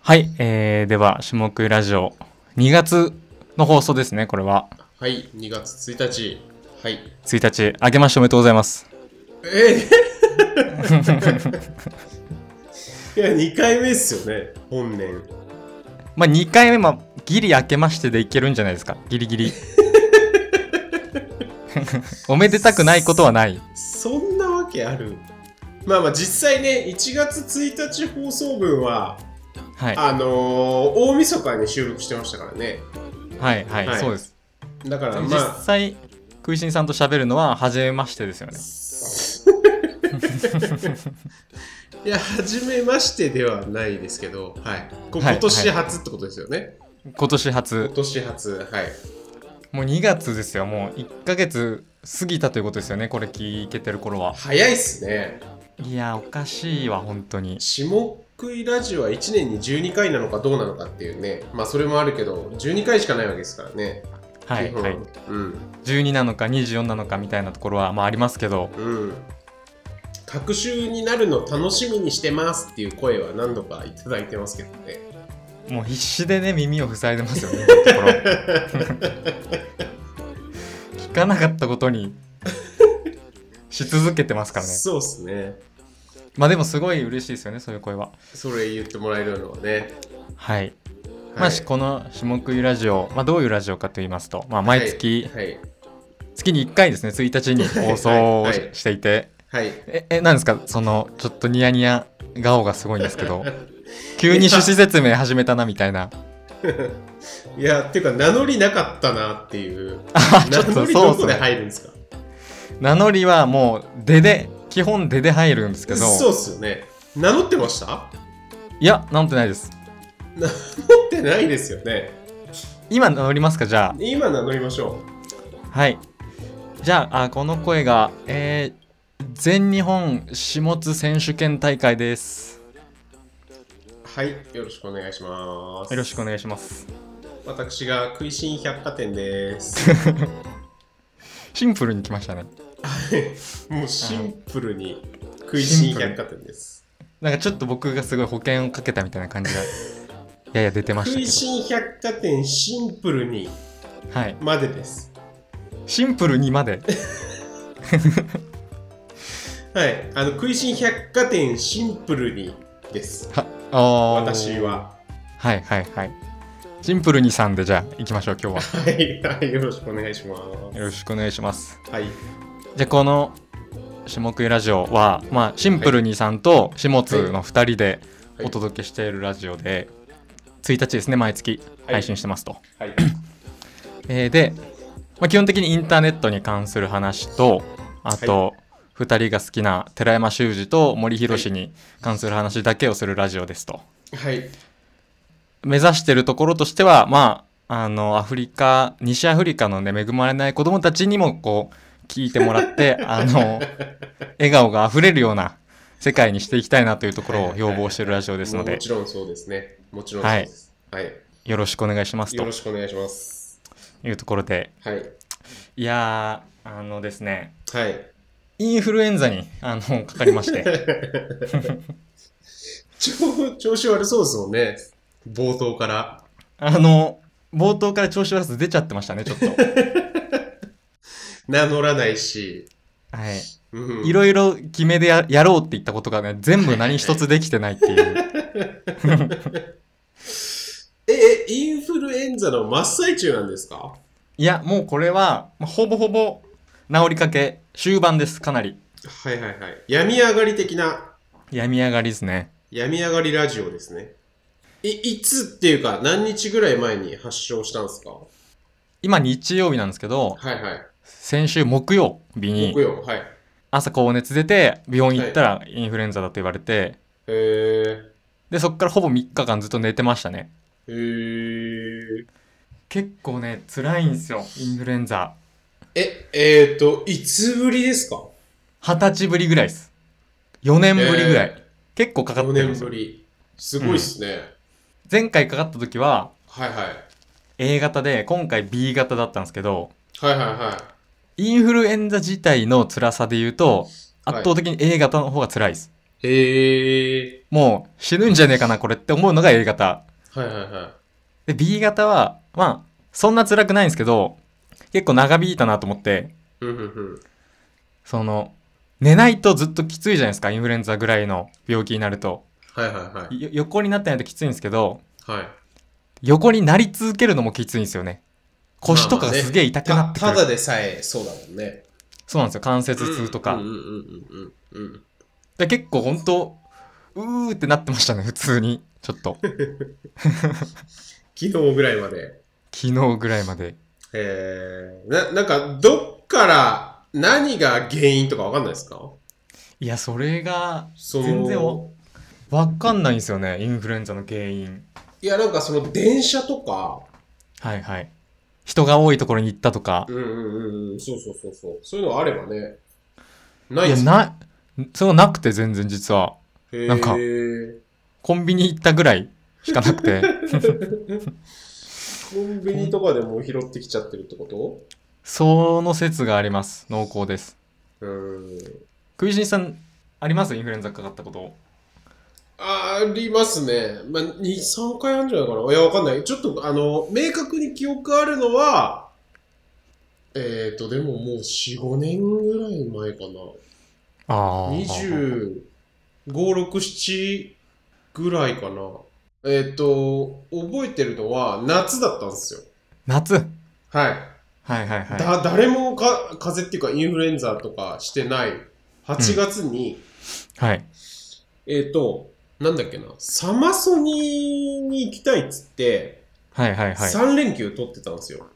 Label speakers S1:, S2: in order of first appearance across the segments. S1: はい、えー、では、種目ラジオ、2月の放送ですね、これは。
S2: はい、2月1日。はい。
S1: 1日、明けましておめでとうございます。
S2: え えいや、2回目っすよね、本年。
S1: まあ、2回目、まあ、ギリ明けましてでいけるんじゃないですか、ギリギリ。 おめでたくないことはない。
S2: そんなわけあるまあまあ、実際ね、1月1日放送分は、
S1: はい、
S2: あのー、大晦日に収録してましたからね。
S1: はい、はい、
S2: はい
S1: そうです。
S2: だから、ま
S1: 実
S2: あ、
S1: 際、食いしんさんと喋るのは、初めましてですよね。
S2: いや、初めましてではないですけど、はい。こ
S1: はい
S2: 今年初ってことですよね。
S1: 今年初
S2: 今。年初、はい。
S1: もう2月ですよ、もう1ヶ月過ぎたということですよね、これ聞けてる頃は。
S2: 早いっすね。
S1: いや、おかしいわ、本当に。
S2: 下食いラジオは1年に12回なのかどうなのかっていうねまあそれもあるけど12回しかないわけですからね
S1: はい、
S2: 基本
S1: はい。
S2: うん
S1: 12なのか24なのかみたいなところはまあありますけど
S2: うん隔週になるの楽しみにしてますっていう声は何度かいただいてますけどね
S1: もう必死でね耳を塞いでますよねこのところ聞かなかったことにし続けてますからね
S2: そうっすね
S1: まあでもすごい嬉しいですよねそういう声は
S2: それ言ってもらえるのはね、
S1: はい、
S2: はい
S1: まあしこの「種目ゆラジオ」まあ、どういうラジオかと言いますと、まあ、毎月、
S2: はい
S1: 月に1回ですね1日に放送をし
S2: はいはい
S1: していて
S2: はい、はい
S1: ええなんですかそのちょっとニヤニヤ顔がすごいんですけど急に趣旨説明始めたなみたいない
S2: やっていうか名乗りなかったなっていう
S1: あちょ
S2: 名
S1: っと
S2: 乗り
S1: そう
S2: ど
S1: っす
S2: こで
S1: ね
S2: 入るんですか
S1: 名乗りはもう出で基本出で入るんですけど
S2: そうっすよね名乗ってました
S1: いや名乗ってないです
S2: 名乗ってないですよね
S1: 今名乗りますかじゃ
S2: 今名乗りましょ
S1: あはいじゃああこの声がえー全日本下津選手権大会です
S2: うはいよろしくお願いします
S1: よろしくお願いします
S2: 私が食いしん百貨店です
S1: シンプルに来ましたね
S2: もうシンプルに食いしん百貨店です
S1: なんかちょっと僕がすごい保険をかけたみたいな感 じがやや出てました
S2: 食
S1: け
S2: いしん百貨店シンプルに
S1: どはい
S2: までです
S1: シンプルにま で
S2: はいあの食いしん百貨店シンプルにです
S1: はあー
S2: 私は
S1: はいはいはいシンプルにさんでじゃあ行きましょう今日は
S2: はい、はい、よろしくお願いしま す
S1: よろしくお願いします
S2: はい
S1: じゃあこの「下食いラジオは」まあ、シンプルにさんと下津の2人で
S2: はい
S1: お届けしているラジオで、1日ですね毎月
S2: はい
S1: 配信してますと。
S2: はい
S1: えーで、まあ、基本的にインターネットに関する話とあと、2人が好きな寺山修司と森博に関する話だけをするラジオですと。
S2: はい
S1: 目指してるところとしてはまああのアフリカ西アフリカのね恵まれない子どもたちにもこう聞いてもらって あの笑顔があふれるような世界にしていきたいなというところを要望してるラジオですの
S2: も
S1: で
S2: ちろんそうですねもちろんそうですはい、
S1: よろしくお願いします
S2: よ
S1: と
S2: ろしくお願いします
S1: いうところで
S2: はい
S1: いやーあのですね
S2: はい
S1: インフルエンザにあのかかりまして
S2: 調 調子悪そうですもんね冒頭から
S1: あの冒頭から調子悪さ出ちゃってましたねちょっ と。
S2: 名乗らないし、
S1: はい、
S2: うん
S1: いろいろ決めでややろうって言ったことがね全部何一つできてないっていう。
S2: ええインフルエンザの真っ最中なんですか
S1: いや、もうこれは、まあほぼほぼ治りかけ、終盤です、かなり。
S2: はいはいはい病み上がり的な
S1: 病み上がりですね。
S2: 病み上がりラジオですねいいつっていうか何日ぐらい前に発症したんですかは
S1: 今日曜日なんですけど、
S2: いはい
S1: 先週木曜日に
S2: 木、曜はいへ
S1: 朝高熱出て、病院行ったらインフルエンザだと言われて、
S2: え
S1: で、そっからほぼ3日間ずっと寝てましたね。
S2: へー
S1: 結構ね、辛いんですよ、インフルエンザ。
S2: ええっ、ー、といつぶりですか
S1: 二十歳ぶりぐらいです。4年ぶりぐらい。
S2: え
S1: 結構かかっ
S2: 4
S1: てるんで
S2: 年
S1: すよ
S2: ぶ。りすごいっすね、
S1: 前回かかった時は
S2: はいはい
S1: A 型で、今回 B 型だったんですけど、
S2: はいはいはい
S1: インフルエンザ自体の辛さで言うと、圧倒的に A 型の方が辛いです。
S2: へえ。
S1: もう死ぬんじゃねえかなこれって思うのが A 型
S2: はいはいは
S1: で B 型はまあそんな辛くないんですけど結構長引いたなと思って
S2: い。うんうんうん。
S1: その寝ないとずっときついじゃないですかインフルエンザぐらいの病気になると
S2: はいはいはい。
S1: よ横になってないときついんですけど
S2: はい。
S1: 横になり続けるのもきついんですよね腰とか
S2: まあまあね
S1: すげえ痛くなってくる、
S2: たただでさえそうだもんね。
S1: そうなんですよ関節痛とか、
S2: うんうんうんうんうん
S1: で結構本当うーってなってましたね普通にちょっと
S2: 昨日ぐらいまで。
S1: 昨日ぐらいまで
S2: えー、な、なんか、どっから何が原因とかわかんないですか
S1: いやそれが
S2: その
S1: 全然わ分かんないんですよねインフルエンザの原因
S2: いや、なんかその電車とか、
S1: はいはい人が多いところに行ったとか
S2: うんうんうんうん、そうそうそうそう。そういうのあればね。ないいん
S1: や
S2: す
S1: なそのなくて全然実は
S2: へー
S1: なんかコンビニ行ったぐらいしかなく て
S2: コンビニとかでも拾ってきちゃってるってこ
S1: その説があります濃厚です
S2: とうん。
S1: 食いしんさんありますインフルエンザかかったこと
S2: ありますね。まあ、2、3回あるんじゃないかな。いや、わかんない。ちょっと、あの、明確に記憶あるのは、えっ、ー、と、でももう4、5年ぐらい前か
S1: あ
S2: な。
S1: あ
S2: 25、6、7ぐらいかな。えっ、と、覚えてるのは夏だったんですよ。
S1: 夏はい
S2: はい。
S1: はいはい
S2: だ、誰もか、風邪っていうかインフルエンザとかしてない8月に、
S1: はい
S2: えっ、と、なんだっけな、サマソニに行きたいっつって、
S1: はいはいはい
S2: 3連休取ってたんですよ。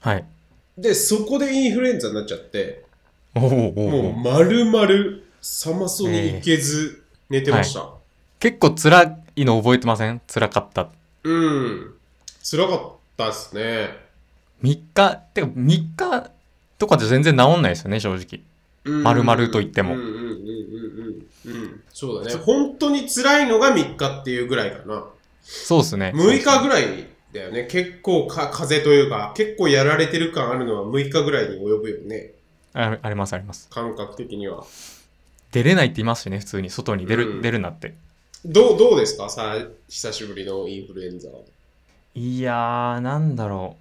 S1: はい
S2: で、そこでインフルエンザになっちゃって、
S1: おおお
S2: も
S1: お
S2: う丸々サマソニ行けず寝てました。
S1: 結構辛いの覚えてません辛かった
S2: うん。辛かったですね。
S1: 3日てか3日とかじゃ全然治んないですよね正直
S2: うん
S1: 丸々と言っても
S2: うんうんうんうんうんうん。そうだね。本当に辛いのが3日っていうぐらいかな。
S1: そうですね
S2: 6日ぐらいだよね。結構か、風邪というか、結構やられてる感あるのは6日ぐらいに及ぶよね。
S1: あありますあります
S2: 感覚的には。
S1: 出れないって言いますしね普通に外に出る、
S2: うん
S1: 出るなって
S2: どう、どうですかさあ、久しぶりのインフルエンザは。
S1: いやーなんだろ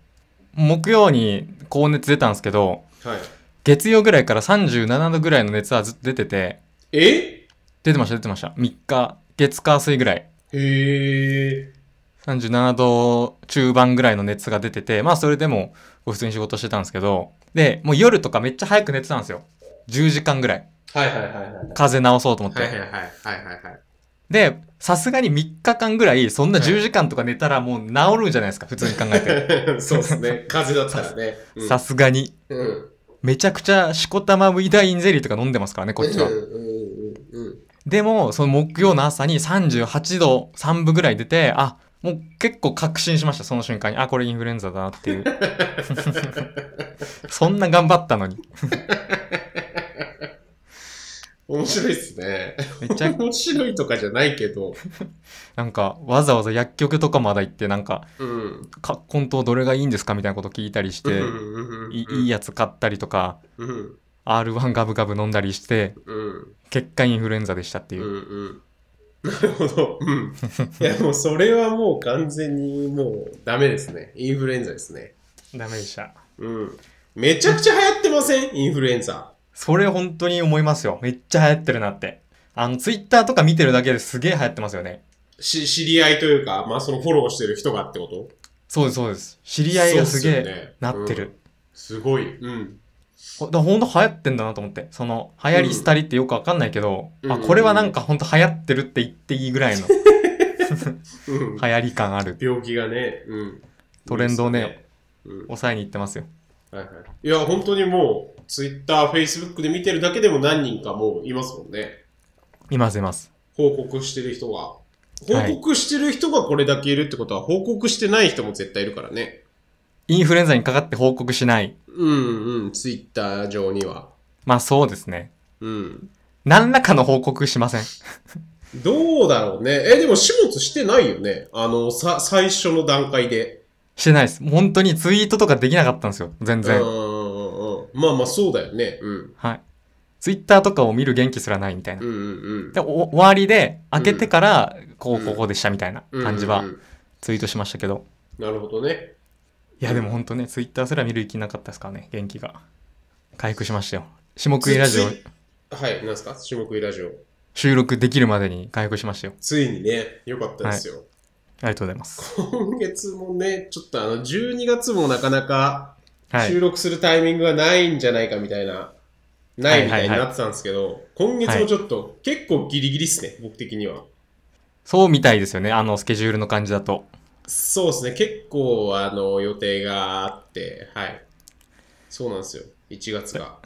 S1: う木曜に高熱出たんですけど
S2: はい。
S1: 月曜ぐらいから37度ぐらいの熱はずっと出てて
S2: え
S1: 出てました出てました3日月火水ぐらい
S2: へえ。
S1: 37度中盤ぐらいの熱が出てて、まあそれでも普通に仕事してたんですけど、で、もう夜とかめっちゃ早く寝てたんですよ。10時間ぐらい。
S2: はいはいはいはい。
S1: 風邪治そうと思って。
S2: はいはいはいはいはいはい。
S1: で、さすがに3日間ぐらい、そんな10時間とか寝たらもう治るんじゃないですか、普通に考えて。
S2: そうですね。風邪だったらね。 うん
S1: さすがに。
S2: うん。
S1: めちゃくちゃしこたまウイダインゼリーとか飲んでますからね、こっちは
S2: うん。うんうんうん。
S1: でも、その木曜の朝に38度3分ぐらい出て、あ、もう結構確信しました、その瞬間に。あ、これインフルエンザだなっていう。 そんな頑張ったのに。
S2: 面白いっすね。
S1: めっちゃ、
S2: 面白いとかじゃないけど。
S1: なんか、わざわざ薬局とかまだ行って、なんか、
S2: うん。
S1: か本当どれがいいんですかみたいなこと聞いたりして、いいい
S2: や。
S1: やつ買ったりとか、
S2: うん。
S1: R1 ガブガブ飲んだりして、
S2: うん。
S1: 結果インフルエンザでしたっていうう。
S2: んうん。なるほど。うん。いや、もうそれはもう完全にもうダメですね。インフルエンザですね。
S1: ダメでした。
S2: うん。めちゃくちゃ流行ってませんインフルエンザ。
S1: それ本当に思いますよ。めっちゃ流行ってるなって。あの、ツイッターとか見てるだけですげえ流行ってますよね。
S2: し、知り合いというか、まあそのフォローしてる人がってこと
S1: そうです、そうです。知り合いがすげ
S2: そうっすよね
S1: えなってる。
S2: すごい。うん。
S1: ほだからほんと流行ってんだなと思って。その、流行り廃りってよくわかんないけど、
S2: うん
S1: あ、これはなんかほんと流行ってるって言っていいぐらい の流
S2: うん。
S1: 行り感ある。
S2: 病気がね、うん。
S1: トレンドをね
S2: いいですね。うん。
S1: 抑えに行ってますよ。
S2: はいはい。いや、本当にもう、ツイッター、フェイスブックで見てるだけでも何人かもういますもんね。
S1: いますいます。
S2: 報告してる人が。
S1: はい
S2: 報告してる人がこれだけいるってことは、報告してない人も絶対いるからね。
S1: インフルエンザにかかって報告しない。
S2: うんうん、ツイッター上には。
S1: まあそうですね。
S2: うん。
S1: 何らかの報告しません。
S2: どうだろうね。え、でも、始末してないよね。あの、さ、最初の段階で。
S1: してないです。本当にツイートとかできなかったんですよ。全
S2: うんう
S1: 然。
S2: んうんうん。まあまあ、そうだよね。うん。
S1: はい。ツイッターとかを見る元気すらないみたいな
S2: う。んうん
S1: で、お終わりで、開けてから、こ
S2: う
S1: う、
S2: ん
S1: ここでしたみたいな
S2: うん。
S1: 感じ
S2: う
S1: は
S2: んうん
S1: ツイートしましたけど。
S2: なるほどね。
S1: いや、でも本当ね、ツイッターすら見る気なかったですからね、元気が。回復しましたよ。下食いラジオ
S2: ついはい、なんですか下食いラジオ。
S1: 収録できるまでに回復しましたよ。
S2: ついにね、よかったですよ。
S1: ありがとうございます。
S2: 今月もね、ちょっとあの、12月もなかなか
S1: は
S2: 収
S1: い。
S2: 録するタイミングがないんじゃないかみたいな、ないみたい
S1: はいは
S2: に
S1: いはい
S2: なってたんですけど、今月もちょっと結構ギリギリっすね、僕的には。
S1: そうみたいですよね、あのスケジュールの感じだと。
S2: そうですね、結構あの、予定があって、はい。そうなんですよ、1月が。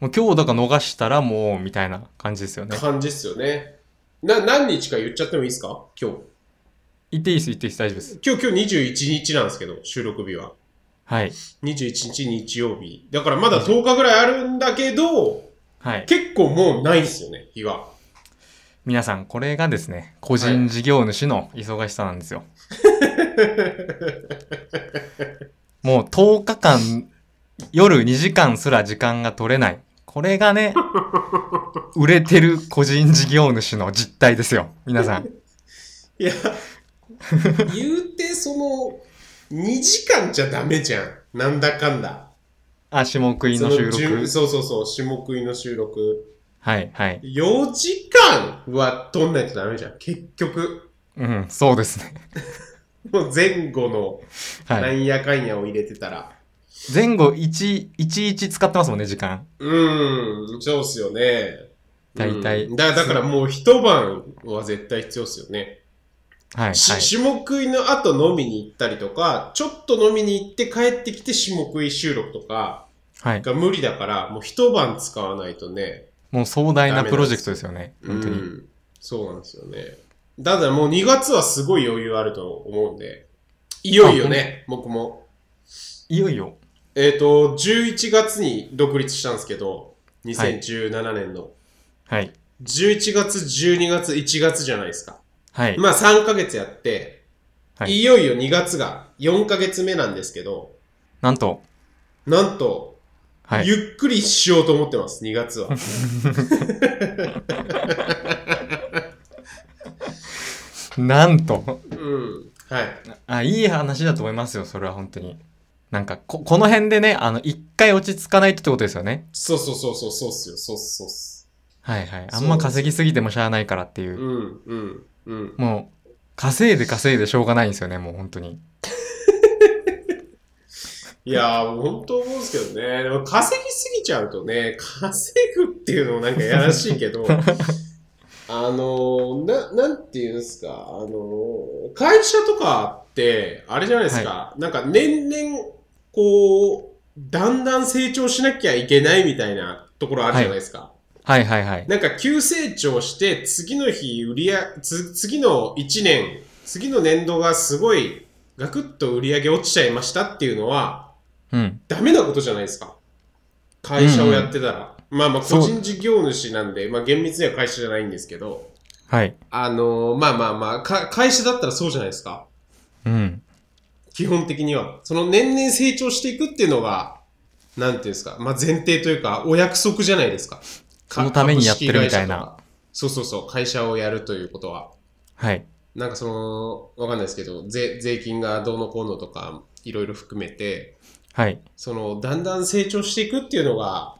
S1: もう今日だから逃したらもう、みたいな感じですよね。
S2: 感じっすよね。な、何日か言っちゃってもいいですか今日。
S1: 言っていいです、言っていいです、大丈夫です。
S2: 今日、今日21日なんですけど、収録日は。
S1: はい。
S2: 21日日曜日。だからまだ10日ぐらいあるんだけど、
S1: はい。
S2: 結構もうないんすよね、日は。
S1: 皆さん、これがですね、個人事業主の忙しさなんですよ。もう10日間、夜2時間すら時間が取れない。これが ね、売れてる個人事業主の実態ですよ。皆さん。
S2: いや、言うてその、2時間じゃダメじゃん。なんだかんだ。
S1: あ、下食いの収
S2: その
S1: 録
S2: じゅ。そうそうそう、下食いの収録。
S1: はい、はい。
S2: 4時間は取んないとダメじゃん。結局。
S1: うん、そうですね。
S2: もう前後の、な
S1: はい。
S2: んやかんやを入れてたら。
S1: 前後1、11使ってますもんね、時間。
S2: うーん、そうっすよね。
S1: 大体
S2: うんだだからもう一晩は絶対必要っすよね。
S1: はい、はい。
S2: し下食いの後飲みに行ったりとか、ちょっと飲みに行って帰ってきて下食い収録とか
S1: はい。
S2: が無理だから、もう一晩使わないとね。
S1: もう壮大なプロジェクトですよね。本当
S2: う
S1: に。
S2: ん。そうなんですよね。だからもう2月はすごい余裕あると思うんで、いよいよね、僕も。
S1: いよいよ。
S2: えっ、と、11月に独立したんですけど、2017年の。
S1: はい。
S2: 11月、12月、1月じゃないですか。
S1: はい。
S2: まあ3ヶ月やって、、
S1: はいい。
S2: よいよ2月が4ヶ月目なんですけど、
S1: なんと、
S2: なんと、
S1: はい。
S2: ゆっくりしようと思ってます、2月 は。
S1: なんと。
S2: うん。はい。
S1: あ、いい話だと思いますよ、それは本当に。なんか、こ、この辺でね、あの、一回落ち着かないとってことですよね。
S2: そうそうそうそう、そうっすよ、そうっす、そうっす。
S1: はいはい。あ
S2: そうん
S1: ま稼ぎすぎてもしゃあないからっていうう。
S2: ん、うん、うん。
S1: もう、稼いで稼いでしょうがないんですよね、もう本当に。
S2: いやー、ほんと思うんですけどね。でも稼ぎすぎちゃうとね、稼ぐっていうのもなんかやらしい けど、あのー、な、なんていうんですか、あのー、会社とかって、あれじゃないですか、なんか年々、こう、だんだん成長しなきゃいけないみたいなところあるじゃないですか。
S1: はいはいはい。
S2: なんか急成長して、次の日売り上つ、次の1年、次の年度がすごい、ガクッと売り上げ落ちちゃいましたっていうのは、
S1: うん。
S2: ダメなことじゃないですか。会社をやってたら。まあまあ、
S1: そう
S2: 個人事業主なんで、まあ厳密には会社じゃないんですけど、
S1: はい。
S2: あのーまあまあまあか、会社だったらそうじゃないですか。
S1: うん。
S2: 基本的には。その年々成長していくっていうのが、なんていうんですか、まあ前提というか、お約束じゃないですか。か
S1: そのためにやってるみたいな。
S2: そうそうそう、会社をやるということは。
S1: はい。
S2: なんかその、わかんないですけど、税、税金がどうのこうのとか、いろいろ含めて、
S1: はい。
S2: その、だんだん成長していくっていうのが、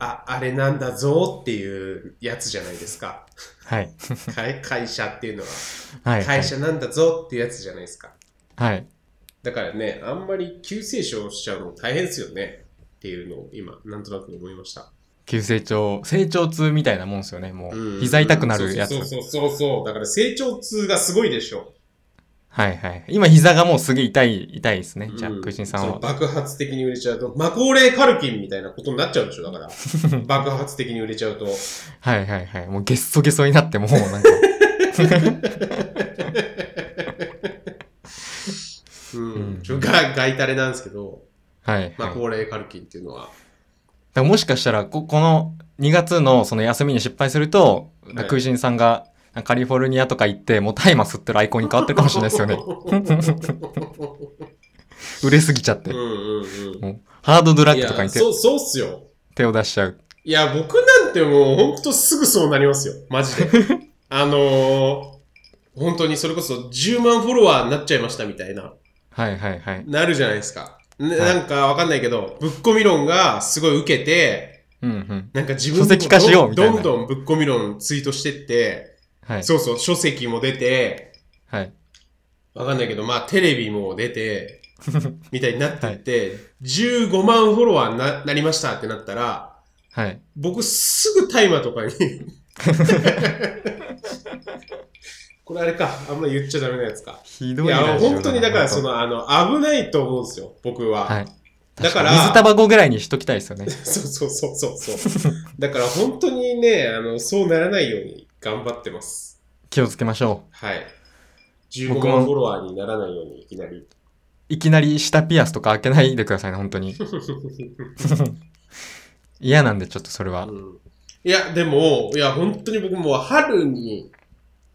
S2: あ、あれなんだぞっていうやつじゃないですか。
S1: はい。
S2: 会会社っていうのは、
S1: はい。
S2: 会社なんだぞっていうやつじゃないですか。
S1: はい。
S2: だからね、あんまり急成長しちゃうの大変ですよね。っていうのを今、なんとなく思いました。
S1: 急成長、成長痛みたいなもんですよね、も
S2: う
S1: う。
S2: ん
S1: 膝痛くなるやつ
S2: そ。うそうそうそうそう。だから成長痛がすごいでしょ。
S1: はいはい。今膝がもうすげえ痛い、痛いですね。じゃあ、
S2: うん
S1: クイシンさん
S2: そ
S1: は
S2: の。爆発的に売れちゃうと、マコーレーカルキンみたいなことになっちゃうでしょ、だから。 爆発的に売れちゃうと。
S1: はいはいはい。もうゲッソゲソになって、もうなん か。
S2: うん。
S1: うん
S2: ちょが、がいたれなんですけど、
S1: はい、はい。
S2: マ
S1: だ
S2: コ
S1: か
S2: ーレーカルキンっていうのは。
S1: らもしかしたらこ、この2月のその休みに失敗すると、
S2: はい
S1: クイシンさんがカリフォルニアとか行って、もう大麻吸ってるアイコンに変わってるかもしれないですよ ね。売れすぎちゃって。
S2: うんうんうん。
S1: もうハードドラッ
S2: い
S1: グとか
S2: や、
S1: に手
S2: そう、そうっすよ。
S1: 手を出しちゃう。
S2: いや、僕なんてもうほんとすぐそうなりますよ。マジで。 あのー、本当にそれこそ10万フォロワーになっちゃいましたみたいな、
S1: はいはいはい。
S2: なるじゃないですか。ね
S1: い
S2: なんかわかんないけど、ぶっこみ論がすごい受けて、
S1: うんうん。
S2: なんか自分
S1: 書
S2: でも
S1: 籍化しようみたいな
S2: どんどんどんぶっこみ論ツイートしてって、
S1: はい。
S2: そうそう、書籍も出て、
S1: はい。
S2: わかんないけど、まあテレビも 出て、みたいになってって、15万フォロワーにななりましたってなったら、
S1: はい。
S2: 僕すぐ大麻とかに これあれかあんま言っちゃダメなやつか
S1: ひ
S2: い
S1: どい
S2: や
S1: ラジオ
S2: 本当にだからそ
S1: の。
S2: のあの危ないと思うんですよ僕は、
S1: はい。
S2: だから
S1: 確に水タバコぐらいにしときたいですよね。
S2: そう そうそうそうそうだから本当にねあのそうならないように頑張ってます
S1: 気をつけましょ
S2: はい15
S1: 僕も
S2: 万フォロワーにならないようにいきなり
S1: う。いきなり下ピアスとか開けないでくださいね、本当に。 嫌なんで、ちょっとそれは
S2: う。んいやでもいや本当に僕もう春に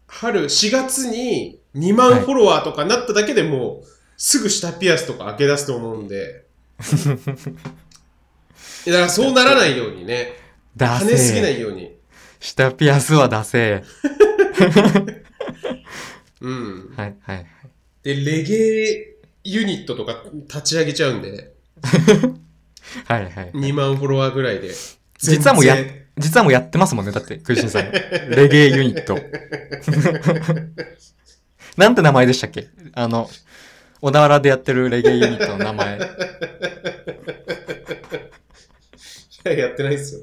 S2: 春4月に2万フォロワーとかなっただけでもうすぐ下ピアスとか開け出すと思う んでいやだからそうならないようにね
S1: ダ
S2: 跳ねすぎな
S1: セー。
S2: いように
S1: 下ピアスはダセ
S2: うん
S1: ー。はいはい。
S2: でレゲエユニットとか立ち上げちゃうんで
S1: はいはい。
S2: 2万フォロワーぐらいで
S1: 実はもうや
S2: 全然、
S1: 実はもうやってますもんね。だって、クイシンさ ん。レゲエユニット。 なんて名前でしたっけあの、小田原でやってるレゲエユニットの名 前。
S2: い ややってないですよ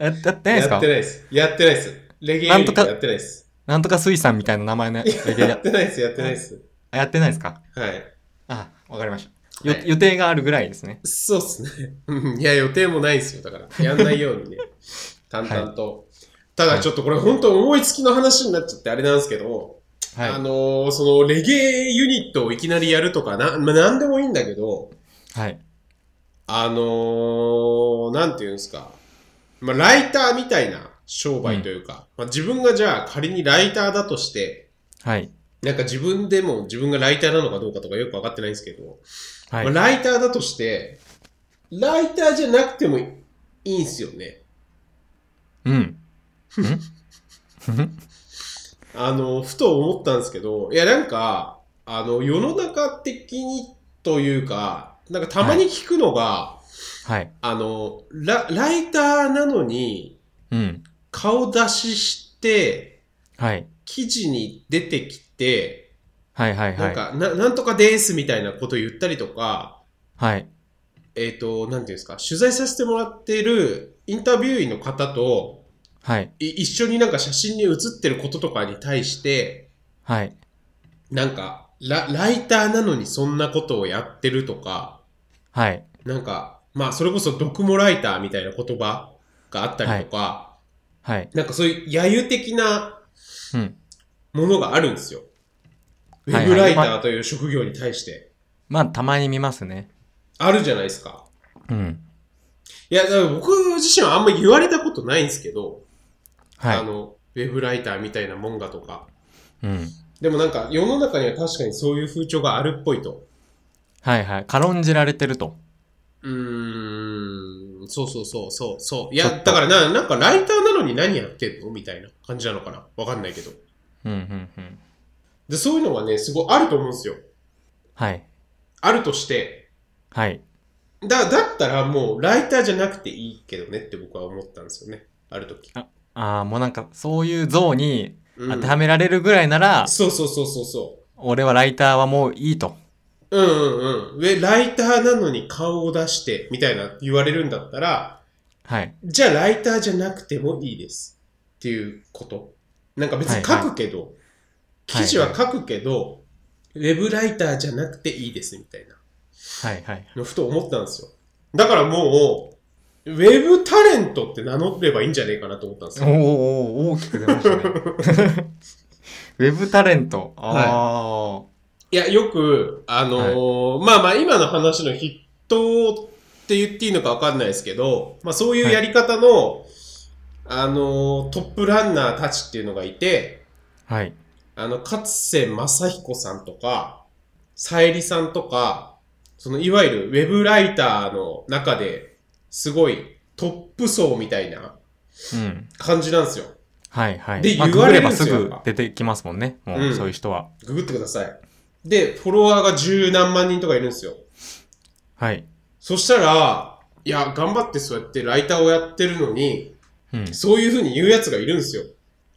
S1: えやってないです
S2: やっ
S1: か
S2: てないですやってないですレゲエユニットやってないです
S1: なんとか水産みたいな名前のレゲエ
S2: や
S1: や
S2: ってないですやってないです
S1: あやってないですか
S2: はい
S1: あ、わかりました。よ
S2: はい
S1: 予定があるぐらいですね。
S2: そうっすね。うんいや、予定もないんですよ。だから、やんないよう にね。淡々と。ただ、ちょっとこれ、本当思いつきの話になっちゃって、あれなんですけど、
S1: はい
S2: あ。のーその、レゲエユニットをいきなりやるとか、な、まあ、なんでもいいんだけど、
S1: はい。
S2: あのーなんていうんですか。まあ、ライターみたいな商売というか、まあ、自分がじゃあ仮にライターだとして、
S1: はい。
S2: なんか自分でも自分がライターなのかどうかとかよくわかってないんですけど、
S1: はい。
S2: まあライターだとして、ライターじゃなくてもいいんすよね。
S1: うん。ん
S2: あの、ふと思ったんですけど、いや、なんか、あの、世の中的にというか、なんかたまに聞くのが、
S1: はい。
S2: あのラ、ライターなのに
S1: うん。
S2: 顔出しして、
S1: はい。
S2: 記事に出てきて、
S1: はいはいは
S2: なん
S1: い。
S2: か、ななんとかですみたいなこと言ったりとか、
S1: はい。
S2: えっ、と、なんていうんですか、取材させてもらってるインタビュー員の方と、
S1: はい。
S2: い一緒になんか写真に写ってることとかに対して、
S1: はい。
S2: なんかラ、ライターなのにそんなことをやってるとか、
S1: はい。
S2: なんか、まあ、それこそ読モライターみたいな言葉があったりとか、
S1: はい。
S2: なんかそういう揶揄的な
S1: うん。
S2: ものがあるんですよ。ウ
S1: はいはい
S2: ェブライターという職業に対して。
S1: まあ、たまに見ますね。
S2: あるじゃないですか。
S1: うん。
S2: いや、だから僕自身はあんま言われたことないんですけど、あ
S1: は
S2: の、ウェブライターみたいなもんがとか。
S1: い。うん。
S2: でもなんか世の中には確かにそういう風潮があるっぽいと。
S1: はいはい。軽んじられてると。
S2: うーん、そうそうそうそうそう。い
S1: ちょ
S2: や、
S1: っと
S2: だからな、なんかライターなのに何やってんのみたいな感じなのかなわかんないけど。
S1: うんうんうん。
S2: で、そういうのがね、すごいあると思うんですよ。
S1: はい。
S2: あるとして。
S1: はい。
S2: だ、だったらもうライターじゃなくていいけどねって僕は思ったんですよね。ある時。
S1: ああ、もうなんか、そういう像に
S2: うん
S1: 当てはめられるぐらいなら、
S2: そうそうそうそうそ
S1: 俺はライターはもういいと。
S2: う。うんうんうん。でライターなのに顔を出して、みたいな言われるんだったら、
S1: はい。
S2: じゃあライターじゃなくてもいいです。っていうこと。なんか別に書くけど、記事は書くけど、ウェブライターじゃなくていいですみたいな
S1: はいはい。
S2: のふと思ったんですよ。だからもう、ウェブタレントって名乗ればいいんじゃねえかなと思ったんです
S1: おー
S2: よ。
S1: おー大きく出ましたね。 ウェブタレント。あ
S2: いや、よく、あのーまあまあ今の話の筆頭って言っていいのかわかんないですけど、まあそういうやり方の、あのートップランナーたちっていうのがいて、
S1: あ。はい。
S2: あの、勝瀬正彦さんとか、さえりさんとか、そのいわゆるウェブライターの中ですごいトップ層みたいな
S1: うん。
S2: 感じなんですよ。
S1: はいはい。
S2: で
S1: まあ、
S2: 言わ
S1: ググれ
S2: れるん
S1: ば
S2: です
S1: す
S2: よ
S1: ぐ出てきますもんね。もう、
S2: うん
S1: そういう人は。
S2: ググってください。で、フォロワーが十何万人とかいるんですよ。
S1: はい。
S2: そしたら、いや、頑張ってそうやってライターをやってるのに、
S1: うん。
S2: そういう風に言うやつがいるんですよ。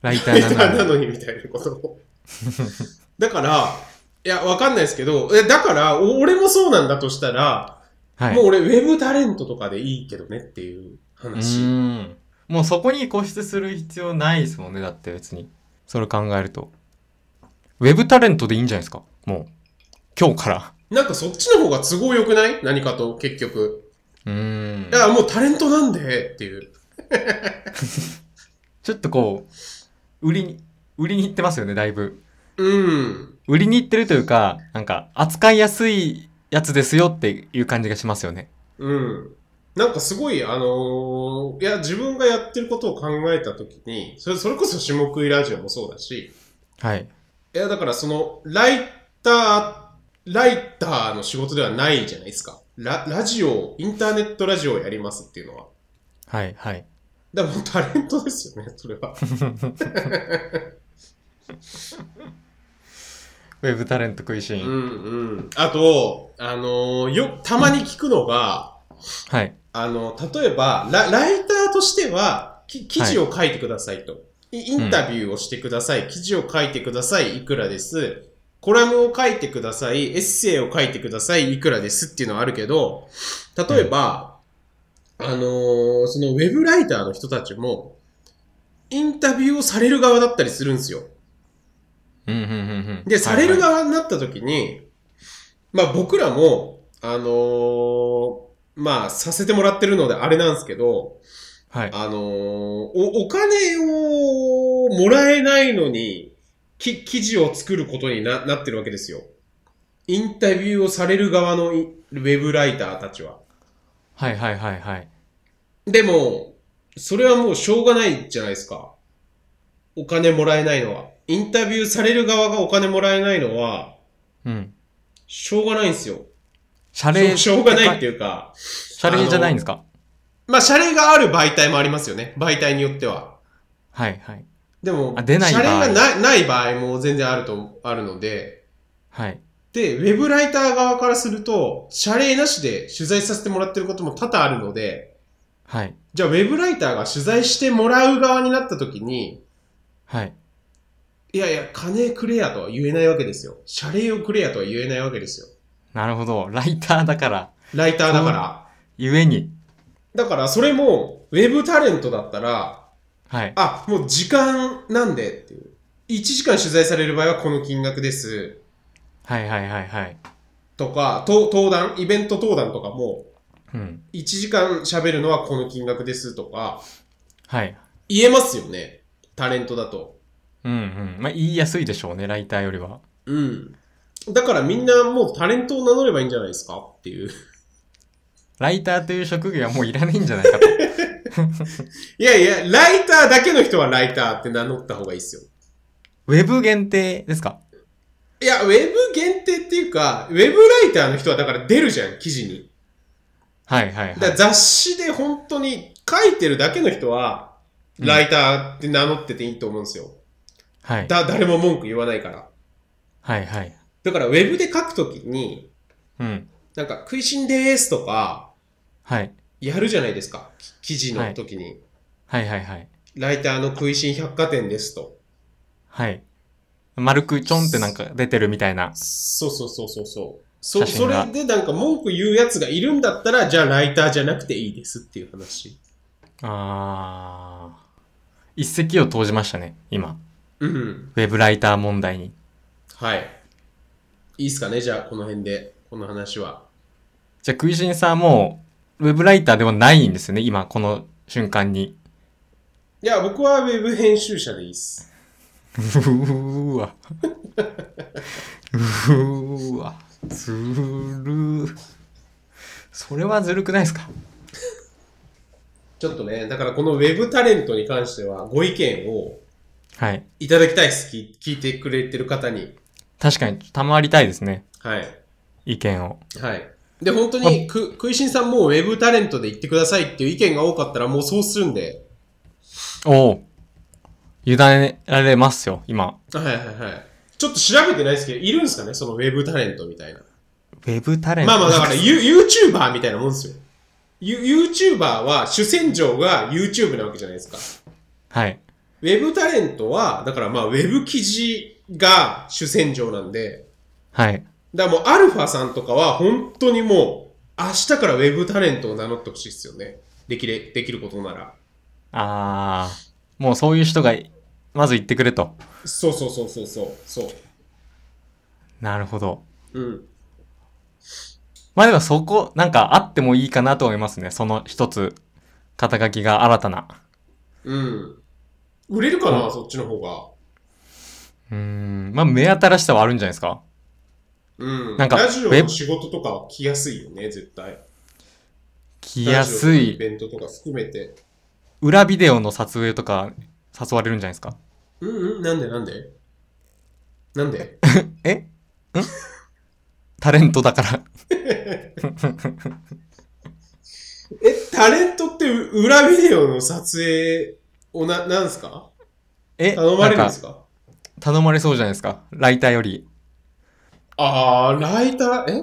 S1: ライタ
S2: ライ
S1: ー
S2: タ
S1: な
S2: ー
S1: の
S2: な
S1: に。
S2: のにみたいなことを。だから、いや、わかんないですけど、えだから、お俺もそうなんだとしたら、
S1: はい。
S2: もう
S1: う
S2: 俺、ウェブタレントとかでいいけどねっていう
S1: ー
S2: 話。
S1: ん。もうそこに固執する必要ないですもんね。だって別に。それ考えると。ウェブタレントでいいんじゃないですか。もう。今日から。
S2: なんかそっちの方が都合良くない何かと、結局。
S1: うーん
S2: い。や、もうタレントなんでっていう。
S1: ちょっとこう、売りに、売りに行ってますよね、だいぶ。
S2: うん。
S1: 売りに行ってるというか、なんか、扱いやすいやつですよっていう感じがしますよね。
S2: うん。なんかすごい、あのーいや、自分がやってることを考えたときに、それ、それこそ下食いラジオもそうだし、
S1: はい。
S2: いや、だからその、ライター、ライターの仕事ではないじゃないですか。ラ、ラジオ、インターネットラジオをやりますっていうのは。
S1: はい、はい。
S2: だからもうタレントですよね、それは。
S1: ウェブタレント食いし。
S2: うんんうん。あと、あのーよ、たまに聞くのが、
S1: はい。
S2: あの、例えば、ラライターとしては、き記事を書いてくださいと。いインタビューをしてください。記事を書いてください。いくらです。コラムを書いてください。エッセイを書いてください。いくらですっていうのはあるけど、例えば、あのーそのウェブライターの人たちも、インタビューをされる側だったりするんですよ。
S1: うん、うん、うん。うん
S2: で、される
S1: はい
S2: 側になった時に、まあ僕らも、あのーまあさせてもらってるのであれなんですけど、
S1: はい。はい
S2: あのーお、お金をもらえないのに、き、記事を作ることにな、なってるわけですよ。インタビューをされる側のいウェブライターたちは。
S1: はい、はい、はいはい。
S2: でも、それはもうしょうがないじゃないですか。お金もらえないのは。インタビューされる側がお金もらえないのは、
S1: うん。
S2: しょうがないんですよ。
S1: 謝
S2: しょ
S1: 礼。
S2: うしょうがないって
S1: いう。
S2: いうか、
S1: 謝礼じゃないんですか
S2: まあ、謝礼がある媒体もありますよね。媒体によっては。
S1: はい、はい。
S2: でも、
S1: あ出ない
S2: 謝
S1: 場合
S2: 礼がないない場合も全然あると、あるので、
S1: はい。
S2: で、ウェブライター側からすると、謝礼なしで取材させてもらってることも多々あるので、
S1: はい。
S2: じゃあ、ウェブライターが取材してもらう側になった時に、
S1: はい。
S2: いやいや、金くれやとは言えないわけですよ。謝礼をくれやとは言えないわけですよ。
S1: なるほど。ライターだから、
S2: ライターだから。
S1: ゆえに。
S2: だから、それも、ウェブタレントだったら、
S1: はい。
S2: あ、もう時間なんでっていう。1時間取材される場合はこの金額です。
S1: はい、はい、はい、はい。
S2: とか、と登壇、イベント登壇とかも、
S1: うん。
S2: 1時間喋るのはこの金額ですとか、
S1: はい。
S2: 言えますよね。タレントだと。
S1: うん、うん。まあ、言いやすいでしょうね、ライターよりは。
S2: うん。だからみんなもうタレントを名乗ればいいんじゃないですかっていう。
S1: ライターという職業はもういらないんじゃないか と。
S2: いやいや、ライターだけの人はライターって名乗った方がいいですよ。
S1: ウェブ限定ですか
S2: いや、ウェブ限定っていうか、ウェブライターの人はだから出るじゃん、記事に。
S1: はいはいは
S2: だから
S1: い。
S2: 雑誌で本当に書いてるだけの人は、
S1: うん
S2: ライターって名乗ってていいと思うんですよ。
S1: はい。
S2: だ、誰も文句言わないから。
S1: はいはい。
S2: だから、ウェブで書くときに、
S1: うん。
S2: なんか、食いしんでーすとか、
S1: はい。
S2: やるじゃないですか。き記事の時に。
S1: はいはいはい。
S2: ライターの食いしん百貨店ですと。
S1: はい。丸くちょんってなんか出てるみたいな。
S2: そうそうそうそうそう。そ、
S1: 写
S2: そ
S1: 真が
S2: れでなんか文句言うやつがいるんだったら、じゃあライターじゃなくていいですっていう話。
S1: あー。一石を投じましたね、今。
S2: うん。
S1: ウェブライター問題に。
S2: はい。いいっすかねじゃあ、この辺で、この話は。
S1: じゃあ、クイシンさんはもう、ウェブライターではないんですよね、今、この瞬間に。
S2: いや、僕はウェブ編集者でいいっす。
S1: うーわ。うーわ。ずるー。それはずるくないですか
S2: ちょっとね、だからこのウェブタレントに関してはご意見を
S1: はい。
S2: いただきたいっす。聞聞いてくれてる方に。
S1: 確かに、賜りたいですね。
S2: はい。
S1: 意見を。
S2: はい。で、本当
S1: ま
S2: に、く、くいしんさんもうウェブタレントで行ってくださいっていう意見が多かったらもうそうするんで。
S1: おう委ねられますよ、今。
S2: はいはいはい。ちょっと調べてないですけど、いるんですかねそのウェブタレントみたいな。
S1: ウェブタレント。
S2: まあまあ、だから、ユ YouTuber みたいなもんですよ。ユ YouTuber は主戦場が YouTube なわけじゃないですか。
S1: はい。
S2: ウェブタレントは、だからまあ、ウェブ記事が主戦場なんで、
S1: はい。
S2: だからもう、アルファさんとかは、本当にもう、明日からウェブタレントを名乗ってほしいですよね。できれ、できることなら。
S1: あー、もうそういう人が、まず言ってくれと。
S2: そうそうそうそうそう。そ
S1: なるほど。
S2: う。うん。
S1: まあでもそこ、なんかあってもいいかなと思いますね。その一つ、肩書きが新たな。
S2: うん。売れるかな、そっちの方が。
S1: うーん、まあ目新しさはあるんじゃないですか。
S2: うん。
S1: なんか
S2: ラジオ
S1: ウェ
S2: の
S1: ブ
S2: 仕事とかは来やすいよね、絶対。
S1: 来やす
S2: ラジオのイ
S1: い。
S2: ベントとか含めて。
S1: 裏ビデオの撮影とか誘われるんじゃないですか。
S2: うんうん、なんでなんでなんで
S1: えんタレントだから。
S2: え、タレントってう裏ビデオの撮影をな、なんすか
S1: え
S2: 頼まれるん
S1: な
S2: で
S1: ん
S2: す
S1: か
S2: か
S1: 頼まれそうじゃないですか。ライターより。
S2: あー、ライター、え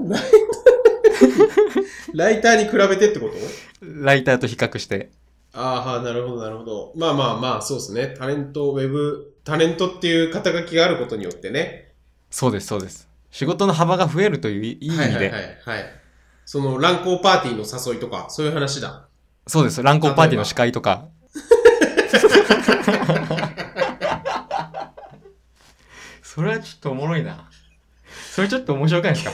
S2: ライターライターに比べてってこと
S1: ライターと比較して。
S2: ああ、なるほど、なるほど。まあまあまあ、そうですね。タレント、ウェブ、タレントっていう肩書きがあることによってね。
S1: そうです、そうです。仕事の幅が増えるといういい意味で。
S2: はいはいはい、はい。その、乱交パーティーの誘いとか、そういう話だ。
S1: そうです。乱交パーティーの司会とか。 それはちょっとおもろいな。それちょっと面白くないですか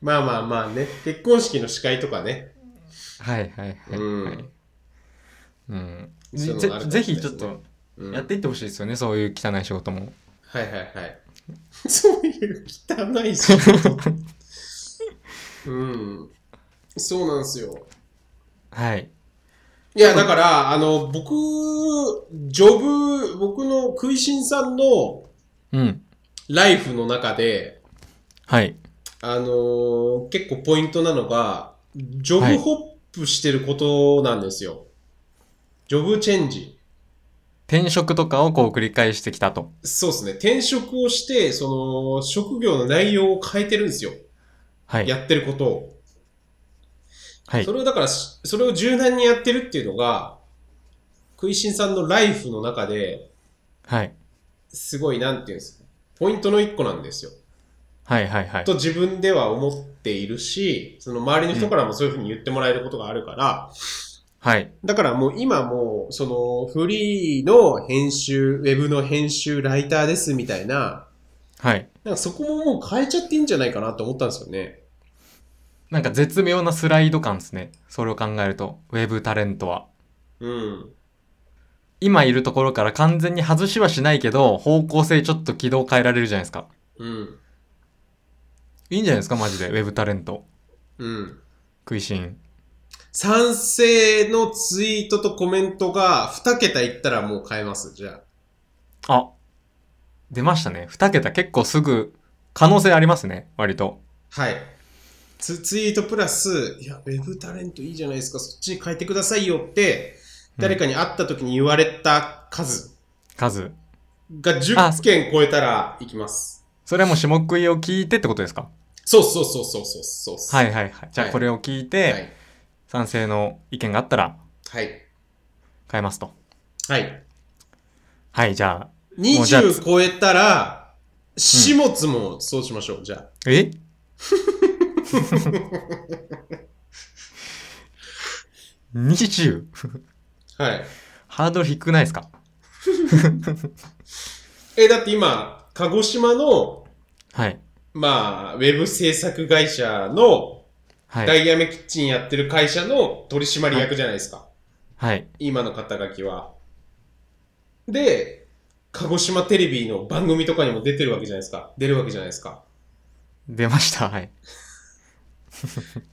S2: まあまあまあね。結婚式の司会とかね。
S1: はいはいはい、
S2: うん
S1: はい。うん。
S2: そういう
S1: ぜ
S2: のがあるかもしれないですね
S1: ぜひちょっと
S2: うん、
S1: やっていってほしいですよね、そういう汚い仕事も。
S2: はいはいはい。そういう汚い仕事。うん。そうなんですよ。
S1: はい。
S2: いや、だから、あの、僕、ジョブ、僕の食いしんさんの
S1: うん。
S2: ライフの中で、
S1: はい。
S2: あのー結構ポイントなのが、ジョブホップしてることなんですよ。ジョブチェンジ。
S1: 転職とかをこう繰り返してきたと。
S2: そうですね。転職をして、その、職業の内容を変えてるんですよ。
S1: はい。
S2: やってることを。
S1: はい
S2: そ。れをだからし、それを柔軟にやってるっていうのが、食いしんさんのライフの中で、
S1: はい。
S2: すごい、なんていうんですか、ポイントの一個なんですよ。
S1: はいはいはい。
S2: と自分では思っているし、その周りの人からもそういうふうに言ってもらえることがあるから、
S1: はい。
S2: だからもう今もう、そのフリーの編集、ウェブの編集ライターですみたいな、
S1: はい。
S2: なんかそこももう変えちゃっていいんじゃないかなと思ったんですよね。
S1: なんか絶妙なスライド感ですね。それを考えると。ウェブタレントは。
S2: うん。
S1: 今いるところから完全に外しはしないけど、方向性ちょっと軌道変えられるじゃないですか。
S2: うん。
S1: いいんじゃないですかマジで。ウェブタレント。
S2: うん。
S1: 食いしん。
S2: 賛成のツイートとコメントが2桁いったらもう変えます、じゃ
S1: あ。出ましたね。二桁結構すぐ、可能性ありますね。割と。
S2: あ。はい。ツツイートプラス、いや、ウェブタレントいいじゃないですか、そっちに変えてくださいよって、
S1: うん
S2: 誰かに会った時に言われた数
S1: 数。
S2: が
S1: あ
S2: 10件超えたらいきます。
S1: それはもう下食いを聞いてってことですか
S2: そうそうそうそうそうそうそう。。
S1: はいいはいはい。じゃあ
S2: はい
S1: これを聞い
S2: は
S1: て、
S2: い。
S1: 賛成の意見があったら
S2: はい。
S1: 変えますと。
S2: はい。
S1: はい、じゃあ。もうじゃあ
S2: 20超えたら、始末もそうしましょう、じゃあ。
S1: え20
S2: はい。
S1: ハードル低ないですか
S2: え、だって今、鹿児島の
S1: はい。
S2: まあ、ウェブ制作会社の、
S1: は
S2: ダ
S1: い。
S2: イヤメキッチンやってる会社の取締役じゃないですか。
S1: はい。
S2: 今の肩書きは。で、鹿児島テレビの番組とかにも出てるわけじゃないですか。出るわけじゃないですか。
S1: 出ました。はい。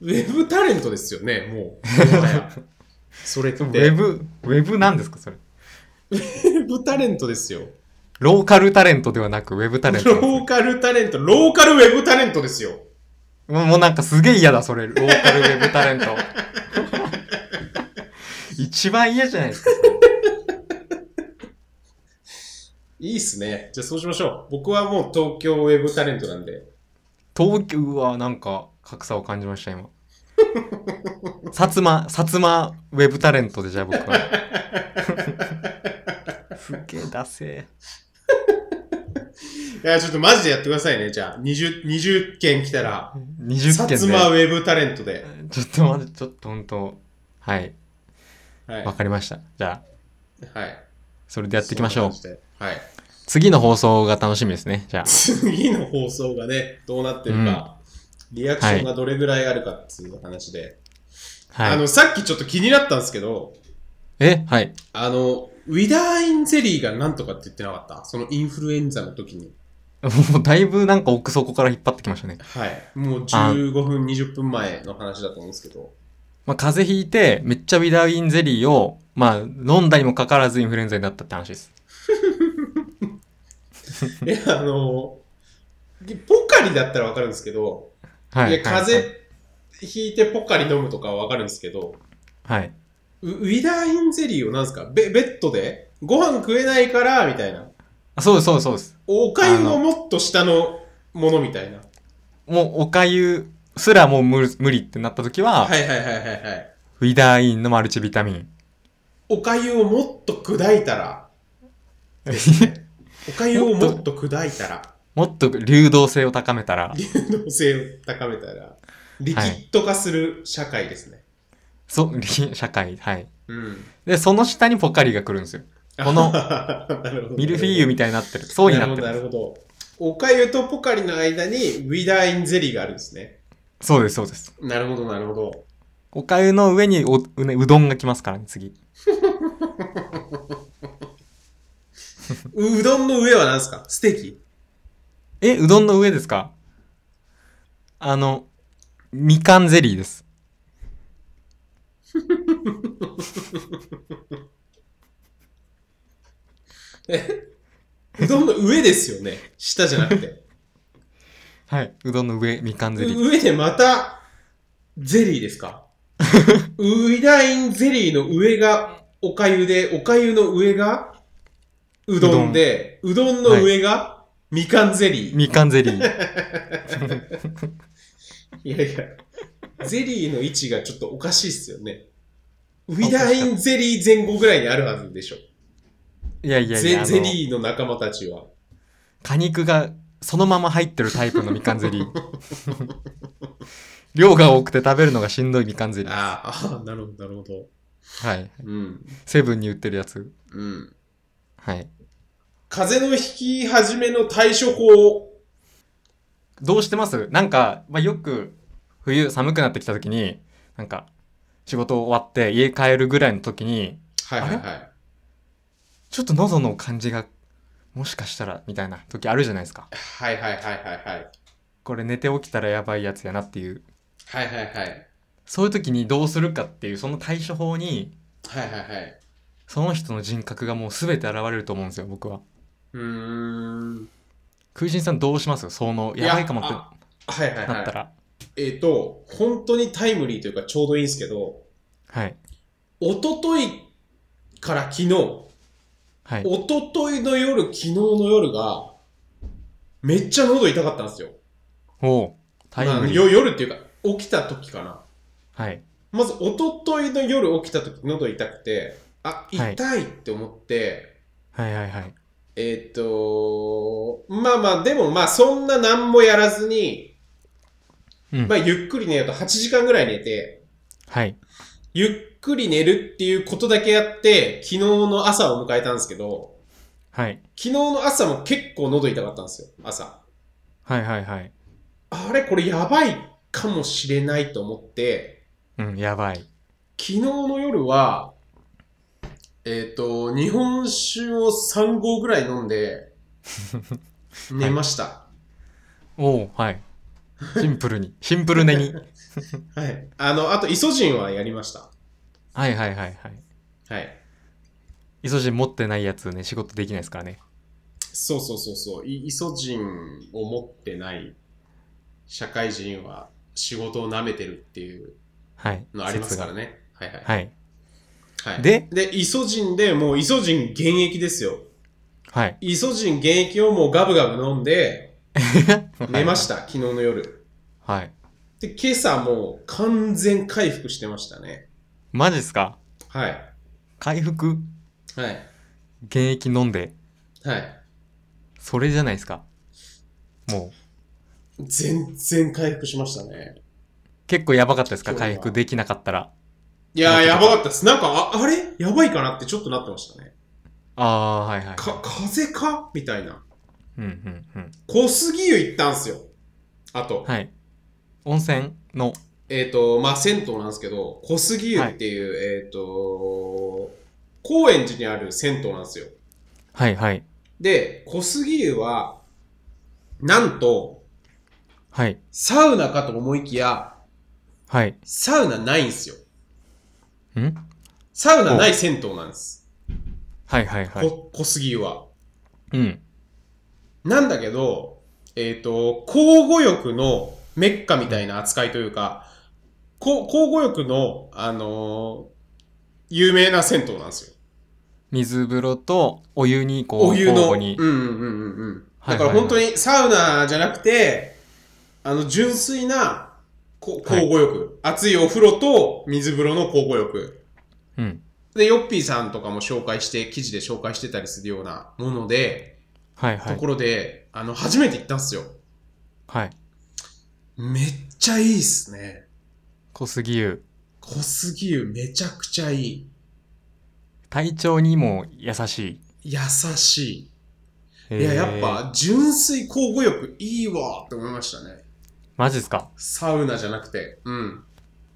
S2: ウェブタレントですよ ね、もう。もはやそれって。
S1: ウ
S2: ウ
S1: ェ
S2: ェ
S1: ブ、ウェブなんですかそれ。
S2: ブタレントですよ。
S1: ローカルタレントではなく、ウェブタレントなんです
S2: ロ
S1: ね。
S2: ーカルタレント、ローカルウェブタレントですよ。
S1: もうもうなんかすげえ嫌だ、それ。ローカルウェブタレン ト。一番嫌じゃないですか。
S2: いいっすね。じゃあそうしましょう。僕はもう東京ウェブタレントなんで。
S1: 東京はなんか格差を感じました、今。薩摩、薩摩ウェブタレントで、じゃあ僕は。すげえダセ
S2: いや、ちょっとマジでやってくださいね。じゃあ、20、20件来たら、
S1: え。
S2: 薩
S1: 20件
S2: 摩ウ
S1: で。
S2: ェブタレントで。
S1: ちょっと待って、ちょっと本当はい。
S2: はい。
S1: わかりました。じゃあ、
S2: はい。
S1: それでやっていきましょう。
S2: そな感じではい。
S1: 次の放送が楽しみですね。じゃあ。
S2: 次の放送がね、どうなってるか、リアクションがどれぐらいあるかっていう話で。あ
S1: はい。
S2: の、さっきちょっと気になったんですけど、
S1: えはい。
S2: あの、ウィダーインゼリーがなんとかって言ってなかったそのインフルエンザの時に。
S1: もうだいぶなんか奥底から引っ張ってきましたね。
S2: はい。もう15分、20分前の話だと思うんですけど。
S1: まあ、風邪ひいて、めっちゃウィダーインゼリーを、まあ、飲んだにもかかわらずインフルエンザになったって話です。
S2: え、あの、ポカリだったらわかるんですけど、
S1: はい。
S2: い
S1: は
S2: や、
S1: い
S2: 風邪ひいてポカリ飲むとかはわかるんですけど、
S1: はい。
S2: ウウィダーインゼリーをなんですかベベッドでご飯食えないから、みたいな。
S1: あそうです、そうです、そうです。
S2: おかゆのもっと下のものみたいな。
S1: もう、おかゆすらもう無無理ってなった時は、
S2: はいはいはいはいはい。
S1: ウィダーインのマルチビタミン。
S2: おかゆをもっと砕い たら、おかゆをもっと砕いたら、
S1: もっと流動性を高めたら、
S2: 流動性を高めたら、リキッド化する社会ですね。
S1: そ、 社会、はい。
S2: うん。
S1: で、その下にポカリが来るんですよ。この
S2: なるほど
S1: ミルフィーユみたいになってる。層になって
S2: なる
S1: る。
S2: ほど、なるほど。おかゆとポカリの間にウィダーインゼリーがあるんですね。
S1: そうです、そうです。
S2: なるほど、なるほど。
S1: おかゆの上におう,、ね、うどんが来ますからね、次。
S2: ううどんの上は何ですかステーキ
S1: え、うどんの上ですかあの、みかんゼリーです。
S2: うどんの上ですよね。 下じゃなくて。
S1: はい。うどんの上、みかんゼリー。
S2: う上でまた、ゼリーですかウイダインゼリーの上がおかゆで、おかゆの上がうどんで、うどんの上が、みかんゼリー。
S1: みかんゼリー。
S2: いやいや、ゼリーの位置がちょっとおかしいっすよね。ウイダインゼリー前後ぐらいにあるはずでしょ。
S1: いやいやいや、
S2: ゼ
S1: あ
S2: ゼ
S1: の、
S2: リーの仲間たちは。
S1: 果肉がそのまま入ってるタイプのみかんゼリー。 量が多くて食べるのがしんどいみかんゼリー。
S2: あーあー、なるほど、なるほど。
S1: はい。
S2: うん。
S1: セブンに売ってるやつ。
S2: うん。
S1: はい。
S2: 風邪の引き始めの対処法。
S1: どうしてますなんか、まあ、よく冬寒くなってきた時に、なんか、仕事終わって家帰るぐらいの時に、
S2: はいはいはい。
S1: ちょっと喉の感じが、もしかしたら、みたいな時あるじゃないですか。
S2: はいはいはいはいはい。
S1: これ寝て起きたらやばいやつやなっていう。
S2: はいはいはい。
S1: そういう時にどうするかっていう、その対処法に、
S2: はいはいはい。
S1: その人の人格がもう全て現れると思うんですよ、僕は。
S2: うーん。
S1: 空心さんどうしますその、
S2: いや
S1: やばいかもって
S2: あはいはい
S1: なった
S2: は
S1: ら。
S2: い。えっ、と、本当にタイムリーというかちょうどいいんですけど、
S1: はい。
S2: 一昨日から昨日、
S1: はい。
S2: 一昨日の夜、昨日の夜が、めっちゃ喉痛かったんですよ。
S1: おおうタイムリ
S2: まあ
S1: ー。
S2: よ夜っていうか、起きた時かな。
S1: はい。
S2: まず、一昨日の夜起きた時喉痛くて、あ、
S1: はい
S2: 痛いって思って、
S1: はいはいはい。
S2: えっ、とまあまあ、でもまあ、そんな何もやらずに、
S1: うん
S2: まあ、ゆっくり寝ようと8時間ぐらい寝て、
S1: はい。
S2: ゆっくり寝るっていうことだけやって、昨日の朝を迎えたんですけど、
S1: はい。
S2: 昨日の朝も結構喉痛かったんですよ、朝。
S1: はいはいはい。
S2: あれこれやばいかもしれないと思って、
S1: うん、やばい。
S2: 昨日の夜は、えっ、と、日本酒を3合ぐらい飲 んで、寝ました。
S1: おおはい。シンプル に。シンプルねに。
S2: はい。あの、あと、イソジンはやりました。
S1: はいはいはいはい。
S2: はい。
S1: イソジン持ってないやつね、仕事できないですからね。
S2: そうそうそうそう。イイソジンを持ってない社会人は仕事を舐めてるっていう
S1: はい。
S2: のありますからね。はいはい
S1: 説。が。はい。
S2: はい、
S1: で
S2: で、イソジンでもうイソジン現役ですよ。
S1: はい。
S2: イソジン現役をもうガブガブ飲んで、 寝ました、昨日の夜。
S1: た。はい。
S2: で、今朝もう完全回復してましたね。
S1: マジっすか
S2: はい。
S1: 回復
S2: はい。
S1: 現役飲んで、
S2: はい。
S1: それじゃないですか。も
S2: 全然回復しましたね。
S1: う、結構やばかったですか
S2: 今日は
S1: 回復できなかったら。
S2: いやー、やばかったです。なんか、ああれやばいかなってちょっとなってましたね。
S1: ああー、はいはい。
S2: か、風邪かみたいな。
S1: うんうんうん。
S2: 小杉湯行ったんすよ。あと、
S1: はい。温泉の、
S2: えっ、と、まあ、銭湯なんですけど、小杉湯っていう、えっ、と、高円寺にある銭湯なんですよ。
S1: はいはい。
S2: で、小杉湯は、なんと、
S1: はい。
S2: サウナかと思いきや、
S1: はい。
S2: サウナないんすよ。
S1: ん
S2: サウナない銭湯なんです。
S1: はいはいはい。
S2: こ小杉湯は。
S1: うん。
S2: なんだけど、えっ、と、交互浴のメッカみたいな扱いというか、こ交互浴の、あのー有名な銭湯なんですよ。
S1: 水風呂とお湯にこう、
S2: お湯の。
S1: 交
S2: う
S1: 互
S2: ん
S1: に
S2: うんうんうん。
S1: は
S2: だ
S1: い
S2: か
S1: はいはい
S2: ら本当にサウナじゃなくて、あの、純粋な、こ
S1: はい
S2: 交互浴、熱いお風呂と水風呂の交互浴。
S1: うん。
S2: で、ヨッピーさんとかも紹介して、記事で紹介してたりするようなもので、
S1: はいは
S2: と
S1: い。
S2: ころで、あの、初めて行ったんすよ。
S1: はい。
S2: めっちゃいいっすね。
S1: 小杉湯。
S2: 小杉湯めちゃくちゃいい。
S1: 体調にも優し
S2: 優し
S1: い。
S2: い。
S1: い
S2: いや、やっ。ぱ、純粋交互浴いいわって思いましたね。
S1: マジっすか
S2: サウナじゃなくて。うん。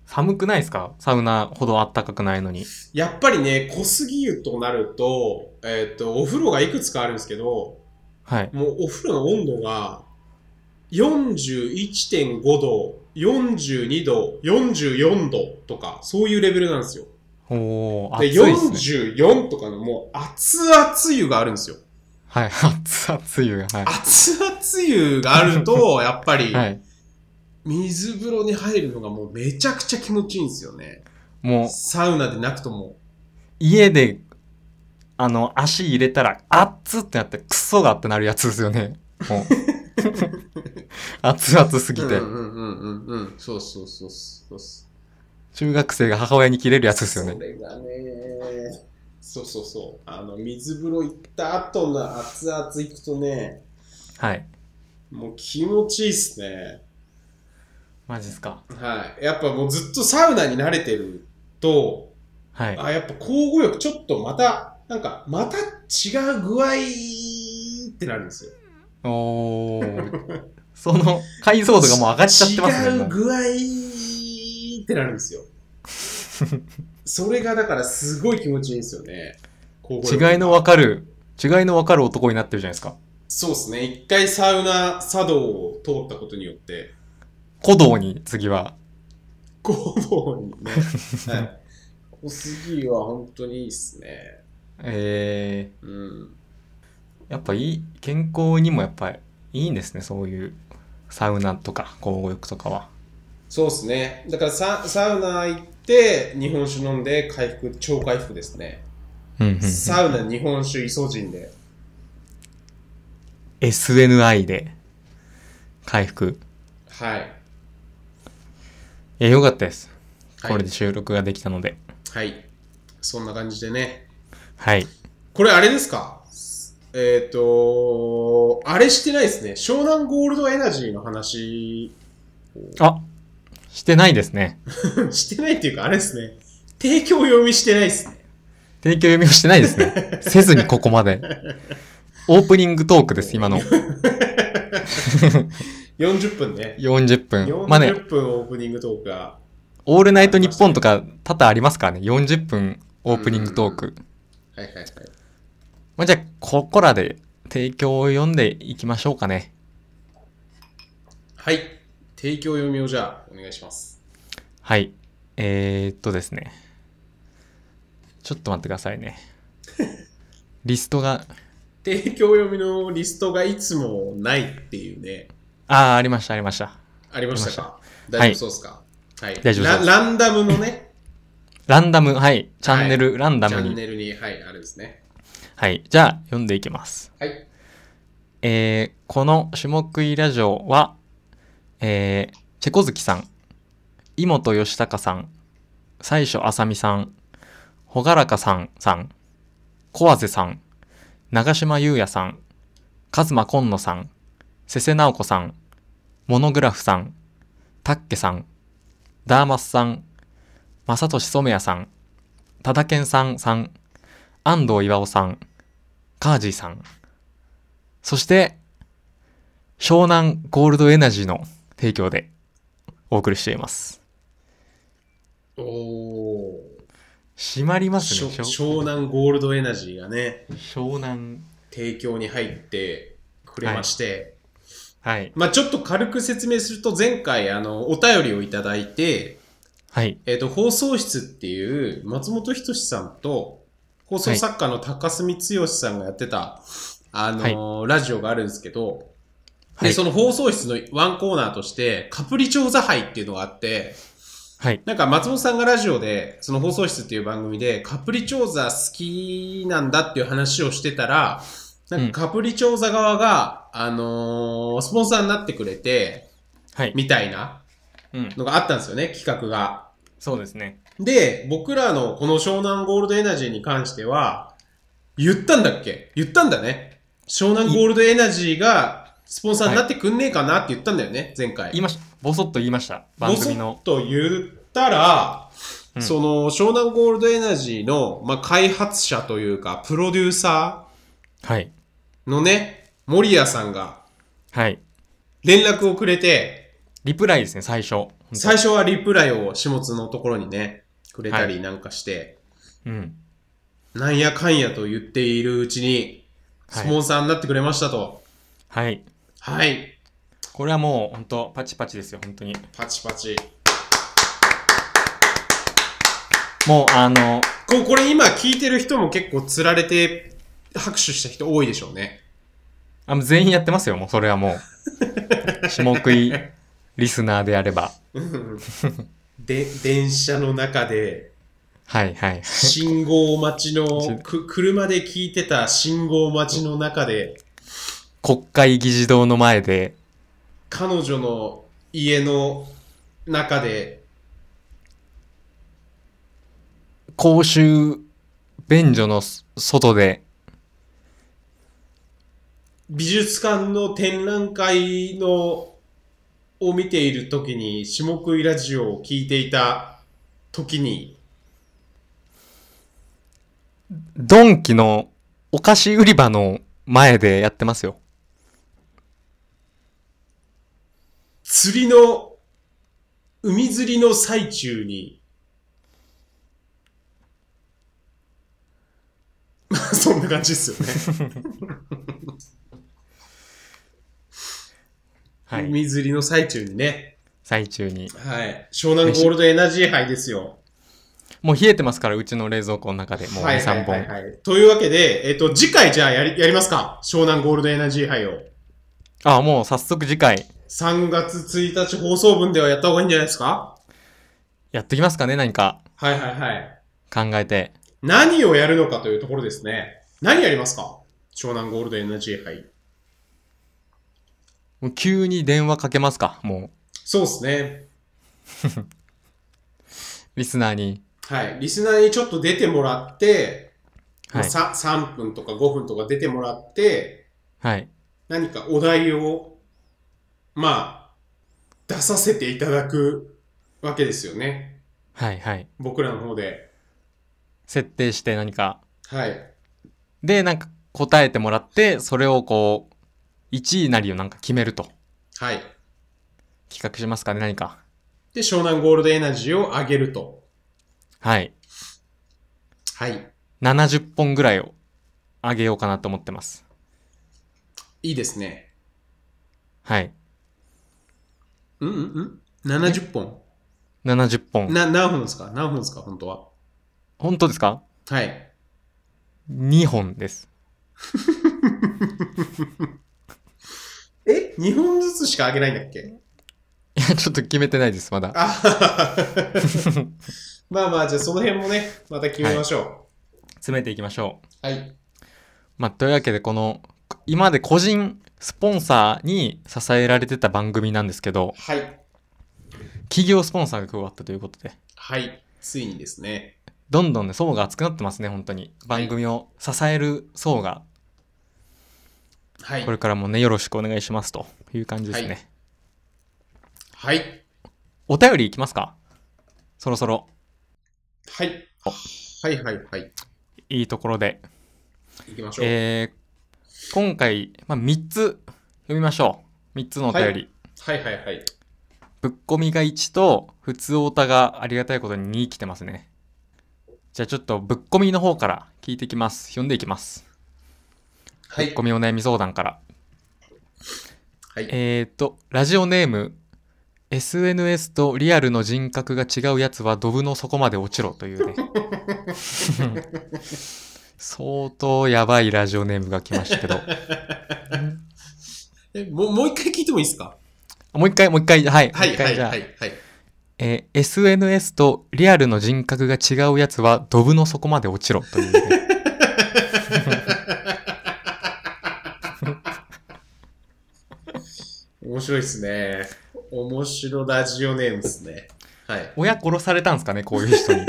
S1: 寒くないですかサウナほど暖かくないのに。
S2: やっぱりね、小杉湯となると、えっ、と、お風呂がいくつかあるんですけど、
S1: はい。
S2: もうお風呂の温度が、41.5度、42度、44度とか、そういうレベルなんですよ。
S1: おー、暑
S2: で、
S1: いですね。
S2: 44とかのもう熱々湯があるんですよ。
S1: はい、暑暑いよ。は
S2: 熱々湯があると、やっぱり
S1: い。、 はい。
S2: 水風呂に入るのがもうめちゃくちゃ気持ちいいんですよね。
S1: もう、
S2: サウナでなくとも。
S1: 家で、あの、足入れたら、熱ってなって、クソがってなるやつですよね。もう。熱々すぎて
S2: う、んうんうんうんうん。そうそうそうそうそ
S1: 中学生が母親に切れるや
S2: う。
S1: つですよね
S2: そ。れがね。そうそうそう。あの、水風呂行った後の熱々行くとね、
S1: はい。
S2: もう気持ちいいっすね。
S1: マジっすか
S2: はい。やっぱもうずっとサウナに慣れてると、
S1: はい。
S2: あ、やっぱ交互浴ちょっとまた、なんか、また違う具合ってなるんですよ。
S1: おー。その、解像度がもう上がっちゃってますね。
S2: 違
S1: も
S2: う
S1: う
S2: 具合ってなるんですよ。 それがだからすごい気持ちいいんですよね。交互浴
S1: 違いのわかる、違いのわかる男になってるじゃないですか。
S2: そうですね。一回サウナ茶道を通ったことに よって、
S1: 鼓動に次は。
S2: 行動にね。はい。小杉は本当にいいっすね。
S1: え
S2: うん。
S1: ー、やっぱいい、健康にもやっぱりいいんですね、そういう。サウナとか、交互浴とかは。
S2: そうですね。だからササウナ行って、日本酒飲んで回復、超回復ですね。
S1: うんうんうん、
S2: サウナ、日本酒、イソジンで。
S1: SNI で、回復。
S2: はい。
S1: いや、よかったです。
S2: はい
S1: これで収録ができたので。
S2: はい。そんな感じでね。
S1: はい。
S2: これあれですかえっ、とあれしてないですね。湘南ゴールドエナジーの話
S1: あしてないですね。
S2: してないっていうか、あれですね。提供読みしてないですね。
S1: 提供読みをしてないです ね。せずにここまで。オープニングトークです、今の。
S2: 40分ね。
S1: 40分。まあね、
S2: 40分オープニングトークが。
S1: オールナイトニッポンとか多々ありますからね。40分オープニングトーク。
S2: はいはいはい。
S1: まあ、じゃあ、ここらで提供を読んでいきましょうかね。
S2: はい。提供読みをじゃあ、お願いします。
S1: はい。えー、っとですね。ちょっと待ってください ね。リストが、
S2: 提供読みのリストがいつもないっていうね。
S1: ああ、ありました、ありました。
S2: ありましたか
S1: は
S2: 大
S1: い
S2: 丈夫そうですかはい。
S1: 大丈夫そうです
S2: ラランダムのね、
S1: ランダム、はい。チャンネル、ラン
S2: チ
S1: ダム
S2: ャン
S1: に。
S2: ネルに、はい、あるんですね。
S1: はい。じゃあ、読んでいきます。
S2: はい。
S1: えーこの「種目いラジオは」えーチェコ月さん井本義孝さん最初あさみさん朗らかさんさん小和瀬さん長島優也さん一馬紺野さん瀬瀬直子さんモノグラフさんタッケさんダーマスさん正俊染谷さん多田健さんさん安藤岩尾さんカージーさんそして、湘南ゴールドエナジーの提供でお送りしています。
S2: おお。
S1: 閉まります
S2: しょ
S1: ね、湘
S2: 湘南ゴールドエナジーがね、
S1: 湘南。
S2: 提供に入ってくれまして、
S1: はい。
S2: まあちょっと軽く説明すると、前回、あの、お便りをいただいて、
S1: はい。
S2: えっ、と、放送室っていう、松本人志さんと、放送作家の高住剛さんがやってた、あのーラジオがあるんですけど、
S1: は
S2: で、
S1: い
S2: そ。の放送室のワンコーナーとして、カプリ調査杯っていうのがあって、
S1: はい。
S2: なんか松本さんがラジオで、その放送室っていう番組で、カプリ調査好きなんだっていう話をしてたら、なんかカプリ調査側が、あのースポンサーになってくれて、
S1: はい。
S2: みたいな
S1: うん。
S2: のがあったんですよね、企画が。
S1: そうですね。
S2: で、僕らのこの湘南ゴールドエナジーに関しては、言ったんだっけ言ったんだね。湘南ゴールドエナジーがスポンサーになってくんねえかなって言ったんだよね、前回。
S1: 言いましボソッと言いました。番組
S2: ぼそ
S1: の
S2: っ。と言ったら、
S1: うん
S2: その湘南ゴールドエナジーの、まあ、開発者というか、プロデューサ
S1: はい。
S2: ーのね、森谷さんが
S1: はい。
S2: 連絡をくれて、
S1: リプライですね、最初。本当
S2: 最初はリプライを下津のところにね、くれたりなんかして、
S1: うん。
S2: なんやかんやと言っているうちに、
S1: はい
S2: スポンサーになってくれましたと。
S1: はい。
S2: はい。
S1: これはもう、本当パチパチですよ、本当に。
S2: パチパチ。
S1: もう、あの、
S2: こうこれ今聞いてる人も結構釣られて拍手した人多いでしょうね。
S1: あの全員やってますよ、もう、それはも う。下食いリスナーであれば。
S2: で、電車の中で、
S1: はい、はい。
S2: 信号待ちの、く、車で聞いてた信号待ちの中で、
S1: 国会議事堂の前で、
S2: 彼女の家の中で、
S1: 公衆便所のそ外で、
S2: 美術館の展覧会のを見ている時に下食いラジオを聞いていた時に
S1: ドンキのお菓子売り場の前でやってますよ。
S2: 釣りの海釣りの最中に まあそんな感じですよね、
S1: はい。
S2: 海釣りの最中にね
S1: 最中に。
S2: はい湘南ゴールドエナジー杯ですよ
S1: もう冷えてますから、うちの冷蔵庫の中でもう
S2: はい
S1: 2、3
S2: はいはい
S1: 本。
S2: はいというわけで、えっと次回じゃあやりやりますか湘南ゴールドエナジー杯を
S1: あ、もう早速次回、
S2: 3月1日放送分ではやった方がいいんじゃないですか
S1: やっときますかね、何か
S2: はいはいはい。
S1: 考えて。
S2: 何をやるのかというところですね。何やりますか湘南ゴールドエナジー杯。
S1: もう急に電話かけますか、も
S2: そうですね。
S1: う、リスナーに。
S2: はい。リスナーにちょっと出てもらって、
S1: はい。
S2: まあさ3分とか5分とか出てもらって、
S1: はい。
S2: 何かお題を、まあ、出させていただくわけですよね。
S1: はい、はい。
S2: 僕らの方で。
S1: 設定して何か。
S2: はい。
S1: で、なんか答えてもらって、それをこう、1位なりをなんか決めると。
S2: はい。
S1: 企画しますかね、何か。
S2: で、湘南ゴールドエナジーを上げると。
S1: はい。
S2: はい。
S1: 70本ぐらいをあげようかなと思ってます。
S2: いいですね。
S1: はい。
S2: うんうんうん。70本。
S1: 70本。
S2: な、何本ですか何本ですか本当は。
S1: 本当ですか
S2: はい。
S1: ?2 本です。
S2: え ?2 本ずつしかあげないんだっけ
S1: いや、ちょっと決めてないです、まだ。
S2: あはは まあまあ、じゃあその辺もね、また決めましょ
S1: 詰めていきましょう。
S2: う。はい。
S1: まあ、というわけで、この、今まで個人スポンサーに支えられてた番組なんですけど、
S2: はい。
S1: 企業スポンサーが加わったということで、
S2: はい。ついにですね。
S1: どんどんね、層が厚くなってますね、本当に。
S2: はい
S1: 番組を支える層が、
S2: はい
S1: こ。れからもね、よろしくお願いしますという感じですね。
S2: はいはい。
S1: お便りいきますかそろそろ、
S2: はい。はいはいはい。
S1: いいところで。
S2: 行きましょう。
S1: えー、今回、まあ、3つ読みましょう。3つのお便り。
S2: はいはいはいはい。
S1: ぶっこみが1と、普通おたがありがたいことに2来てますね。じゃあちょっとぶっこみの方から聞いていきます。読んでいきます。
S2: は
S1: ぶっ
S2: い
S1: こ。みお悩み相談から。
S2: はい。
S1: えーと、ラジオネーム、SNS とリアルの人格が違うやつはドブの底まで落ちろと いうね。相当やばいラジオネームが来ましたけど。
S2: え、もう、もう一回聞いてもいいですか
S1: もう一回、もう一回、はい。
S2: は
S1: もう
S2: い
S1: 一
S2: は
S1: 回
S2: い
S1: じゃあ
S2: はいはい。
S1: えー SNS とリアルの人格が違うやつはドブの底まで落ちろというね、
S2: 面白いですね。面白ラジオネームですね。はい。
S1: 親殺されたんですかねこういう人に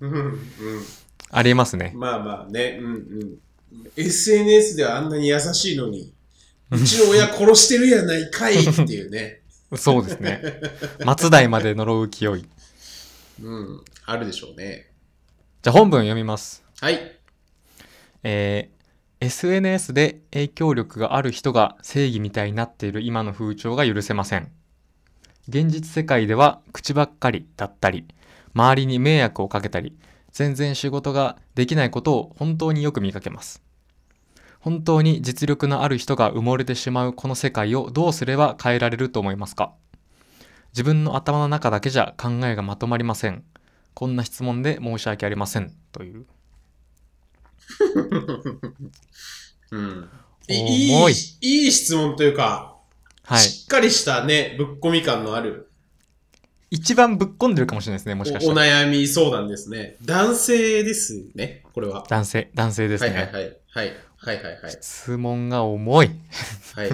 S2: うんうん。
S1: ありえますね
S2: まあまあね。うんうん。SNS ではあんなに優しいのに、うちの親殺してるやないかいっていうね。
S1: そうですね松代まで呪う勢い
S2: うん。あるでしょうね。
S1: じゃあ本文読みます
S2: はい。
S1: えー SNS で影響力がある人が正義みたいになっている今の風潮が許せません現実世界では口ばっかりだったり周りに迷惑をかけたり全然仕事ができないことを本当によく見かけます本当に実力のある人が埋もれてしまうこの世界をどうすれば変えられると思いますか自分の頭の中だけじゃ考えがまとまりませんこんな質問で申し訳ありませんという
S2: うん。
S1: 重
S2: い
S1: い
S2: い、いい質問というか、
S1: はい
S2: しっかりしたね、ぶっ込み感のある
S1: 一番ぶっ込んでるかもしれないですね、もしかし
S2: おお
S1: たら。
S2: 悩み相談ですね。男性ですね、これは。
S1: 男性、男性ですね。
S2: はいはいはい。はいはいはいはい。
S1: 質問が重い。
S2: はい。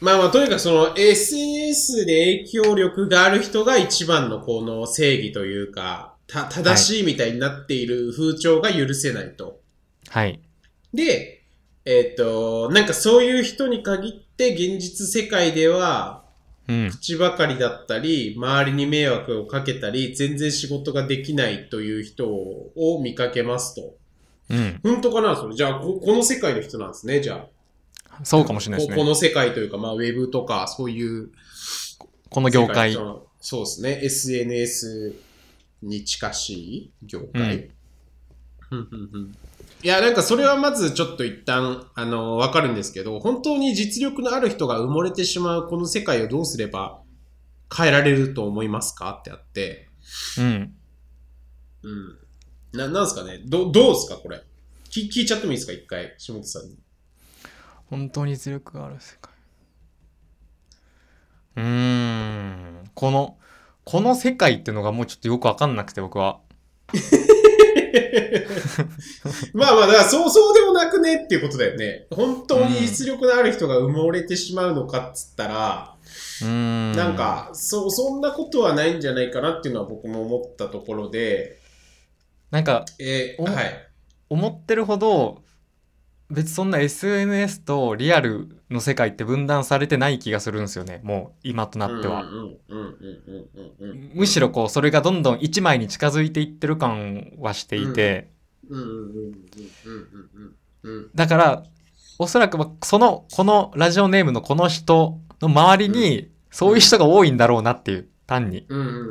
S2: まあまあ、とにかくその SNS で影響力がある人が一番のこの正義というか、た、正しいみたいになっている風潮が許せないと。
S1: はい。
S2: で、えっ、と、なんかそういう人に限って現実世界では、
S1: うん。
S2: 口ばかりだったり、周りに迷惑をかけたり、全然仕事ができないという人を見かけますと。
S1: うん。
S2: 本当かなそれ。じゃあこ、この世界の人なんですね、じゃあ。
S1: そうかもしれないです
S2: ここ
S1: ね。
S2: の世界というか、まあ、ウェブとか、そういう
S1: この業界
S2: 世。界のそうですね。SNS に近しい業界。うんうんうんいや、なんかそれはまずちょっと一旦、あの、わかるんですけど、本当に実力のある人が埋もれてしまうこの世界をどうすれば変えられると思いますかってあって、
S1: うん。
S2: うん。な、なんですかねど、どうですかこれ。聞聞いちゃってもいいですか一回、下本さんに。
S1: 本当に実力がある世界。うーん。この、この世界ってのがもうちょっとよくわかんなくて、僕は。
S2: まあまあ、だからそうそうでもなくねっていうことだよね。本当に実力のある人が埋もれてしまうのかっつったら、
S1: うーん。
S2: なん。か、そう、そんなことはないんじゃないかなっていうのは僕も思ったところで、
S1: なんか、
S2: えー
S1: お
S2: はい。
S1: 思ってるほど、別にそんな SNS とリアルの世界って分断されてない気がするんですよね。もう、今となっては
S2: う。んうんうんうんうんうんうん。
S1: むしろこうそれがどんどん一枚に近づいていってる感はしていて、
S2: うんうんうんうんうんうんうん。
S1: だからおそらくまそのこのラジオネームのこの人の周りにそういう人が多いんだろうなっていう単に
S2: うんうんうんうんう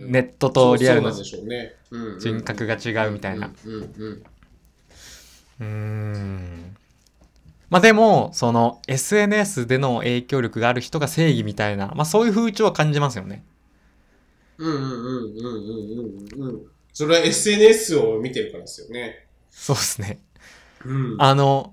S2: んうん。
S1: ネットとリアルの
S2: そうそうなんでしょうねうんうん
S1: 人格が違うみたいな。
S2: うんうん
S1: うーんまあでもその SNS での影響力がある人が正義みたいな、まあ、そういう風潮は感じますよね。
S2: うんうんうんうんうんうんうん。それは SNS を見てるからですよね。
S1: そうですね。
S2: うん。
S1: あの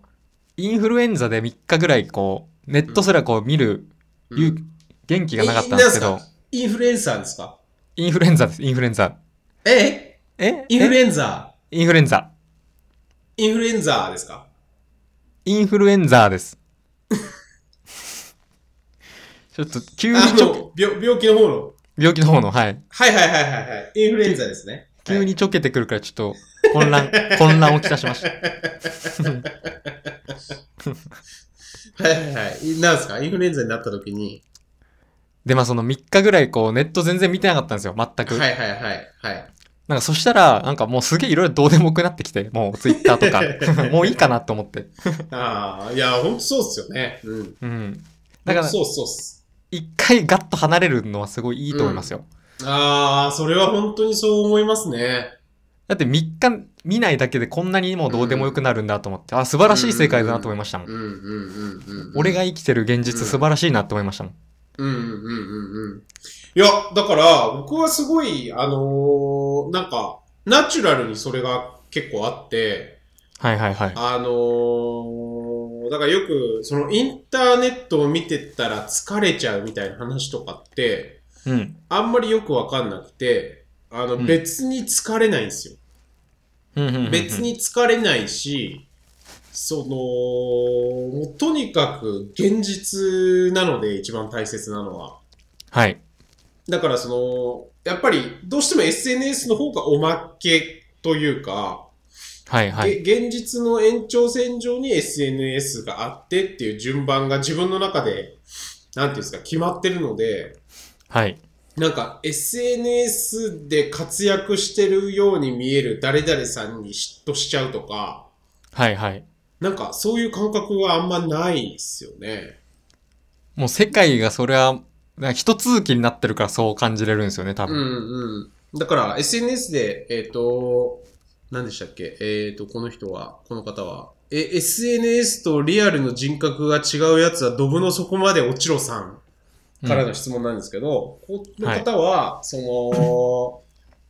S1: インフルエンザで3日ぐらいこうネットすらこう見る
S2: う
S1: 勇
S2: ん
S1: 元気がなかったんですけ
S2: えな
S1: ど
S2: んす、かインフルエンサーですか
S1: インフルエンザです、インフルエンザ。
S2: え
S1: え
S2: インフル
S1: え
S2: エンザ
S1: インフルエンザ。
S2: インフルエンザですか
S1: インフルエンザです。 ちょっと急に
S2: あ
S1: ちょ、
S2: の病、病気の方の。
S1: 病気の方の、はい。
S2: はいはいはいはいはい。インフルエンザですね。
S1: 急にちょけてくるからちょっと混 乱、混乱をきたしました。
S2: はい。はいはいはい。なんですかインフルエンザになった時に。
S1: で、まあその3日ぐらいこうネット全然見てなかったんですよ、全
S2: は
S1: く。
S2: いはいはい。はい。
S1: なんかそしたら、なんかもうすげえいろいろどうでもよくなってきて、もうツイッターと か、もういいかなと思って。
S2: ああ、いや、ほんとそうっすよね。うん。
S1: うん。だから、
S2: そうそうっす。
S1: 一回ガッと離れるのはすごいいいと思いますよ。
S2: ああ、それは本当にそう思いますね。
S1: だって3日見ないだけでこんなにもうどうでもよくなるんだと思って、あ、素晴らしい世界だなと思いましたもん。
S2: うんうんうんうんうん。
S1: 俺が生きてる現実素晴らしいなと思いましたもん。
S2: うんうんうんうんうん。いや、だから、僕はすごい、あのーなんか、ナチュラルにそれが結構あって、
S1: はいはいはい。
S2: あのーだからよく、そのインターネットを見てたら疲れちゃうみたいな話とかって、
S1: うん。
S2: あんまりよくわかんなくて、あの、
S1: うん
S2: 別に疲れないんですよ。
S1: うんうんうんうん
S2: 別。に疲れないし、その、もうとにかく現実なので一番大切なのは。
S1: はい。
S2: だからその、やっぱりどうしても SNS の方がおまけというか、
S1: はいはい。
S2: げ現実の延長線上に SNS があってっていう順番が自分の中で、なんていうんですか、決まってるので、
S1: はい。
S2: なんか SNS で活躍してるように見える誰々さんに嫉妬しちゃうとか、
S1: はいはい。
S2: なんかそういう感覚はあんまないですよね。
S1: もう世界がそれは、なんか一続きになってるからそう感じれるんですよね、多
S2: うん
S1: 分。
S2: うん。だから SNS で、えっ、と、何でしたっけえっ、と、この人は、この方は、え、SNS とリアルの人格が違うやつはドブの底まで落ちろさんからの質問なんですけど、この方は、その、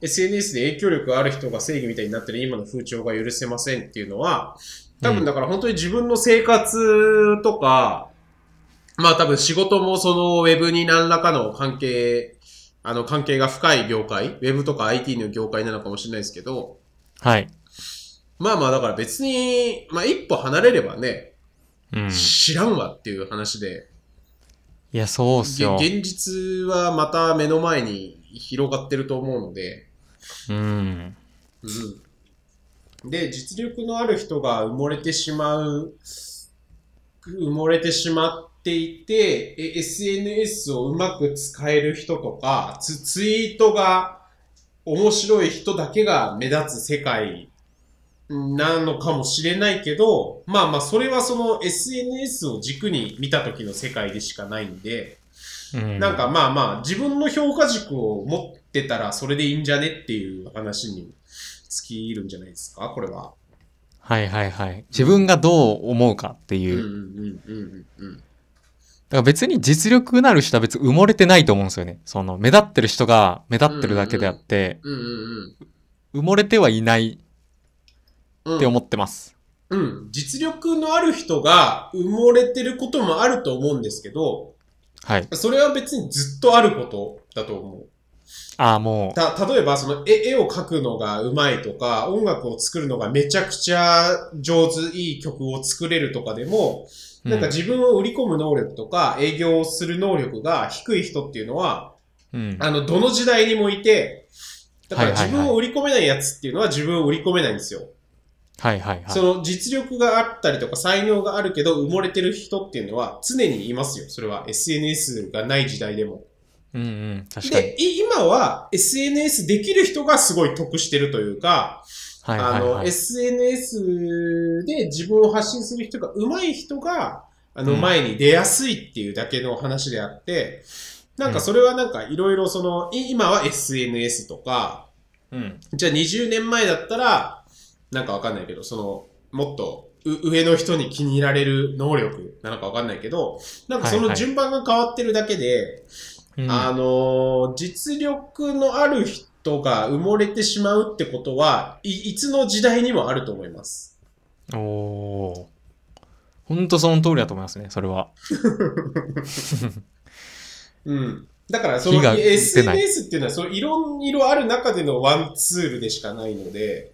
S2: SNS で影響力ある人が正義みたいになってる今の風潮が許せませんっていうのは、多分だから本当に自分の生活とか、まあ多分仕事もそのウェブに何らかの関係、あの関係が深い業界、ウェブとか IT の業界なのかもしれないですけど、
S1: はい。
S2: まあまあだから別に、まあ一歩離れればね、
S1: うん。い
S2: 知らんわっていう話で、
S1: や、そうっす
S2: げ
S1: よ。
S2: 現実はまた目の前に広がってると思うので、
S1: うん。
S2: うん、で実力のある人が埋もれてしまう埋もれてしまっていてえ SNS をうまく使える人とかツツイートが面白い人だけが目立つ世界なのかもしれないけどまあまあそれはその SNS を軸に見た時の世界でしかないんで、
S1: うん。
S2: なんかまあまあ、自分の評価軸を持ってたらそれでいいんじゃねっていう話に尽きるんじゃないですか、これは。
S1: はいはいはい。自分がどう思うかっていうう。
S2: んうんうんうんうん。
S1: だから別に実力なる人は別に埋もれてないと思うんですよね。その目立ってる人が目立ってるだけであって、
S2: うんうん
S1: 埋もれてはいない
S2: うん。
S1: って思ってます。
S2: うん、実力のある人が埋もれてることもあると思うんですけど、
S1: はい。
S2: それは別にずっとあることだと思う。
S1: ああ、も
S2: た、例えばその絵絵を描くのがうまいとか、音楽を作るのがめちゃくちゃ上手、いい曲を作れるとかでも、
S1: う。
S2: なんか自分を売り込む能力とか、営業をする能力が低い人っていうのは、
S1: うん、うん。
S2: あの、どの時代にもいて、だから
S1: はいはいは
S2: 自
S1: い
S2: 分を売り込めないやつっていうのは自分を売り込めないんですよ。
S1: はいはいはい。
S2: その実力があったりとか才能があるけど埋もれてる人っていうのは常にいますよ。それは SNS がない時代でも。
S1: うんうん。確かに。
S2: で、い今は SNS できる人がすごい得してるというか、
S1: はいは
S2: あ
S1: い
S2: の、
S1: はい。
S2: SNS で自分を発信する人が上手い人が、あの、
S1: うん
S2: 前に出やすいっていうだけの話であって、なんかそれはなんかいろいろその、い今は SNS とか、
S1: うん。
S2: じゃあ20年前だったら、なんかわかんないけど、その、もっとう上の人に気に入られる能力なのかわかんないけど、なんかそ
S1: はい
S2: の
S1: はい
S2: 順番が変わってるだけで、
S1: うん
S2: あのー実力のある人が埋もれてしまうってことはい、いつの時代にもあると思います。
S1: おー。ほんとその通りだと思いますね、それは。
S2: うん。だから、そ
S1: 火が
S2: の
S1: 出ない
S2: SNS っていうのは、そのいろいろある中でのワンツールでしかないので、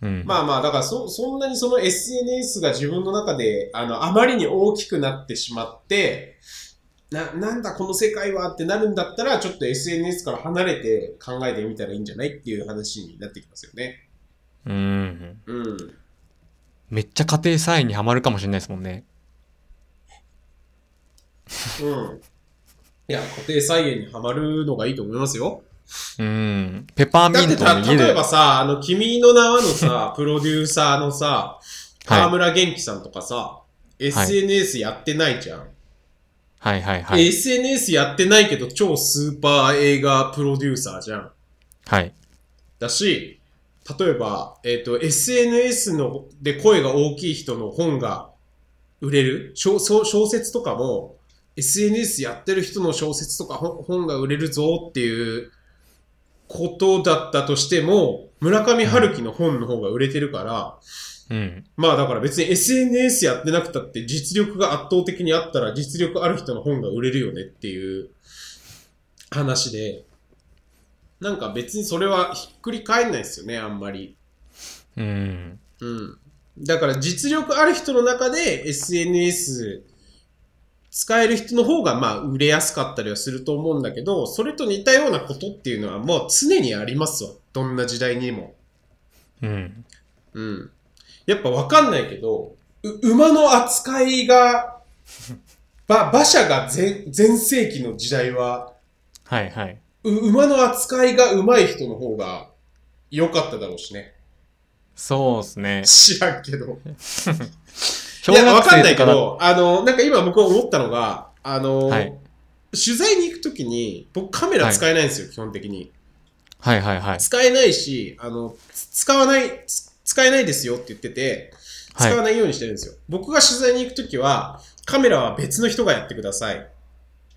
S1: うん。
S2: まあまあ、だからそ、そんなにその SNS が自分の中で、あの、あまりに大きくなってしまって、な、なんだこの世界はってなるんだったら、ちょっと SNS から離れて考えてみたらいいんじゃないっていう話になってきますよね。
S1: うん。
S2: うん。
S1: めっちゃ家庭菜園にはまるかもしれないですもんね。
S2: うん。いや、家庭菜園にはまるのがいいと思いますよ。
S1: うん。ペパー
S2: だ
S1: ミ
S2: っ
S1: ン
S2: て
S1: ト
S2: た、
S1: の家
S2: 例え
S1: で。
S2: ばさ、あの、君の名はの さ、プロデューサーのさ、河村元気さんとかさ、SNS やってないじゃん。
S1: はいはいはい。
S2: SNS やってないけど、超スーパー映画プロデューサーじゃん。
S1: はい。
S2: だし、例えば、えっ、と、SNS ので声が大きい人の本が売れる小小小説とかも、SNS やってる人の小説とか本本が売れるぞっていうことだったとしても、村上春樹の本の方が売れてるから、
S1: うん。
S2: まあだから別に SNS やってなくたって実力が圧倒的にあったら実力ある人の本が売れるよねっていう話で、なんか別にそれはひっくり返んないですよね、あんまり。
S1: うん。
S2: うん。だから実力ある人の中で SNS 使える人の方がまあ売れやすかったりはすると思うんだけど、それと似たようなことっていうのはもう常にありますわ。どんな時代にも。
S1: うん。
S2: うん。やっぱわかんないけど、う馬の扱いが、 ば、馬車が全、全盛期の時代は、
S1: はいはい。
S2: う馬の扱いが上手い人の方が良かっただろうしね。
S1: そうですね。
S2: 知らんけど。
S1: 小
S2: いや、わ
S1: 学
S2: かん
S1: 生
S2: な
S1: と
S2: いけ
S1: かだ。
S2: ど、あの、なんか今僕思ったのが、あの、
S1: はい
S2: 取材に行くときに、僕カメラ使えないんですよ、基本的に。
S1: はいはいはい。
S2: 使えないし、あの、つ使わない、つ使えないですよって言ってて、
S1: は
S2: 使
S1: い。
S2: わないようにしてるんですよ。僕が取材に行くときは、カメラは別の人がやってください。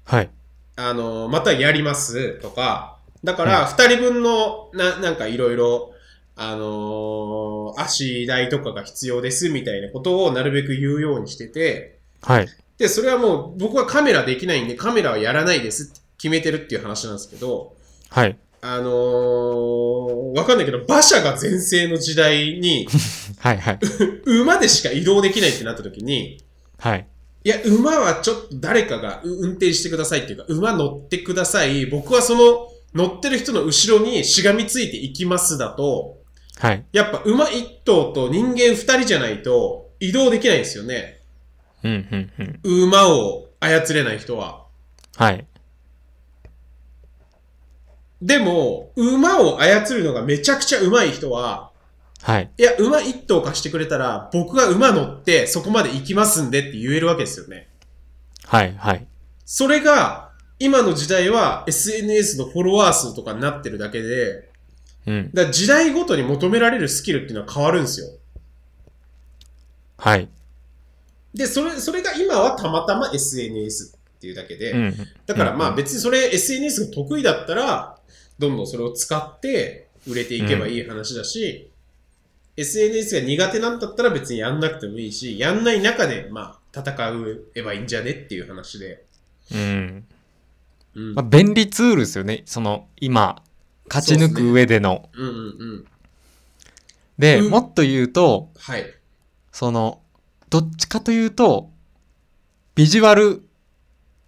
S1: はい。
S2: あの、またやりますとか、だから、二人分の、な、なんかいろいろ、あのー足台とかが必要ですみたいなことをなるべく言うようにしてて、
S1: はい。
S2: で、それはもう僕はカメラできないんで、カメラはやらないですって決めてるっていう話なんですけど、
S1: はい。
S2: あのーわかんないけど、馬車が全盛の時代に、
S1: はいはい。
S2: 馬でしか移動できないってなった時に、
S1: はい。
S2: いや、馬はちょっと誰かがう運転してくださいっていうか、馬乗ってください。僕はその乗ってる人の後ろにしがみついていきますだと、
S1: はい。
S2: やっぱ馬1頭と人間2人じゃないと移動できないんですよね。
S1: うんうんうん。
S2: 馬を操れない人は。
S1: はい。
S2: でも、馬を操るのがめちゃくちゃ上手い人は、
S1: はい。
S2: いや、馬1頭貸してくれたら、僕が馬乗ってそこまで行きますんでって言えるわけですよね。
S1: はいはい。
S2: それが、今の時代は SNS のフォロワー数とかになってるだけで、
S1: うん。
S2: だから時代ごとに求められるスキルっていうのは変わるんですよ。
S1: はい。
S2: で、それ、それが今はたまたま SNS っていうだけで、
S1: うん。
S2: だから
S1: う
S2: まあ
S1: ん
S2: 別にそれ SNS が得意だったら、どんどんそれを使って売れていけばいい話だし、SNS が苦手なんだったら別にやんなくてもいいし、やんない中で、まあ、戦えばいいんじゃねっていう話で。
S1: うん。
S2: うん。
S1: まあ、便利ツールですよね。その、今、勝ち抜く上での。
S2: うんうんうん。
S1: で
S2: うん
S1: もっと言うと、
S2: はい。
S1: その、どっちかというと、ビジュアル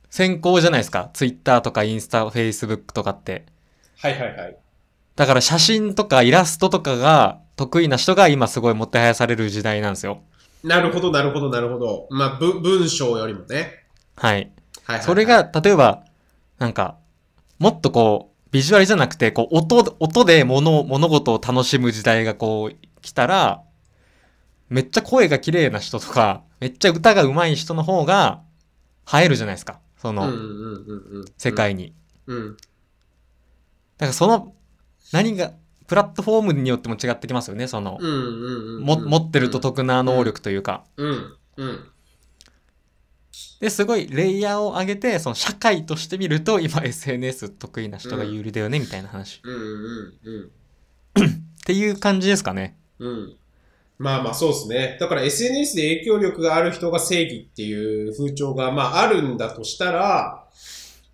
S1: 先行じゃないですか。ツイッターとかインスタ、フェイスブックとかって。
S2: はいはいはい。
S1: だから写真とかイラストとかが得意な人が今すごいもてはやされる時代なんですよ。
S2: なるほど、なるほど、なるほど。まあ、ぶ文章よりもね。
S1: はい。
S2: はいはい、はい。
S1: それ、が、例えば、なんか、もっとこう、ビジュアルじゃなくて、こう、音、音で物を、物事を楽しむ時代がこう、来たら、めっちゃ声が綺麗な人とか、めっちゃ歌が上手い人の方が、映えるじゃないですか。そ
S2: うんうん
S1: の、
S2: うんうん。
S1: 世。界に。
S2: うん。
S1: だからその、何が、プラットフォームによっても違ってきますよね、その
S2: う、んうんうん。
S1: も持ってると。得な能力というか。
S2: うん。うん。
S1: で、すごい、レイヤーを上げて、その、社会として見ると、今 SNS 得意な人が有利だよね、みたいな話。
S2: うんうんうん。
S1: っていう感じですかね。
S2: うん。まあまあそうですね。だから SNS で影響力がある人が正義っていう風潮が、まああるんだとしたら、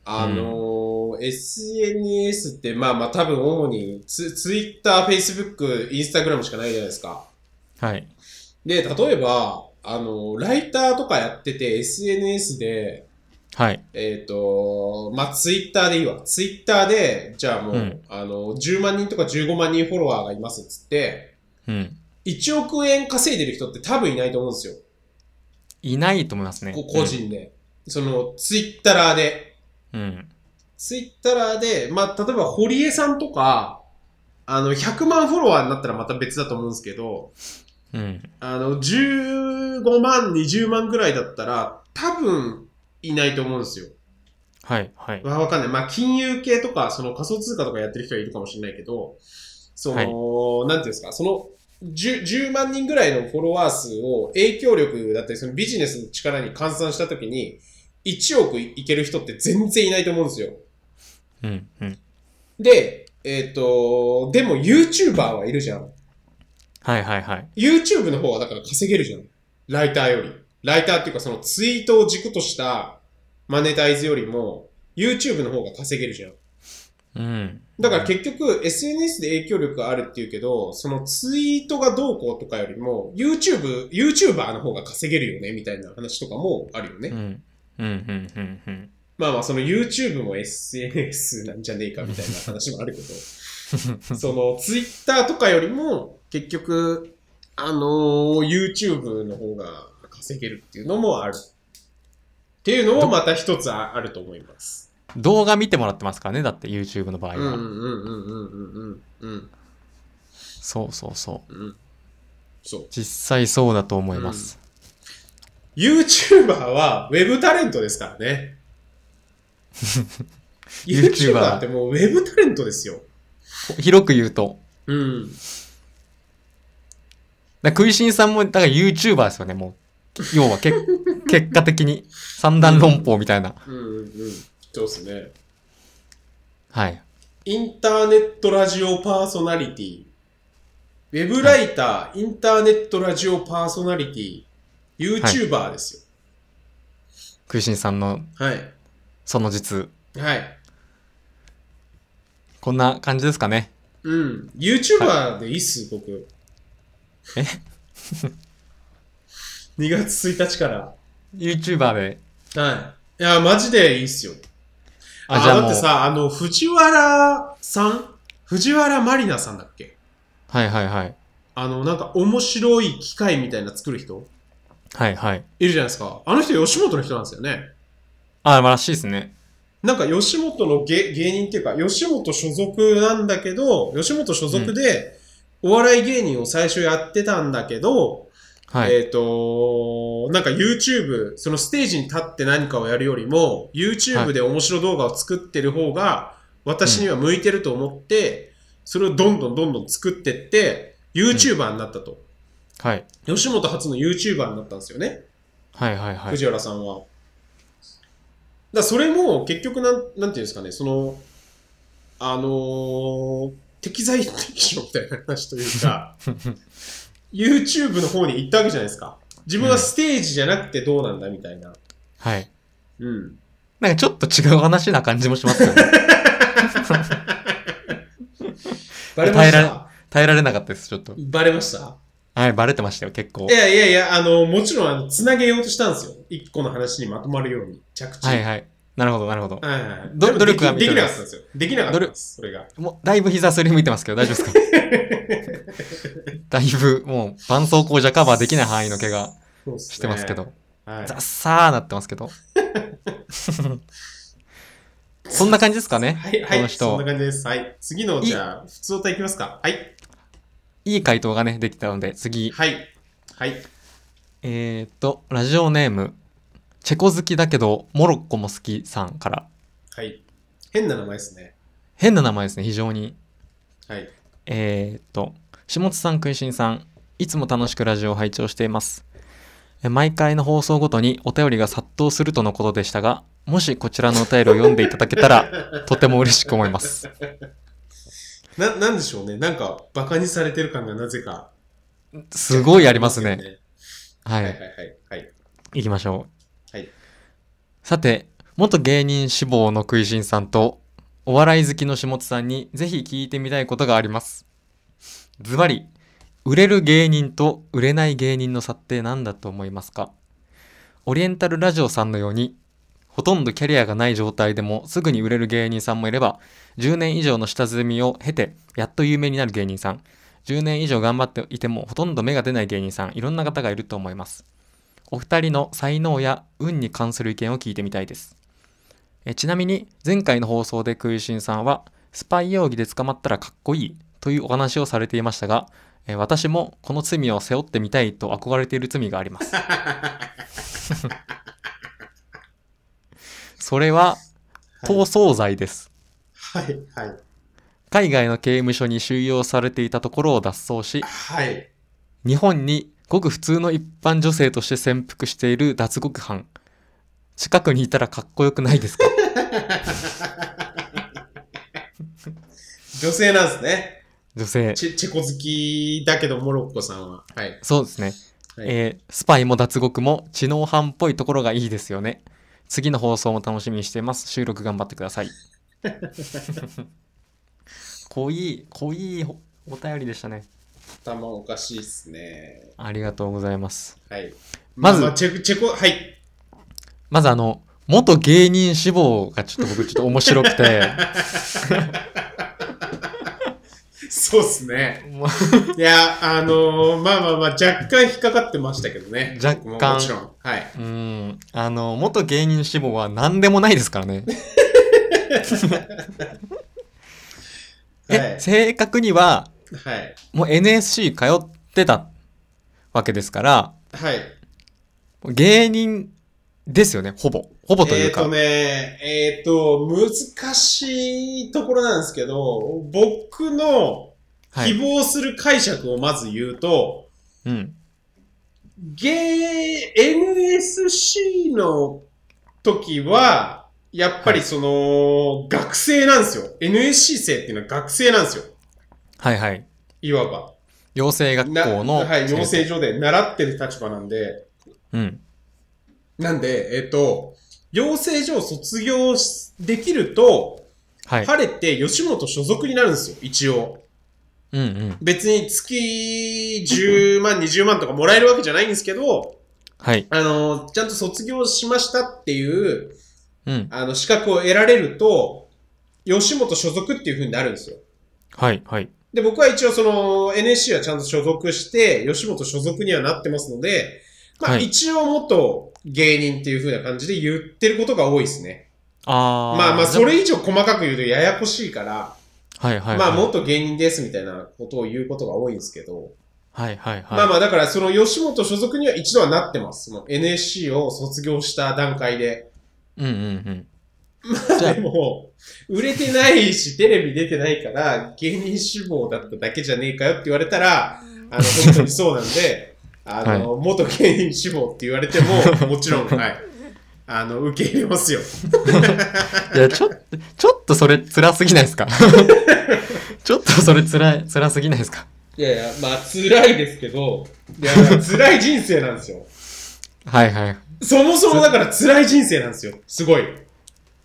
S2: あのー SNS ってまあまあ多分主にツツイッター、フェイスブック、インスタグラムしかないじゃないですか。
S1: はい。
S2: で、例えば、あのーライターとかやってて SNS で、
S1: はい。
S2: えっ、と、まあ、ツイッターでいいわ。ツイッターで、じゃあもう、
S1: うん
S2: あの、10万人とか15万人フォロワーがいますっつって、
S1: うん。
S2: 1億円稼いでる人って多分いないと思うんですよ。
S1: いないと思いますね。
S2: こ個人で。その、ツイッターで。
S1: うん。うん。
S2: ツイッターで、まあ、例えば、堀江さんとか、あの、100万フォロワーになったらまた別だと思うんですけど、
S1: うん。
S2: あの、15万、20万ぐらいだったら、多分、いないと思うんですよ。
S1: はい。はい。
S2: わわかんない。まあ、金融系とか、その仮想通貨とかやってる人はいるかもしれないけど、その、なんていうんですか、その10、10万人ぐらいのフォロワー数を影響力だったり、そのビジネスの力に換算したときに、1億いける人って全然いないと思うんですよ。
S1: うん。うん。
S2: で、えっ、と、でも YouTuber はいるじゃん。
S1: はいはいはい。
S2: YouTube の方はだから稼げるじゃん。ライターより。ライターっていうかそのツイートを軸としたマネタイズよりも、YouTube の方が稼げるじゃん。
S1: うん。
S2: だから結局 SNS で影響力があるっていうけど、そのツイートがどうこうとかよりも、YouTube、YouTuber の方が稼げるよね、みたいな話とかもあるよね。
S1: うん。うん。うん。うん。うん。
S2: まあまあ、その YouTube も SNS なんじゃねえか、みたいな話もあ るけど、そのツイッターとかよりも、結局、あのー YouTube の方が稼げるっていうのもある。っていうのもまた一つああると思います。
S1: 動画見てもらってますからね。だって YouTube の場合
S2: うん
S1: は。
S2: うんうんうんうんうんうん
S1: そうそうそう。
S2: うん。そう。
S1: 実際そうだと思います。
S2: YouTuber はウェブタレントですからね。YouTuber ってもうウェブタレントですよ。
S1: 広く言うと。
S2: うん。
S1: だから食いしんさんも、だから YouTuber ですよね、もう。要はけ、結果的に。三段論法みたいな。
S2: うんうんうん。そうですね。
S1: はい。
S2: インターネットラジオパーソナリティ。ウェブライター、インターネットラジオパーソナリティ。YouTuber です
S1: 食いしんさんの
S2: よ。はい。
S1: その実。
S2: はい。
S1: こんな感じですかね。
S2: うん。YouTuber でいいっす、僕。
S1: え
S2: ?2 月1日から。
S1: YouTuber で。
S2: はい。いや、マジでいいっすよ。あ、
S1: じゃあ
S2: だ
S1: も
S2: っ
S1: う。
S2: てさ、あの、藤原さん藤原まりなさんだっけ
S1: はいはいはい。
S2: あの、なんか面白い機械みたいな作る人
S1: はいはい。
S2: いるじゃないですか。あの人吉本の人なんですよね。
S1: あ、まあらしいですね。
S2: なんか吉本の芸芸人っていうか、吉本所属なんだけど、吉本所属で、お笑い芸人を最初やってたんだけど、
S1: はい。
S2: えっ、と、なんか YouTube、そのステージに立って何かをやるよりも、YouTube で面白動画を作ってる方が、私には向いてると思って、それをどんどんどんどん作ってって、YouTuber になったと。
S1: はい。
S2: 吉本初の YouTuber になったんですよね、
S1: はいはいはい。
S2: 藤原さんは。だからそれも結局なん、なんていうんですかね、その、あのー適材適所みたいな話というか、YouTube の方に行ったわけじゃないですか。自分はステージじゃなくてどうなんだみたいな。
S1: はい。
S2: うん。
S1: なんかちょっと違う話な感じもしますよね。
S2: バレま
S1: 耐
S2: し
S1: えら
S2: た
S1: 耐えられなかったです、ちょっと。
S2: バレました
S1: はい、バレてましたよ、結構
S2: い。やいやいや、あの、もちろん、あの、つなげようとしたんですよ。一個の話にまとまるように、着地。
S1: はい
S2: はい。
S1: はい。なるほど、なるほど。
S2: はいはい
S1: ど
S2: でも
S1: 努力が
S2: でき
S1: 認め
S2: できな
S1: られ
S2: かったたんですよ。できなかったんです、それが。
S1: もうだいぶ膝すりむいてますけど、大丈夫ですかだいぶ、もう、絆創膏じゃカバーできない範囲の怪我
S2: そうっすね
S1: してますけど。。
S2: はい
S1: ザッサーなってますけど。 そんな感じですかね、
S2: はい、
S1: こ
S2: は
S1: の
S2: い、そん
S1: 人
S2: な。感じです。はい。次の、
S1: い
S2: じゃあ、普通歌いきますか。はい。
S1: いい回答がね、できたので、次。
S2: はい。はい。
S1: えーっと、ラジオネーム、チェコ好きだけど、モロッコも好きさんから。
S2: はい。変な名前ですね。
S1: 変な名前ですね、非常に。
S2: はい。
S1: えーっと、下津さん、くいしんさん、いつも楽しくラジオを拝聴しています。え毎回の放送ごとにお便りが殺到するとのことでしたが、もしこちらのお便りを読んでいただけたら、とても嬉しく思います。
S2: な、なんでしょうね。なんか、馬鹿にされてる感がなぜか、
S1: すごいありますね。
S2: ね
S1: は
S2: はいはい
S1: い。
S2: はいはい。
S1: 行きましょう。
S2: はい。
S1: さて、元芸人志望の食いしんさんと、お笑い好きの下津さんにぜひ聞いてみたいことがあります。ズバリ、売れる芸人と売れない芸人の差って何だと思いますかオリエンタルラジオさんのように、ほとんどキャリアがない状態でもすぐに売れる芸人さんもいれば、10年以上の下積みを経て、やっと有名になる芸人さん、10年以上頑張っていてもほとんど芽が出ない芸人さん、いろんな方がいると思います。お二人の才能や運に関する意見を聞いてみたいですえちなみに前回の放送でクイシンさんはスパイ容疑で捕まったらかっこいいというお話をされていましたがえ私もこの罪を背負ってみたいと憧れている罪がありますそれは逃走罪です、
S2: はいはい。
S1: 海外の刑務所に収容されていたところを脱走し
S2: はい。
S1: 日本にごく普通の一般女性として潜伏している脱獄犯近くにいたらかっこよくないですか
S2: 女性なんですね。
S1: 女性
S2: チェチェコ好きだけど、モロッコさんは。はい。
S1: そうですね、
S2: はい
S1: えースパイも脱獄も知能犯っぽいところがいいですよね次の放送も楽しみにしています収録頑張ってくだ さい濃い濃いおお便りでしたね
S2: 頭おかしいっすね。
S1: ありがとうございます
S2: はい。
S1: まず
S2: ああチェコ、チェコ、はい。
S1: まずあの元芸人志望がちょっと僕ちょっと面白くて
S2: そうっすね。
S1: もう
S2: いや、あのーまあまあまあ、若干引っかかってましたけどね。
S1: 若干
S2: 僕ももちろん。はい。
S1: うん。あの、元芸人志望は何でもないですから ね。え、
S2: はい。
S1: 正確には、
S2: はい。
S1: もう NSC 通ってたわけですから、
S2: はい。
S1: 芸人ですよね、ほぼ。ほぼとい
S2: え
S1: う
S2: っ、
S1: か。
S2: とね、えっ、と、難しいところなんですけど、僕の
S1: は
S2: 希
S1: い。
S2: 望する解釈をまず言うと、
S1: うん。
S2: ゲー、NSC の時は、やっぱりその、学生なんですよ。NSC 生っていうのは学生なんですよ。
S1: はいはい。
S2: いわば。
S1: 養成学
S2: な
S1: 校の。
S2: はい、養成所で習ってる立場なんで、
S1: うん。
S2: なんで、えっ、と、養成所を卒業しできると、
S1: はい。
S2: 晴れて吉本所属になるんですよ、一応。
S1: うんうん。
S2: 別に月10万、20万とかもらえるわけじゃないんですけど、
S1: はい。
S2: あの、ちゃんと卒業しましたっていう、
S1: うん。
S2: あの、資格を得られると、吉本所属っていう風になるんですよ。
S1: はいはい。
S2: で、僕は一応その NSC はちゃんと所属して、吉本所属にはなってますので、まあ、
S1: はい
S2: 一応元芸人っていう風な感じで言ってることが多いですね。
S1: あー。
S2: まあまあ、
S1: じゃ
S2: それ以上細かく言うとややこしいから、
S1: はいはいはい。
S2: まあ元芸人ですみたいなことを言うことが多いんですけど、
S1: はいはいはい。
S2: まあまあだからその吉本所属には一度はなってます。その NSC を卒業した段階で。
S1: うんうんじゃあ
S2: でも、売れてないし、テレビ出てないから、芸人志望だっただけじゃねえかよって言われたら、あの、本当にそうな んで、あの、元芸人志望って言われても、もち ろん、はい。あの、受け入れますよ。
S1: うん。いや、ちょっと、ちょっとそれ辛すぎないですか ちょっとそれ辛い、辛すぎないですか
S2: いやいや、まあ、辛いですけど、いや、辛い人生なんですよ。
S1: はいはい。
S2: そもそもだから辛い人生なんですよ。すごい。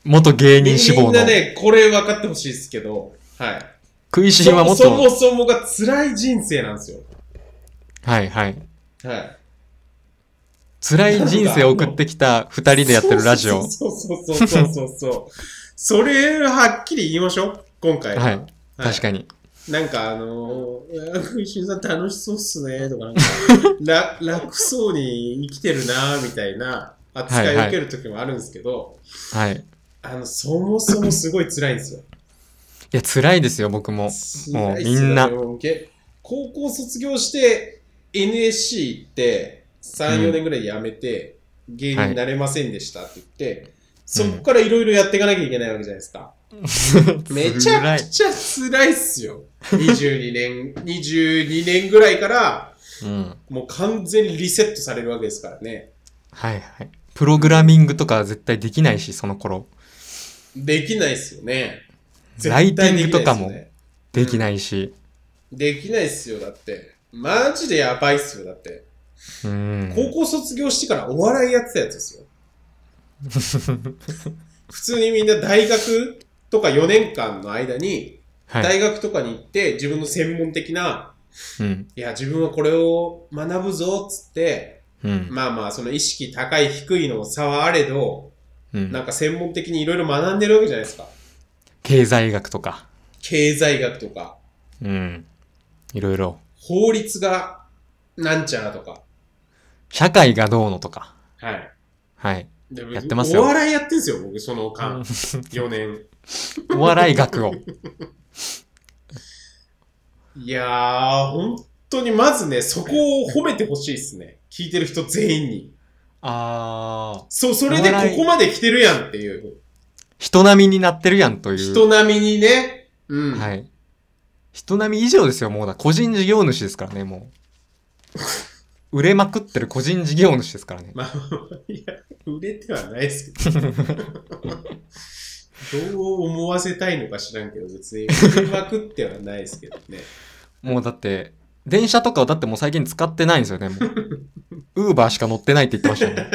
S1: 元芸
S2: み
S1: 人志望
S2: ん
S1: の。
S2: なね、これ分かってほしいですけど、はい。
S1: 食いしんはも
S2: そ
S1: っ
S2: そも
S1: と。
S2: そもが辛い人生なんですよ。
S1: はいはい。
S2: はい。
S1: 辛い人生を送ってきた二人でやってるラジオ。
S2: そうそうそうそうそうそうそう。それ、はっきり言いましょう。今回。
S1: はい確
S2: に。
S1: かに。
S2: なんかあのーいや、石井さん楽しそうっすね、と かなんから、楽そうに生きてるな、みたいな扱いを受ける時もあるんですけど、
S1: はい。い
S2: あの、そもそもすごい辛いんですよ。
S1: や、辛いですよ、僕も。もうみんな
S2: 辛いっすよ。でもけ高校卒業して NSC 行って3、
S1: うん
S2: 4年ぐらい辞めて、芸人になれませんでしたって言って、そ
S1: うん
S2: こからいろいろやっていかなきゃいけないわけじゃないですか。 めち
S1: 辛
S2: ゃ
S1: い
S2: く。ちゃ辛いっすよ。22年、22年ぐらいから、
S1: うん。
S2: もう完全にリセットされるわけですからね。
S1: はいはい。プログラミングとか絶対できないし、その頃。
S2: できないっすよね。
S1: ライティングとかも
S2: 絶対できないっすよね
S1: できないし。
S2: できないっすよ、だって。マジでやばいっすよ、だって。
S1: うん。
S2: 高校卒業してからお笑いやってたやつですよ。 普通にみんな大学とか4年間の間に、
S1: はい。
S2: 大学とかに行って自分の専門的な、
S1: うん。
S2: いや、自分はこれを学ぶぞ、つって、
S1: うん。
S2: まあまあ、その意識高い低いの差はあれど、
S1: うん
S2: なんか専門的にいろいろ学んでるわけじゃないですか。
S1: 経済学とか。
S2: 経済学とか、
S1: うん。いろいろ。
S2: 法律がなんちゃらとか。
S1: 社会がどうのとか。
S2: はい。
S1: はい。
S2: で
S1: やってますよ
S2: お笑いやってんですよ、僕、その間。
S1: うん
S2: 4年。
S1: お笑い学 を。
S2: いやー、本当にまずね、そこを褒めてほしいですね。聞いてる人全員に。
S1: ああ。
S2: そう、それで
S1: お笑い
S2: ここまで来てるやんっていう。
S1: 人並みになってるやんという。
S2: 人並みにね。うん。
S1: はい。人並み以上ですよ、もうだ。個人事業主ですからね、も う。売れまくってる個人事業主ですからね。
S2: まあ、いや、売れてはないで すけど。どう思わせたいのか知らんけど、別に売れまくってはないですけどね。
S1: もうだって、電車とかをだってもう最近使ってないんですよね、も う。ウーバーしか乗ってないって言ってましたよね。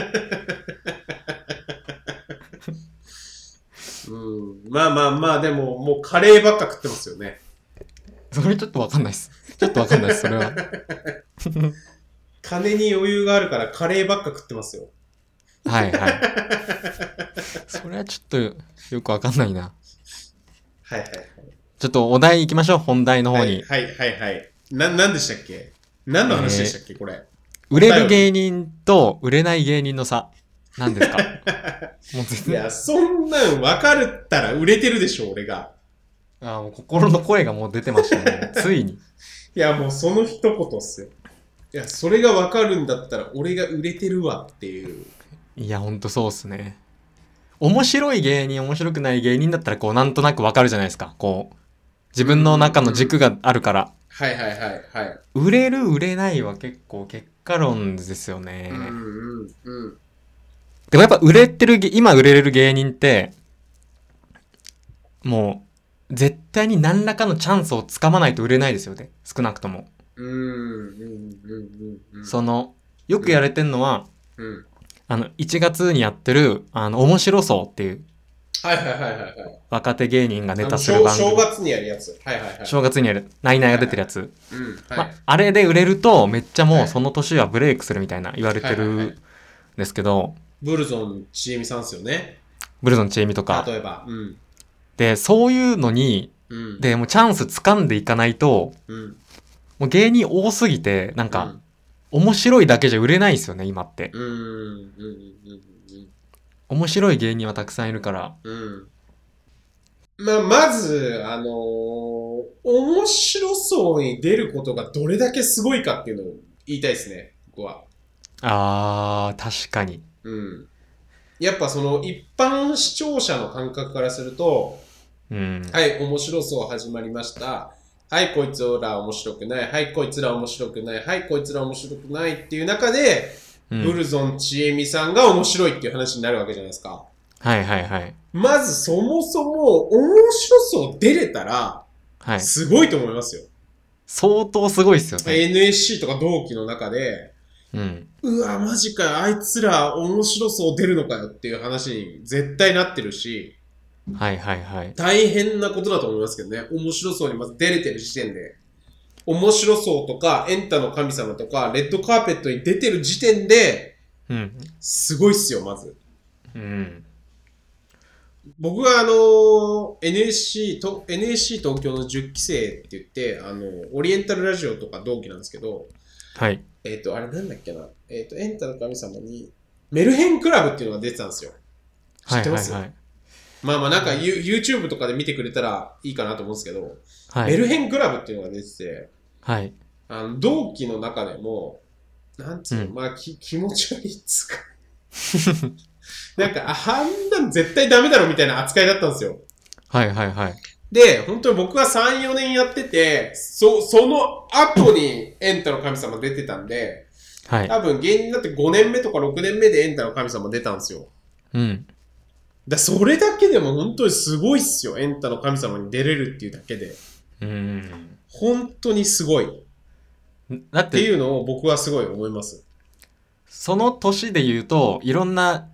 S2: うん。まあまあまあ、でも、もうカレーばっか食ってますよね。
S1: それちょっとわかんないです。ちょっとわかんないです、それは。
S2: 金に余裕があるからカレーばっか食ってますよ。
S1: はいはい。それはちょっとよくわかんないな。
S2: はいはい。
S1: ちょっとお題行きましょう、本題の方に。
S2: はいはいはいはい。な、なんでしたっけ何の話でしたっけ、これ。
S1: 売れる芸人と売れない芸人の差。何です かもう全
S2: い
S1: 然。
S2: や、そんなん分かるったら売れてるでしょ、俺が。
S1: あーもう心の声がもう出てました ね。ついに。
S2: いや、もうその一言っすよ。いや、それが分かるんだったら俺が売れてるわっていう。
S1: いや、ほんとそうっすね。面白い芸人、面白くない芸人だったら、こう、なんとなくわかるじゃないですか。こう、自分の中の軸があるから。
S2: はいはいはいはい。
S1: 売れる、売れないは結構結果論ですよね。
S2: うんうんうん。
S1: でもやっぱ売れてる芸、今売れれる芸人って、もう、絶対に何らかのチャンスをつかまないと売れないですよね。少なくとも。
S2: うんうんうんうんうん。
S1: その、よくやれてんのは、
S2: うん。
S1: あの、1月にやってる、あの、面白そうっていう
S2: はいはいはいはいはい。
S1: 若手芸人がネ
S2: あ
S1: タ
S2: の
S1: する
S2: 正
S1: 番組。
S2: 正月にやるやつ。はいはいはい。
S1: 正月にやる、ナイナイが出てるやつ。
S2: うん。はい。
S1: まあれで売れると、めっちゃも
S2: は
S1: う
S2: い
S1: その年はブレイクするみたいな言われて
S2: はいはいはい
S1: るんですけど、
S2: ブルゾンちえみさんっすよね。
S1: ブルゾンチエミとか。
S2: 例えば。うん。
S1: で、そういうのに、
S2: うん。
S1: で、もうチャンス掴んでいかないと、
S2: うん。
S1: もう芸人多すぎて、なんか、面白いだけじゃ売れないですよね、今って。
S2: うん。うん。うん。うん。うん。
S1: 面白い芸人はたくさんいるから。
S2: うん。まあ、まず、あのー面白そうに出ることがどれだけすごいかっていうのを言いたいですね、僕は。
S1: あー、確かに。
S2: うん。やっぱその一般視聴者の感覚からすると、
S1: うん。
S2: はい、面白そう始まりました。はい、こいつら面白くない。はい、こいつら面白くない。はい、こいつら面白くないっていう中で、
S1: うん
S2: ブルゾンちえみさんが面白いっていう話になるわけじゃないですか。
S1: はいはいはい。
S2: まずそもそも面白そう出れたら、
S1: はい。
S2: すごいと思いますよ。
S1: 相当すごいっすよね。
S2: NSC とか同期の中で、
S1: うん。
S2: うわ、マジかよ、あいつら面白そう出るのかよっていう話に絶対なってるし、
S1: はいはいはい。
S2: 大変なことだと思いますけどね。面白そうにまず出れてる時点で。面白そうとか、エンタの神様とか、レッドカーペットに出てる時点で、
S1: うん。
S2: すごいっすよ、まず。
S1: うん。
S2: 僕はあのー NSC と、NSC 東京の10期生って言って、あのオリエンタルラジオとか同期なんですけど、
S1: はい。
S2: えっ、と、あれなんだっけな。えっ、と、エンタの神様に、メルヘンクラブっていうのが出てたんですよ。知
S1: は
S2: っ
S1: い
S2: て
S1: は
S2: ま
S1: い
S2: す
S1: はい。
S2: まあまあなんか、ユ YouTube とかで見てくれたらいいかなと思うんですけど、
S1: は
S2: メ
S1: い。
S2: ルヘンクラブっていうのが出てて、
S1: はい。
S2: あの同期の中でも、なんつうの、
S1: うん
S2: まあき気持ち悪いっつうか。 なんか、ああんなん絶対ダメだろみたいな扱いだったんですよ。
S1: はいはいはい。
S2: で、本当に僕は3、4年やってて、そ、その後にエンタの神様出てたんで、
S1: はい。
S2: 多分芸人だって5年目とか6年目でエンタの神様出たんですよ。
S1: うん。
S2: だそれだけでも本当にすごいっすよ。エンタの神様に出れるっていうだけで。
S1: うん。
S2: 本当にすごい。
S1: だっ
S2: って
S1: て、
S2: いうのを僕はすごい思います。
S1: その年で言うと、いろんな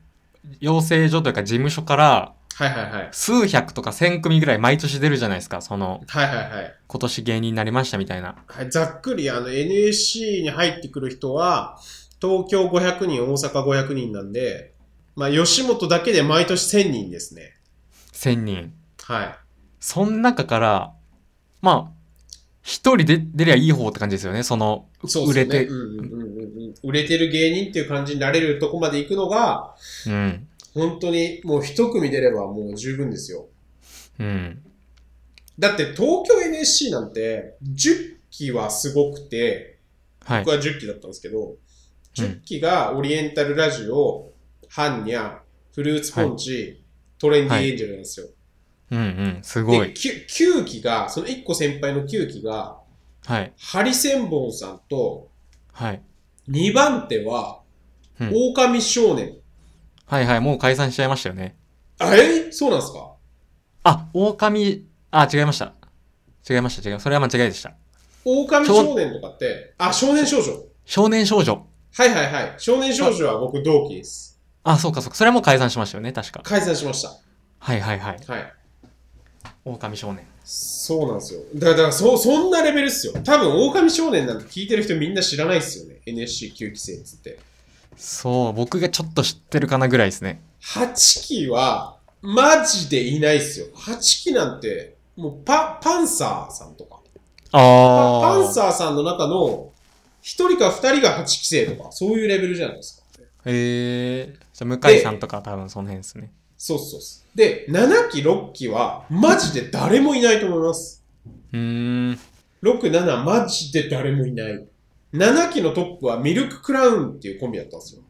S1: 養成所というか事務所から、
S2: はいはいはい。
S1: 数百とか千組ぐらい毎年出るじゃないですか。その、
S2: はいはいはい。
S1: 今年芸人になりましたみたいな。
S2: はい、ざっくりあの NSC に入ってくる人は、東京500人、大阪500人なんで、まあ吉本だけで毎年1000人ですね。
S1: 千人。
S2: はい。
S1: その中から、まあ、一人で出りゃいい方って感じですよね。その、
S2: そう
S1: 売
S2: で
S1: れ
S2: すね。
S1: て。
S2: うんうんうんうん売れてる芸人っていう感じになれるとこまで行くのが、
S1: うん。
S2: 本当にもう一組出ればもう十分ですよ。
S1: うん。
S2: だって東京 NSC なんて10期はすごくて、
S1: はい
S2: 僕。は10期だったんですけど、
S1: うん
S2: 10期がオリエンタルラジオ、ハンニャ、フルーツポンチ、トレンディエンジェルなんですよ。
S1: うんうん。す
S2: で
S1: ごい。
S2: 9、9期が、その1個先輩の9期が、
S1: はい。
S2: ハリセンボンさんと、
S1: はい。
S2: 2番手は、
S1: うん
S2: 狼少年。
S1: はいはい。もう解散しちゃいましたよね。
S2: あえそうなんですか
S1: あ、狼、あ、違いました。違いました。違う。それは間違いでした。
S2: 狼少年とかって、あ、少年少女。
S1: 少年少女。
S2: はいはいはい。少年少女は僕同期です。
S1: あ、そうかそうか。それはもう解散しましたよね。確か。
S2: 解散しまし
S1: はいはいはい。
S2: た。はい。
S1: 狼少年。
S2: そうなんですよ。だだからそ、そんなレベルっすよ。多分、狼少年なんて聞いてる人みんな知らないっすよね。NSC9 期生っつって。
S1: そう。僕がちょっと知ってるかなぐらいですね。
S2: 8期は、マジでいないっすよ。8期なんて、もうパ、パンサーさんとか。パ
S1: あ
S2: パン
S1: ー。
S2: サーさんの中の、1人か2人が8期生とか、そういうレベルじゃないですか。
S1: えー。じゃあ向井さんとか多分その辺ですね。
S2: そうそうそう。で、7期、6期は、マジで誰もいないと思います。
S1: うーん。
S2: 6、7、マジで誰もいない。7期のトップはミルククラウンっていうコンビだったんですよ。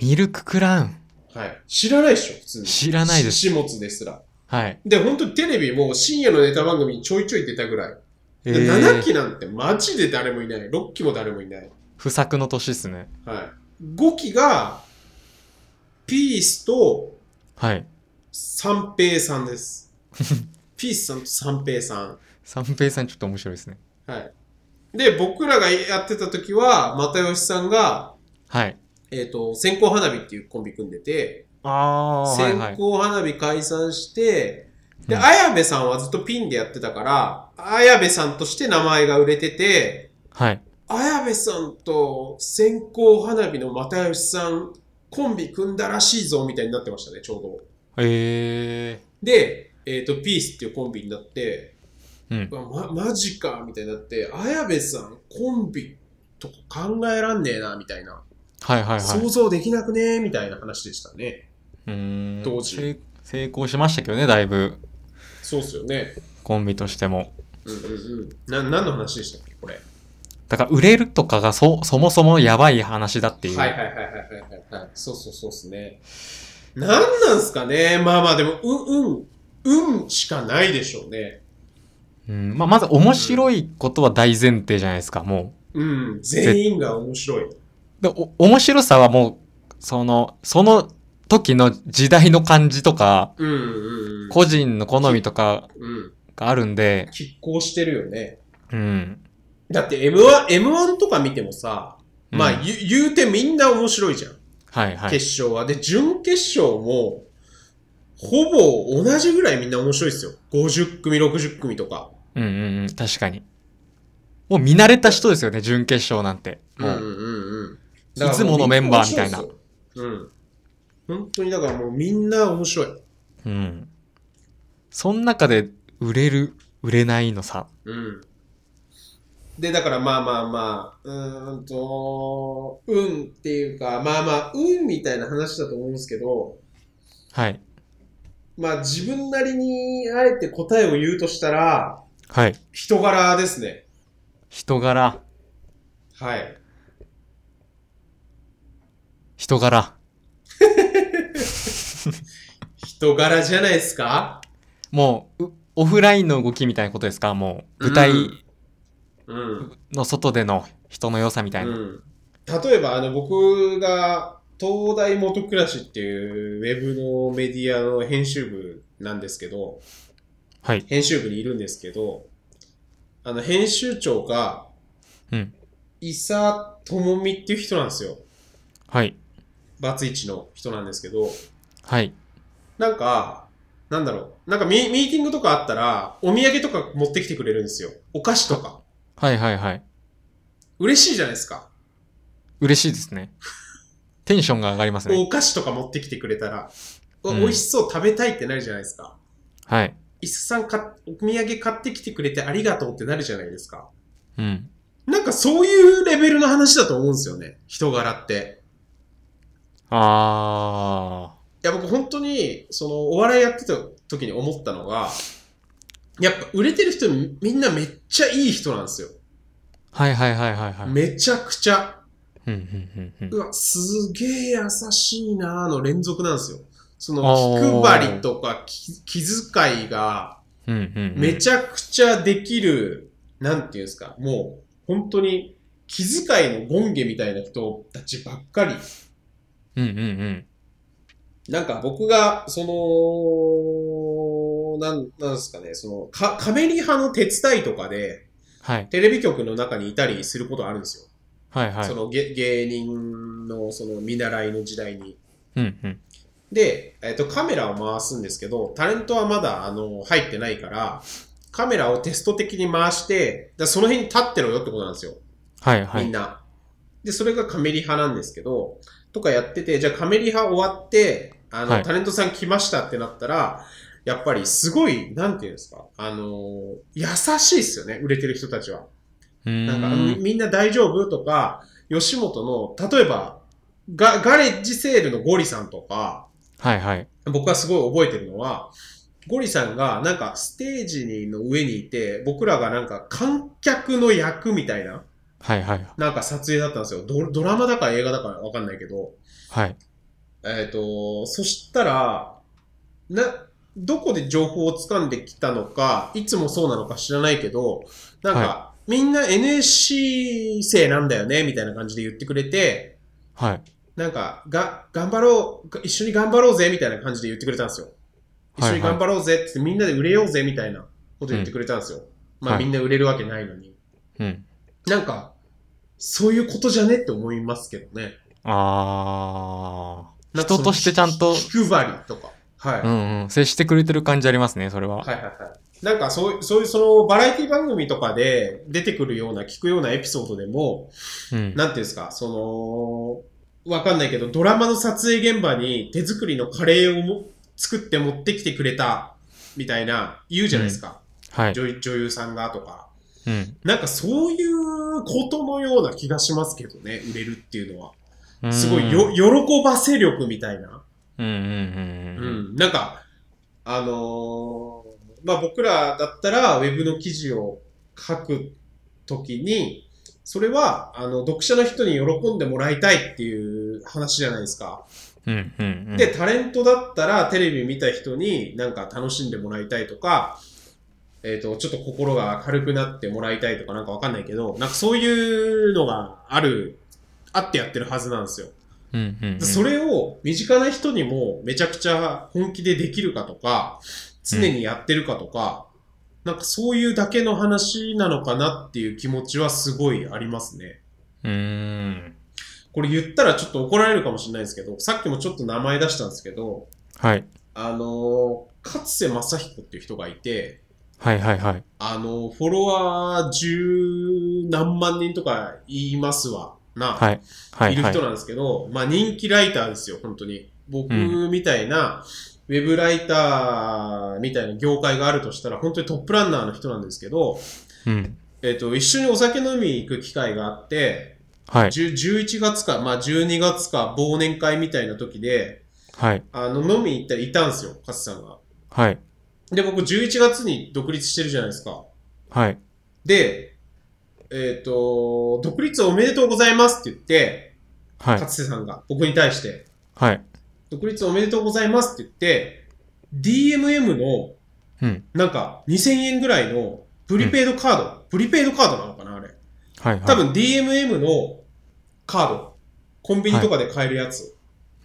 S1: ミルククラウン。
S2: はい。知らないでしょ、普通に。
S1: 知らないです
S2: し下津ですら。
S1: はい。
S2: で、本当にテレビも深夜のネタ番組にちょいちょい出たぐらい。で
S1: えー
S2: 7期なんてマジで誰もいない。6期も誰もいない。
S1: 不作の年ですね。
S2: はい。5期が、ピースと
S1: はい。
S2: 三平さ んです。ピースさんと三平さん。
S1: 三平さんちょっと面白いですね。
S2: はい。で、僕らがやってた時は、又吉さんが、
S1: はい。
S2: えっ、と、線香花火っていうコンビ組んでて、
S1: あー、はい
S2: 線
S1: はい。
S2: 香花火解散して、で、
S1: うん
S2: 綾部さんはずっとピンでやってたから、綾部さんとして名前が売れてて、
S1: はい。
S2: 綾部さんと線香花火の又吉さん、コンビ組んだらしいぞ、みたいになってましたね、ちょうど。
S1: え
S2: で、えっ、と、ピースっていうコンビになって、
S1: ー。うん
S2: う。わま、マジか、みたいになって、綾部さん、コンビとか考えらんねえな、みたいな。
S1: はいはいはい。
S2: 想像できなくねえ、みたいな話でしたね。
S1: うーん
S2: 当時
S1: せ成功しましたけどね、だいぶ。
S2: そうっすよね。
S1: コンビとしても。
S2: うんうんうん。な、何の話でしたっけこれ。
S1: だから、売れるとかがそ、そもそもやばい話だっていう。
S2: はいはいはいはいはいはい。そうそうそうですね。なんなんすかねまあまあでも、うん、うん、うんしかないでしょうね。
S1: うん。まあ、まず面白いことは大前提じゃないですか、も
S2: うん、全員が面白い。
S1: う。で、お、面白さはもう、その、その時の時代の感じとか、
S2: うんうんうん。
S1: 個人の好みとか
S2: うん。
S1: があるんで、
S2: 拮抗してるよね。
S1: うん。
S2: だって M1、M1 とか見てもさ、まあ、
S1: うん
S2: ゆ言うてみんな面白いじゃん。
S1: はいはい。
S2: 決勝は。で、準決勝も、ほぼ同じぐらいみんな面白いですよ。50組、60組とか。
S1: うんうんうん、確かに。もう見慣れた人ですよね、準決勝なんて。
S2: うん
S1: も
S2: うん
S1: う、
S2: うん
S1: いつものメンバーみたいな。
S2: うん。本当にだからもうみんな面白い。
S1: うん。その中で売れる、売れないのさ。
S2: うん。で、だからまあまあまあ、うーんと、運っていうか、まあまあ、運みたいな話だと思うんですけど、
S1: はい。
S2: まあ自分なりにあえて答えを言うとしたら、
S1: はい。
S2: 人柄ですね。
S1: 人柄、
S2: はい。
S1: 人柄。
S2: 人柄じゃないですか
S1: もう、うオフラインの動きみたいなことですかもう、舞台
S2: うん。
S1: の外での人の良さみた
S2: う
S1: いな。
S2: ん。例えば、あの、僕が、東大元暮らしっていうウェブのメディアの編集部なんですけど、
S1: はい。
S2: 編集部にいるんですけど、あの、編集長が、
S1: うん
S2: 伊佐智美っていう人なんですよ。
S1: はい。
S2: バツイチの人なんですけど、
S1: はい。
S2: なんか、なんだろう。なんかミミーティングとかあったら、お土産とか持ってきてくれるんですよ。お菓子とか。
S1: はいはいはい。
S2: 嬉しいじゃないですか。
S1: 嬉しいですね。テンションが上がりますね。
S2: お菓子とか持ってきてくれたら、うわ
S1: うん
S2: 美味しそう食べたいってなるじゃないですか。
S1: はい。
S2: 伊佐さんか、お土産買ってきてくれてありがとうってなるじゃないですか。
S1: うん。
S2: なんかそういうレベルの話だと思うんですよね。人柄って。
S1: あ
S2: いや、僕本当に、その、お笑いやってた時に思ったのが、やっぱ売れてる人みみんなめっちゃいい人なんですよ。
S1: ー。はいはいはいはいはい。
S2: めちゃくちゃ。
S1: うんうんうんう。
S2: うんわ、すげえ優しいなーの連続なんですよ。そ
S1: あ
S2: の、気
S1: ー
S2: 配りとか気気遣いが、
S1: うんうんうん。
S2: めちゃくちゃできる、なんていうんですか、もう、本当に、気遣いの権下みたいな人たちばっかり。
S1: うんうんうん。
S2: なんか僕が、その、なん、なんですかね、その、か、カメリ派の手伝いとかで、
S1: はい。
S2: テレビ局の中にいたりすることあるんですよ。
S1: はいはい
S2: そ。の芸、芸人の、その、見習いの時代に。
S1: うんうん。
S2: で、えっ、と、カメラを回すんですけど、タレントはまだ、あの、入ってないから、カメラをテスト的に回して、だからその辺に立ってろよってことなんですよ。
S1: はいは
S2: みん
S1: い。
S2: な。で、それがカメリ派なんですけど、とかやってて、じゃあカメリ派終わって、あの、
S1: はい
S2: タレントさん来ましたってなったら、やっぱりすごい、なんていうんですか、あのー優しいっすよね、売れてる人たちは。
S1: うー
S2: なんか、み
S1: ん。
S2: みんな大丈夫とか、吉本の、例えば、ガガレッジセールのゴリさんとか、
S1: はいはい。
S2: 僕はすごい覚えてるのは、ゴリさんがなんかステージの上にいて、僕らがなんか観客の役みたいな、
S1: はいはい。
S2: なんか撮影だったんですよ。ドドラマだか映画だかわかんないけど。
S1: はい。
S2: えっ、と、そしたら、な、どこで情報を掴んできたのか、いつもそうなのか知らないけど、なんか、みんな NSC 生なんだよね、みたいな感じで言ってくれて、
S1: はい。
S2: なんか、が、頑張ろうが、一緒に頑張ろうぜ、みたいな感じで言ってくれたんですよ。一緒に頑張ろうぜってって、みんなで売れようぜ、みたいなこと言ってくれたんですよ。まあ、
S1: はい
S2: みんな売れるわけないのに。
S1: うん。
S2: なんか、そういうことじゃねって思いますけどね。
S1: あ
S2: なんかそ
S1: 人
S2: の
S1: としてちゃんと
S2: 気気配りとか。はい。
S1: ー。う
S2: はい
S1: んうん。接してくれてる感じありますね、それは。
S2: はいはい。なんかそういう、そういうそのバラエティ番組とかで出てくるような、聞くようなエピソードでも、
S1: うん。
S2: なんていうんですか、その、わかんないけど、ドラマの撮影現場に手作りのカレーをも作って持ってきてくれた、みたいな、言うじゃないですか。
S1: はい。
S2: 女女優さんがとか。
S1: うん。
S2: なんかそういうことのような気がしますけどね、売れるっていうのは。
S1: うん
S2: すごいよ、喜ばせ力みたいな。
S1: うんうんうん
S2: う
S1: うん。
S2: ん、なんか、あのーまあ、僕らだったら、ウェブの記事を書くときに、それは、あの、読者の人に喜んでもらいたいっていう話じゃないですか。
S1: うんうんうん。
S2: で、タレントだったら、テレビ見た人になんか楽しんでもらいたいとか、えっ、と、ちょっと心が軽くなってもらいたいとかなんかわかんないけど、なんかそういうのがある、あってやってるはずなんですよ。
S1: うんうんうん。
S2: でそれを身近な人にもめちゃくちゃ本気でできるかとか、常にやってるかとか、なんかそういうだけの話なのかなっていう気持ちはすごいありますね。
S1: うーん。
S2: これ言ったらちょっと怒られるかもしれないですけど、さっきもちょっと名前出したんですけど、
S1: はい。あ
S2: あのー、勝瀬正彦っていう人がいて、
S1: はいはいはい。
S2: あのー、フォロワー十何万人とか言いますわな。
S1: はい。はい
S2: いる
S1: は
S2: 人
S1: い。
S2: なんですけど、まあ人気ライターですよ、本当に。僕
S1: う
S2: みたいな、ウェブライターみたいな業界があるとしたら、本当にトップランナーの人なんですけど、
S1: うん。
S2: えっ、と、一緒にお酒飲みに行く機会があって、
S1: はい。
S2: 10 11月か、まあ12月か忘年会みたいな時で、
S1: はい。
S2: あの、飲みに行ったらいたんですよ、カスさんが。
S1: はい。
S2: で、僕11月に独立してるじゃないですか。
S1: はい。
S2: で、えっ、と、独立おめでとうございますって言って、
S1: はい
S2: 勝。瀬さんが僕に対して、
S1: はい。
S2: 独立おめでとうございますって言って、DMM の、
S1: うん。
S2: なんか、2000円ぐらいの、プリペイドカード、プリペイドカードなのかなあれ。
S1: はい。はい
S2: 多。分 DMM のカード、コンビニとかで買えるやつ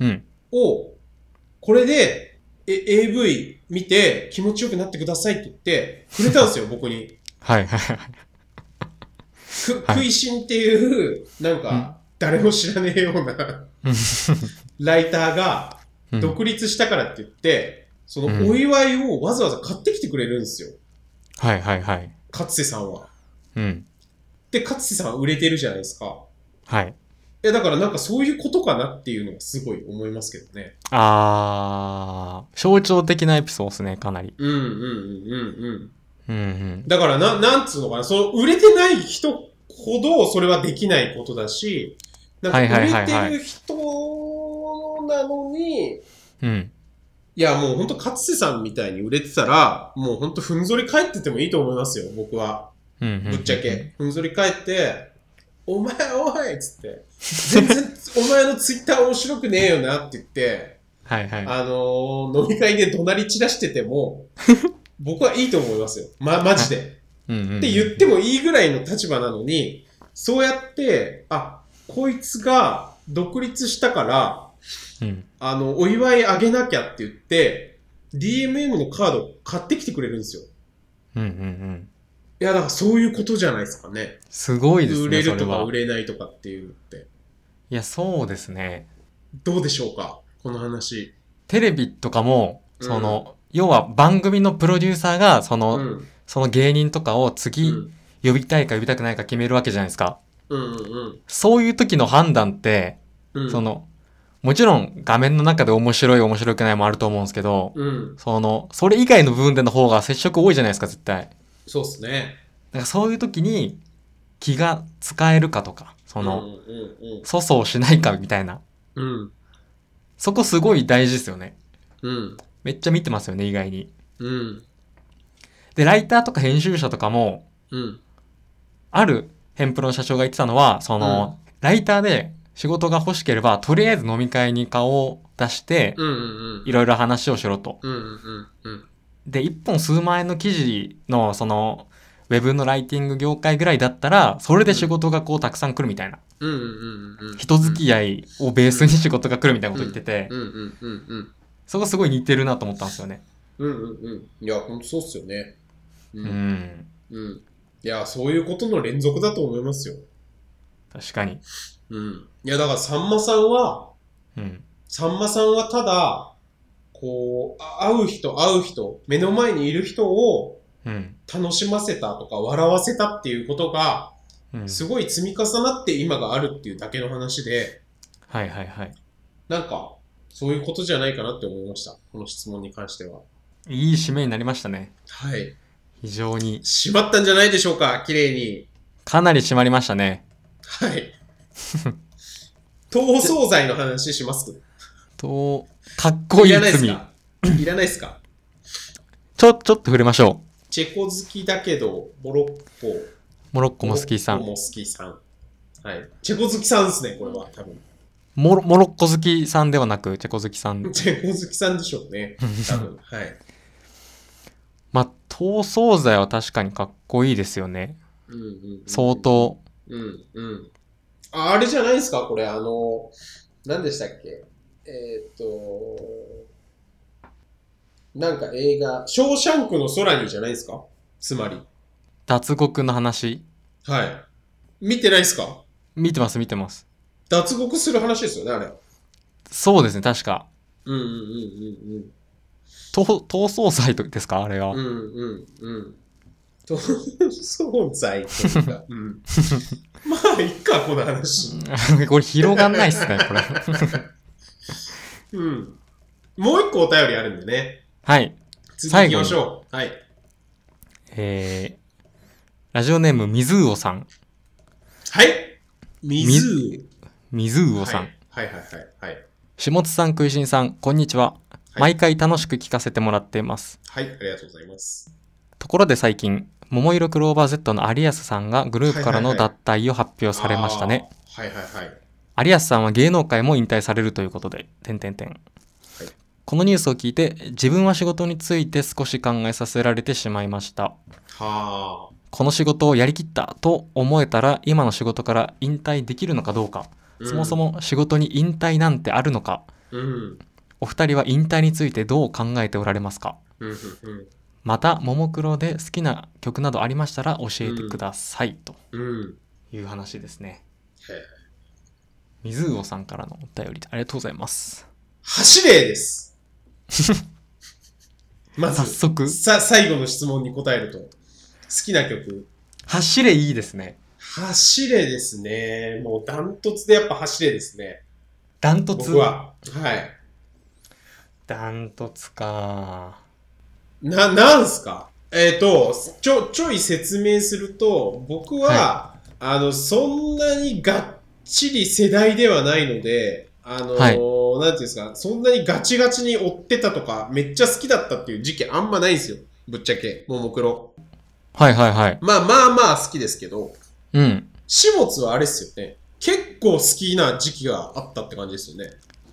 S1: うん。
S2: を、これで、え、AV 見て 気持ちよくなってくださいって言って、くれたんですよ、僕に。
S1: はいはいはい。
S2: く
S1: はい
S2: 食いしんっていう、なんか、誰も知らねえようなライターが、
S1: うん
S2: 独立したからって言って、その
S1: うん
S2: お祝いをわざわざ買ってきてくれるんですよ。
S1: はいはいはい。
S2: 勝瀬さんは。
S1: うん。
S2: で、勝瀬さんは売れてるじゃないですか。
S1: はい。
S2: いや、だからなんかそういうことかなっていうのがすごい思いますけどね。
S1: あー、象徴的なエピソードですね、かなり。
S2: うんうんうんうんうん。
S1: うんうん。
S2: だからな、なんつうのかな、その売れてない人ほどそれはできないことだし、なんか
S1: はいはいはいはい
S2: 売れてる人なのに、
S1: うん。
S2: いやもうほんと勝瀬さんみたいに売れてたら、もうほんとふんぞり返っててもいいと思いますよ、僕は。
S1: うんうんうん。
S2: ぶっちゃけ。ふんぞり返って、お前おいっつって、全然お前のツイッター面白くねえよなって言って、
S1: はいはい。
S2: あのー飲み会で怒鳴り散らしてても、 僕はいいと思いますよ。ま、マジで。っ
S1: うんうんうん。
S2: て言ってもいいぐらいの立場なのに、そうやって、あ、こいつが独立したから、
S1: うん。
S2: あの、お祝いあげなきゃって言って、DMM のカード買ってきてくれるんですよ。
S1: うんうんうん。
S2: いや、だからそういうことじゃないですかね。
S1: すごいですね、
S2: 売れる
S1: それ
S2: とか
S1: は
S2: 売れないとかっていうのって。
S1: いや、そうですね。
S2: どうでしょうかこの話。
S1: テレビとかも、
S2: うん
S1: その、要は番組のプロデューサーが、その、
S2: うん。
S1: その芸人とかを
S2: う
S1: 次
S2: ん。
S1: 呼びたいか呼びたくないか決めるわけじゃないですか。
S2: うんうん
S1: そういう時の判断って、
S2: うん。
S1: その、もちろん画面の中で面白い面白くないもあると思うんですけど、
S2: うん。
S1: その、それ以外の部分での方が接触多いじゃないですか、絶対。だ
S2: そうっすね。
S1: からそういう時に気が使えるかとか、そ
S2: うん
S1: の、
S2: うん
S1: 粗相しないかみたいな。
S2: うん。うん。
S1: そこすごい大事ですよね。
S2: うん。
S1: めっちゃ見てますよね、意外に。
S2: うん。
S1: で、ライターとか編集者とかも、
S2: うん。
S1: あるヘンプロの社長が言ってたのは、その、ライターで仕事が欲しければ、とりあえず飲み会に顔を出して、
S2: うん。うん。
S1: いろいろ話をしろと。
S2: うん。うん。うん。
S1: で、一本数万円の記事の、その、ウェブのライティング業界ぐらいだったら、それで仕事がこうたくさん来るみたいな。
S2: うん。うん。うん。
S1: 人付き合いをベースに仕事が来るみたいなこと言ってて、
S2: うん。うん。うん。うん。
S1: そこすごい似てるなと思ったんですよね。
S2: うん。うん。うん。いや、ほんとそうっすよね。う。
S1: うんん。
S2: うん。いや、そういうことの連続だと思いますよ。
S1: 確かに。
S2: うん。いや、だから、さんまさんは、
S1: うん。
S2: さんまさんはただ、こう、あ会う人、会う人、目の前にいる人を
S1: うん。
S2: 楽しませたとか、笑わせたっていうことが、
S1: うん。
S2: すごい積み重なって今があるっていうだけの話で、
S1: はいはいはい。
S2: なんか、そういうことじゃないかなって思いました。この質問に関しては。
S1: いい締めになりましたね。
S2: はい。
S1: 非常に。
S2: 閉まったんじゃないでしょうか、綺麗に。
S1: かなり締まりましたね。
S2: はい。東総菜の話します
S1: と、かっこいい
S2: らないです
S1: 罪。
S2: かいらないですか
S1: ちょ、ちょっと触れましょ
S2: チェコ好きだけど、モロッコ。
S1: う。モロッコも好きさん。
S2: モロッコも好きさん。はい。チェコ好きさんですね、これは、多分。
S1: モロモロッコ好きさんではなく、チェコ好きさん。
S2: チェコ好きさんでしょうね。多分。はい。
S1: まあ、闘争罪は確かにかっこいいですよね。
S2: うんうんうん
S1: 相。当。
S2: うん、うん。あ、あれじゃないですかこれ、あの、何でしたっけえーっと、なんか映画、ショーシャンクの空にじゃないですかつまり。
S1: 脱獄の話。
S2: はい。見てないですか
S1: 見てます、見てます。
S2: 脱獄する話ですよね、あれ。
S1: そうですね、確か。
S2: うんうん
S1: 闘闘争罪とですかあれは。
S2: うんうんうん。うんうんうん。と、そう罪というか。うん。まあ、いっか、この話。
S1: これ広がんないっすね、こ れ。
S2: うん。もう一個お便りあるんでね。
S1: はい。
S2: 次行きましょう。はい。
S1: えー、ラジオネーム、みずうおさん。
S2: はい。水。
S1: みずうおさん。
S2: はい、はい、はいはい、はい。
S1: 下津さん、食いしんさん、こんにちは。
S2: い
S1: 毎回楽しく聞かせてもらっています。
S2: はい、ありがとうございます。
S1: ところで最近、桃色クローバー Z の有安さんがグループからの脱退を発表されましたね。
S2: あー。はい、はい、はい。
S1: 有安さんは芸能界も引退されるということで、点点点。このニュースを聞いて、自分は仕事について少し考えさせられてしまいました。
S2: はあ。
S1: この仕事をやりきったと思えたら、今の仕事から引退できるのかどうか、
S2: うん
S1: そもそ。も仕事に引退なんてあるのか、
S2: うん。うん、
S1: お二人は引退についてどう考えておられますか
S2: うん、うん
S1: また、ももクロで好きな曲などありましたら教えてくださいと。
S2: うん。うん。
S1: いう話ですね
S2: へえ。
S1: 水魚さんからのお便りありがとうございます。
S2: 走 れです。ま
S1: 早
S2: ず、
S1: 速、
S2: さ、最後の質問に答えると。好きな曲。
S1: 走れいいですね。
S2: 走れですね。もうダントツでやっぱ走れですね。
S1: ダントツ
S2: 僕。は。はい。
S1: ダントツか。
S2: な、なんすかえっ、と、ちょ、ちょい説明すると、僕は、
S1: は
S2: あの、そんなにがっちり世代ではないので、あのーなんていうんですか、そんなにガチガチに追ってたとか、めっちゃ好きだったっていう時期あんまないんですよ。ぶっちゃけ、ももクロ。
S1: はいはいはい。
S2: まあまあまあ好きですけど、
S1: うん。
S2: 始末はあれっすよね。結構好きな時期があったって感じですよね。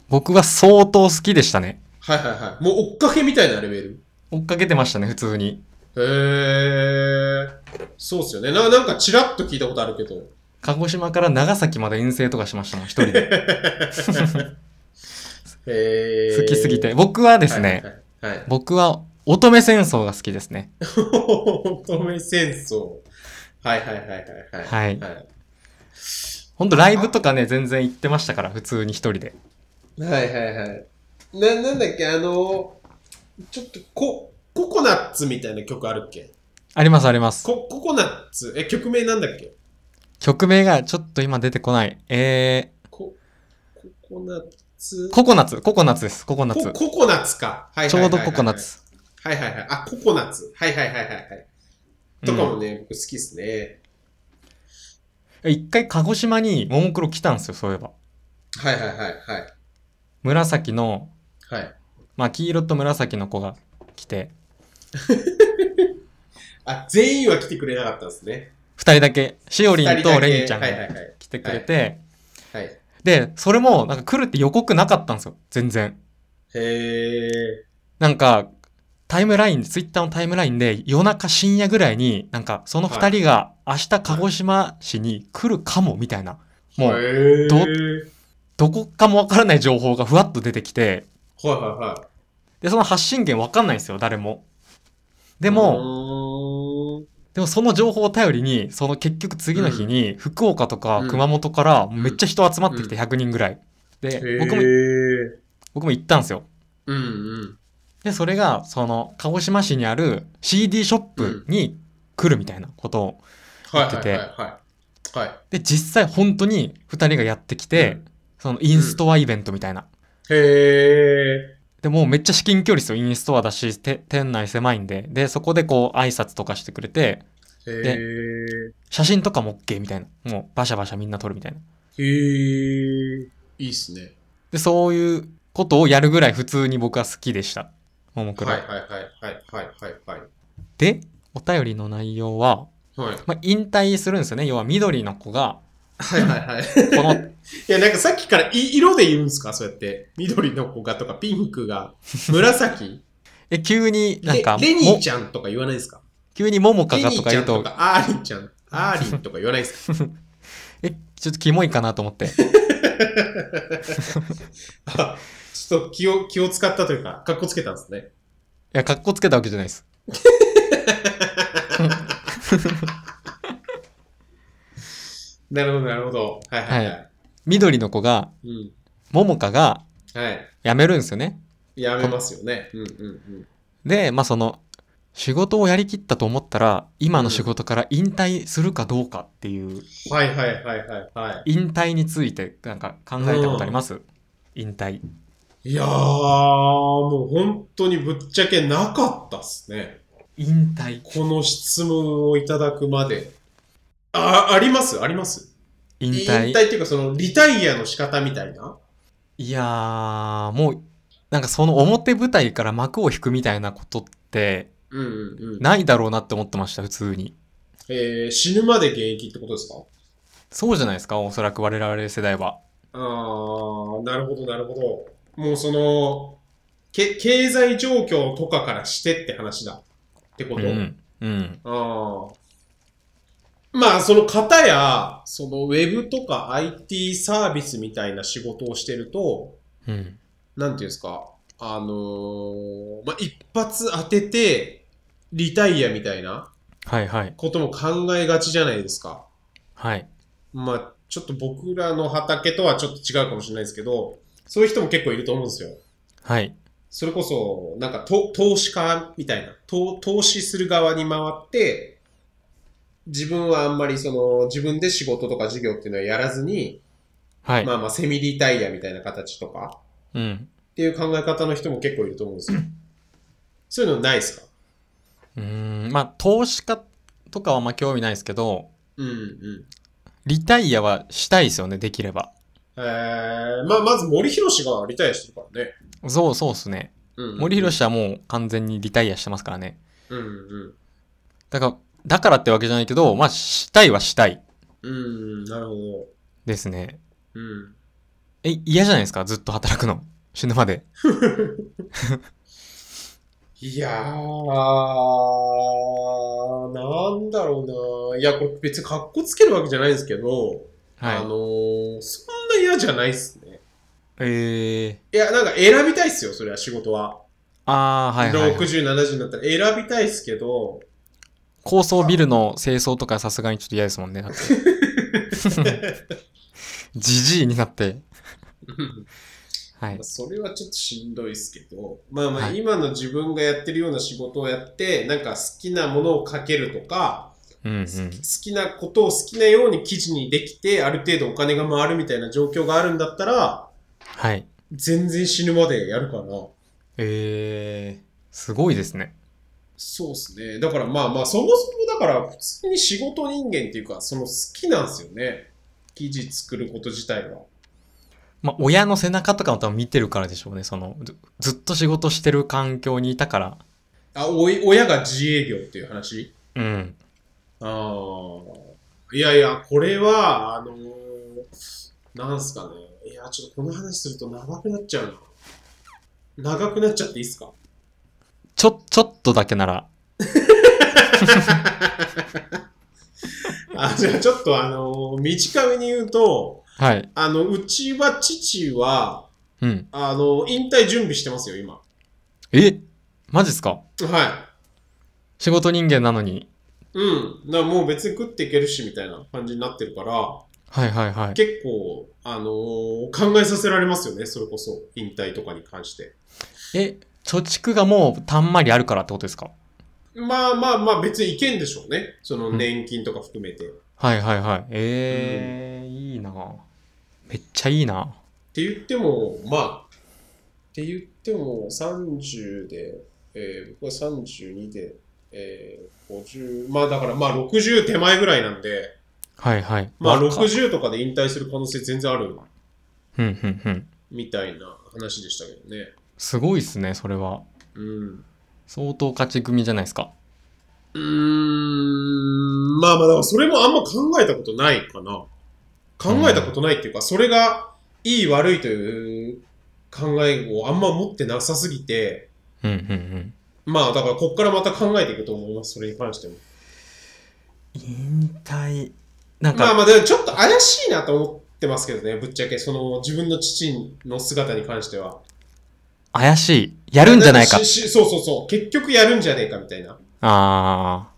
S1: 僕は相当好きでしたね。
S2: はいはいはい。もう追っかけみたいなレベル。
S1: 追っかけてましたね、普通に。
S2: へえ、そうっすよね。ななんかチラッと聞いたことあるけど。
S1: 鹿児島から長崎まで遠征とかしましたもん、一人で。
S2: へ え。
S1: 好きすぎて。僕はですね、
S2: はい。はいはい、
S1: 僕は乙女戦争が好きですね。
S2: 乙女戦争。はいはいはいはい。
S1: はいほんとライブとかね、全然行ってましたから、普通に一人で。
S2: はいはいはい。な、なんだっけ、あの、ちょっとコ、ココナッツみたいな曲あるっけ
S1: ありますあります。
S2: コ、ココナッツ。え、曲名なんだっけ
S1: 曲名がちょっと今出てこない。え
S2: コ、ココナッツ。
S1: ー、ココナッツ、ココナッツです、ココナッツ
S2: コ。ココナッツか。はい
S1: ち
S2: はい
S1: ょ
S2: は
S1: う
S2: いは
S1: ど
S2: い
S1: ココナッ。ツ。
S2: はいはいはい。あ、ココナッツ。はいはいはいはいはい。
S1: うん
S2: とかもね、僕好きっすね。
S1: 一回鹿児島にももクロ来たんですよ、そういえば。
S2: はいはいはいはい。
S1: 紫の、
S2: はい。
S1: まあ黄色と紫の子が来て、
S2: あ、全員は来てくれなかったんですね。
S1: 二人だけ、しおり
S2: 二
S1: ん
S2: 人だ
S1: と
S2: け
S1: レインちゃん
S2: はいはい
S1: が
S2: はい。
S1: 来てくれて、
S2: はい。
S1: で、それもなんか来るって予告なかったんですよ、全然。
S2: へえ。
S1: なんか、タイムライン、ツイッターのタイムラインで夜中深夜ぐらいに、なんかその二人が明日鹿児島市に来るかもみたいな、もう
S2: う
S1: ど
S2: はい
S1: どこかもわからない情報がふわっと出てきて、
S2: はいはい。
S1: で、その発信源わかんないんですよ、誰も。で
S2: で
S1: も、
S2: も、
S1: でもその情報を頼りに、その結局次の日に、福岡とか
S2: うん
S1: 熊本からめっちゃ人集まってきて100人ぐらい。で、僕も、
S2: へー
S1: 僕も行ったんですよ。
S2: うんうん。
S1: で、それが、その、鹿児島市にある CD ショップに来るみたいなことを
S2: はい
S1: 言っ
S2: はい
S1: てて
S2: はいはい。はい。
S1: で、実際本当に二人がやってきて、
S2: うん
S1: そのインストアイベントみたいな。
S2: へえ。
S1: で、もうめっちゃ至近距離ですよ。インストアだし、て店内狭いんで。で、そこでこう挨拶とかしてくれて、
S2: へ
S1: 写真とかも OK みたいな。もうバシャバシャみんな撮るみたいな。
S2: え。へえ。いいっすね。
S1: で、そういうことをやるぐらい普通に僕は好きでした。ももクロ。
S2: はいはいはいはいはいはいはい。
S1: で、お便りの内容は、
S2: はい
S1: まあ、引退するんですよね。要は緑の子が、
S2: はいはいはい。
S1: この、
S2: いや、なんかさっきからい色で言うんすかそうやって。緑の子がとか、ピン クが、紫
S1: え、急になんか、
S2: レレニー
S1: も
S2: ちゃんとか言わないですか
S1: 急に桃香
S2: レ
S1: が
S2: ニ
S1: と
S2: ー
S1: か
S2: ち
S1: 言
S2: ゃん
S1: う
S2: と
S1: と、
S2: か、アーリンちゃん、アーリンとか言わないですか
S1: え、ちょっとキモいかなと思って。
S2: あ ちょっと気を、気を使ったというか、格好つけたんですね。
S1: いや、格好つけたわけじゃないです。
S2: なるほど、なるほど。はいはいは。
S1: はい緑の子が、
S2: うん。
S1: 桃香が
S2: はい。
S1: 辞めるんですよね。
S2: やめますよね。うんうんうん。
S1: で、まあその、仕事をやりきったと思ったら、今の仕事から引退するかどうかっていう、
S2: はいはいはいはいは
S1: 引退についてなんか考えたことあります、引退。
S2: い。いやー、もう本当にぶっちゃけなかったっすね。
S1: 引退。
S2: この質問をいただくまで。あ、ありますあります
S1: 引
S2: 引
S1: 退。
S2: 退っていうか、その、リタイアの仕方みたいな。
S1: いやー、もう、なんかその表舞台から幕を引くみたいなことって、
S2: うんうんうん。
S1: ないだろうなって思ってました、普通に。
S2: えー、死ぬまで現役ってことですか
S1: そうじゃないですか、おそらく我々世代は。
S2: ああ、なるほど、なるほど。もうその、け、経済状況とかからしてって話だ。ってこ
S1: う
S2: と、
S1: ん。うん。
S2: ああ。まあ、その方や、そのウェブとか IT サービスみたいな仕事をしてると、
S1: うん。
S2: なんていうんですか、あのーまあ、一発当てて、リタイアみたいな
S1: はいはい。
S2: ことも考えがちじゃないですか。
S1: はい。
S2: まあ、ちょっと僕らの畑とはちょっと違うかもしれないですけど、そういう人も結構いると思うんですよ。
S1: はい。
S2: それこそ、なんかと、投資家みたいな、投投資する側に回って、自分はあんまりその、自分で仕事とか事業っていうのはやらずに、
S1: はい。
S2: まあまあ、セミリタイヤみたいな形とか、
S1: うん。
S2: っていう考え方の人も結構いると思うんですよ。そういうのないですか
S1: うーん、まあ、投資家とかはあんま興味ないですけど、
S2: うんうん。
S1: リタイアはしたいですよね、できれば。
S2: えー、まあ、まず森博氏がリタイアしてるからね。
S1: そうそうっすね。
S2: うんうん、
S1: 森博氏はもう完全にリタイアしてますからね。
S2: うんうん。
S1: だから、だからってわけじゃないけど、まあ、したいはしたい
S2: うん、なるほど。
S1: ですね。
S2: うん。
S1: え、嫌じゃないですかずっと働くの。死ぬまで。
S2: いやー、なんだろうな。いや、これ別に格好つけるわけじゃないんですけど、
S1: は
S2: あの
S1: い。
S2: ー、そんな嫌じゃないっすね。
S1: えー、
S2: いや、なんか選びたいっすよ、それは仕事は。
S1: あー、はいはい、はい。
S2: 60、70になったら選びたいっすけど、
S1: 高層ビルの清掃とかさすがにちょっと嫌ですもんね。だってじじいになって。はい
S2: まあ。それはちょっとしんどいですけど、まあま
S1: は
S2: あ
S1: い
S2: 今の自分がやってるような仕事をやって、なんか好きなものをかけるとか、
S1: うんうん。
S2: 好きなことを好きなように記事にできて、ある程度お金が回るみたいな状況があるんだったら、
S1: はい。
S2: 全然死ぬまでやるかな。
S1: えー、すごいですね。
S2: そうですね。だからまあまあ、そもそもだから普通に仕事人間っていうか、その好きなんですよね。記事作ること自体は。
S1: まあ、親の背中とかを多分見てるからでしょうね。その、ずずっと仕事してる環境にいたから。
S2: あ、おい、親が自営業っていう話
S1: うん。
S2: ああ。いやいや、これは、あのーなんすかね。いや、ちょっとこの話すると長くなっちゃうな。長くなっちゃっていいっすか
S1: ちょ、ちょっとだけなら。
S2: あ、じゃあちょっとあのー短めに言うと、
S1: はい。
S2: あの、うちは、父は、
S1: うん。
S2: あの引退準備してますよ、今。
S1: えマジっすか
S2: はい。
S1: 仕事人間なのに。
S2: うん。だからもう別に食っていけるし、みたいな感じになってるから、
S1: はいはいはい。
S2: 結構、あのー考えさせられますよね、それこそ。引退とかに関して。
S1: え、貯蓄がもうたんまりあるからってことですか
S2: まあまあまあ別にいけんでしょうね。その年金とか含めて。っ
S1: はいはいはい。えー、いいなめっちゃいいな
S2: て言っても、まあ、って言っても30で、えー僕は32で、えー50、まあだからまあ60手前ぐらいなんで、
S1: はいはい。
S2: まあ
S1: 若
S2: 60とかで引退する可能性全然ある
S1: うんうんうん。
S2: みたいな話でしたけどね。
S1: すごいっすね、それは。
S2: うん。
S1: 相当勝ち組じゃないですか。
S2: うーん、まあまあだからそれもあんま考えたことないかな。考えたことないっていうか、それがいい悪いという考えをあんま持ってなさすぎて、
S1: うんうん
S2: まあだからこっからまた考えていくと思います、それに関しても。
S1: うん。引退。なんか、
S2: まあまあでもちょっと怪しいなと思ってますけどね、ぶっちゃけ、その自分の父の姿に関しては。
S1: 怪しい。やるんじゃないか
S2: し。しそうそうそう、結局やるんじゃねえかみたいな。
S1: あ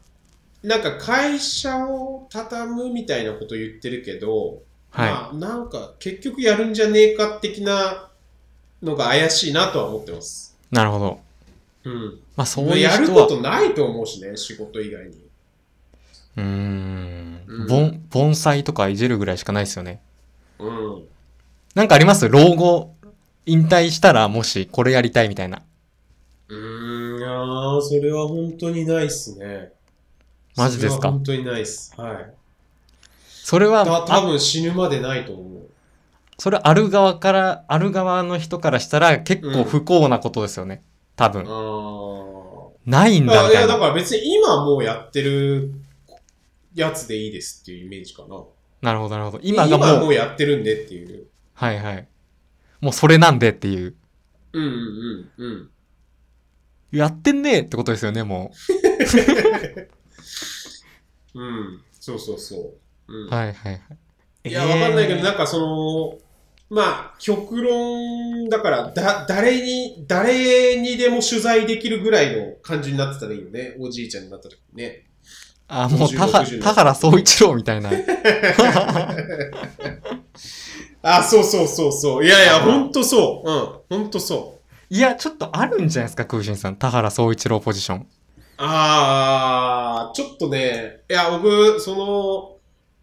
S2: なんか会社を畳むみたいなこと言ってるけど、
S1: あ。はい。
S2: まあ、なんか結局やるんじゃねえか的なのが怪しいなとは思ってます。
S1: なるほど。
S2: うん。
S1: まあそういう
S2: やる
S1: 人
S2: こ
S1: は。
S2: とないと思うしね、仕事以外に。
S1: うーん
S2: うん。
S1: 盆、盆栽とかいじるぐらいしかないですよね。
S2: うん。
S1: なんかあります老後、引退したらもしこれやりたいみたいな。
S2: うーん、あーそれは本当にないっすね。
S1: マジですか
S2: それは本当にないっす。はい。
S1: それは、
S2: た
S1: あ
S2: 多分死ぬまでないと思う。
S1: それある側から、ある側の人からしたら結
S2: うん
S1: 構不幸なことですよね。多分。
S2: あ
S1: ないん
S2: ー
S1: だ
S2: あ。
S1: み
S2: い
S1: た
S2: や、
S1: い
S2: だ
S1: な。
S2: から別に今もうやってるやつでいいですっていうイメージかな。
S1: なるほど、なるほど。今がもう、
S2: もうやってるんでっていう。
S1: はいはい。もうそれなんでっていう。
S2: うんうんうんうん。
S1: やってんねえってことですよね、も
S2: うん、そうそうそう。う
S1: う。
S2: ん
S1: はいはいはい。
S2: いや、わかんないけど、
S1: な。
S2: なんかその、まあ、極論だから、だ、誰に、誰にでも取材できるぐらいの感じになってたらいいよね。おじいちゃんになった時にね。
S1: あ、もう田
S2: 50
S1: 原田原総一郎み たいな。
S2: あ、そうそうそうそう。いやいや、
S1: あ
S2: ほんとそう。うん、ほんとそう。
S1: いや、ちょっとあるんじゃないですか、空心さん。田原総一郎ポジション。
S2: あー、ちょっとね、いや、僕、そ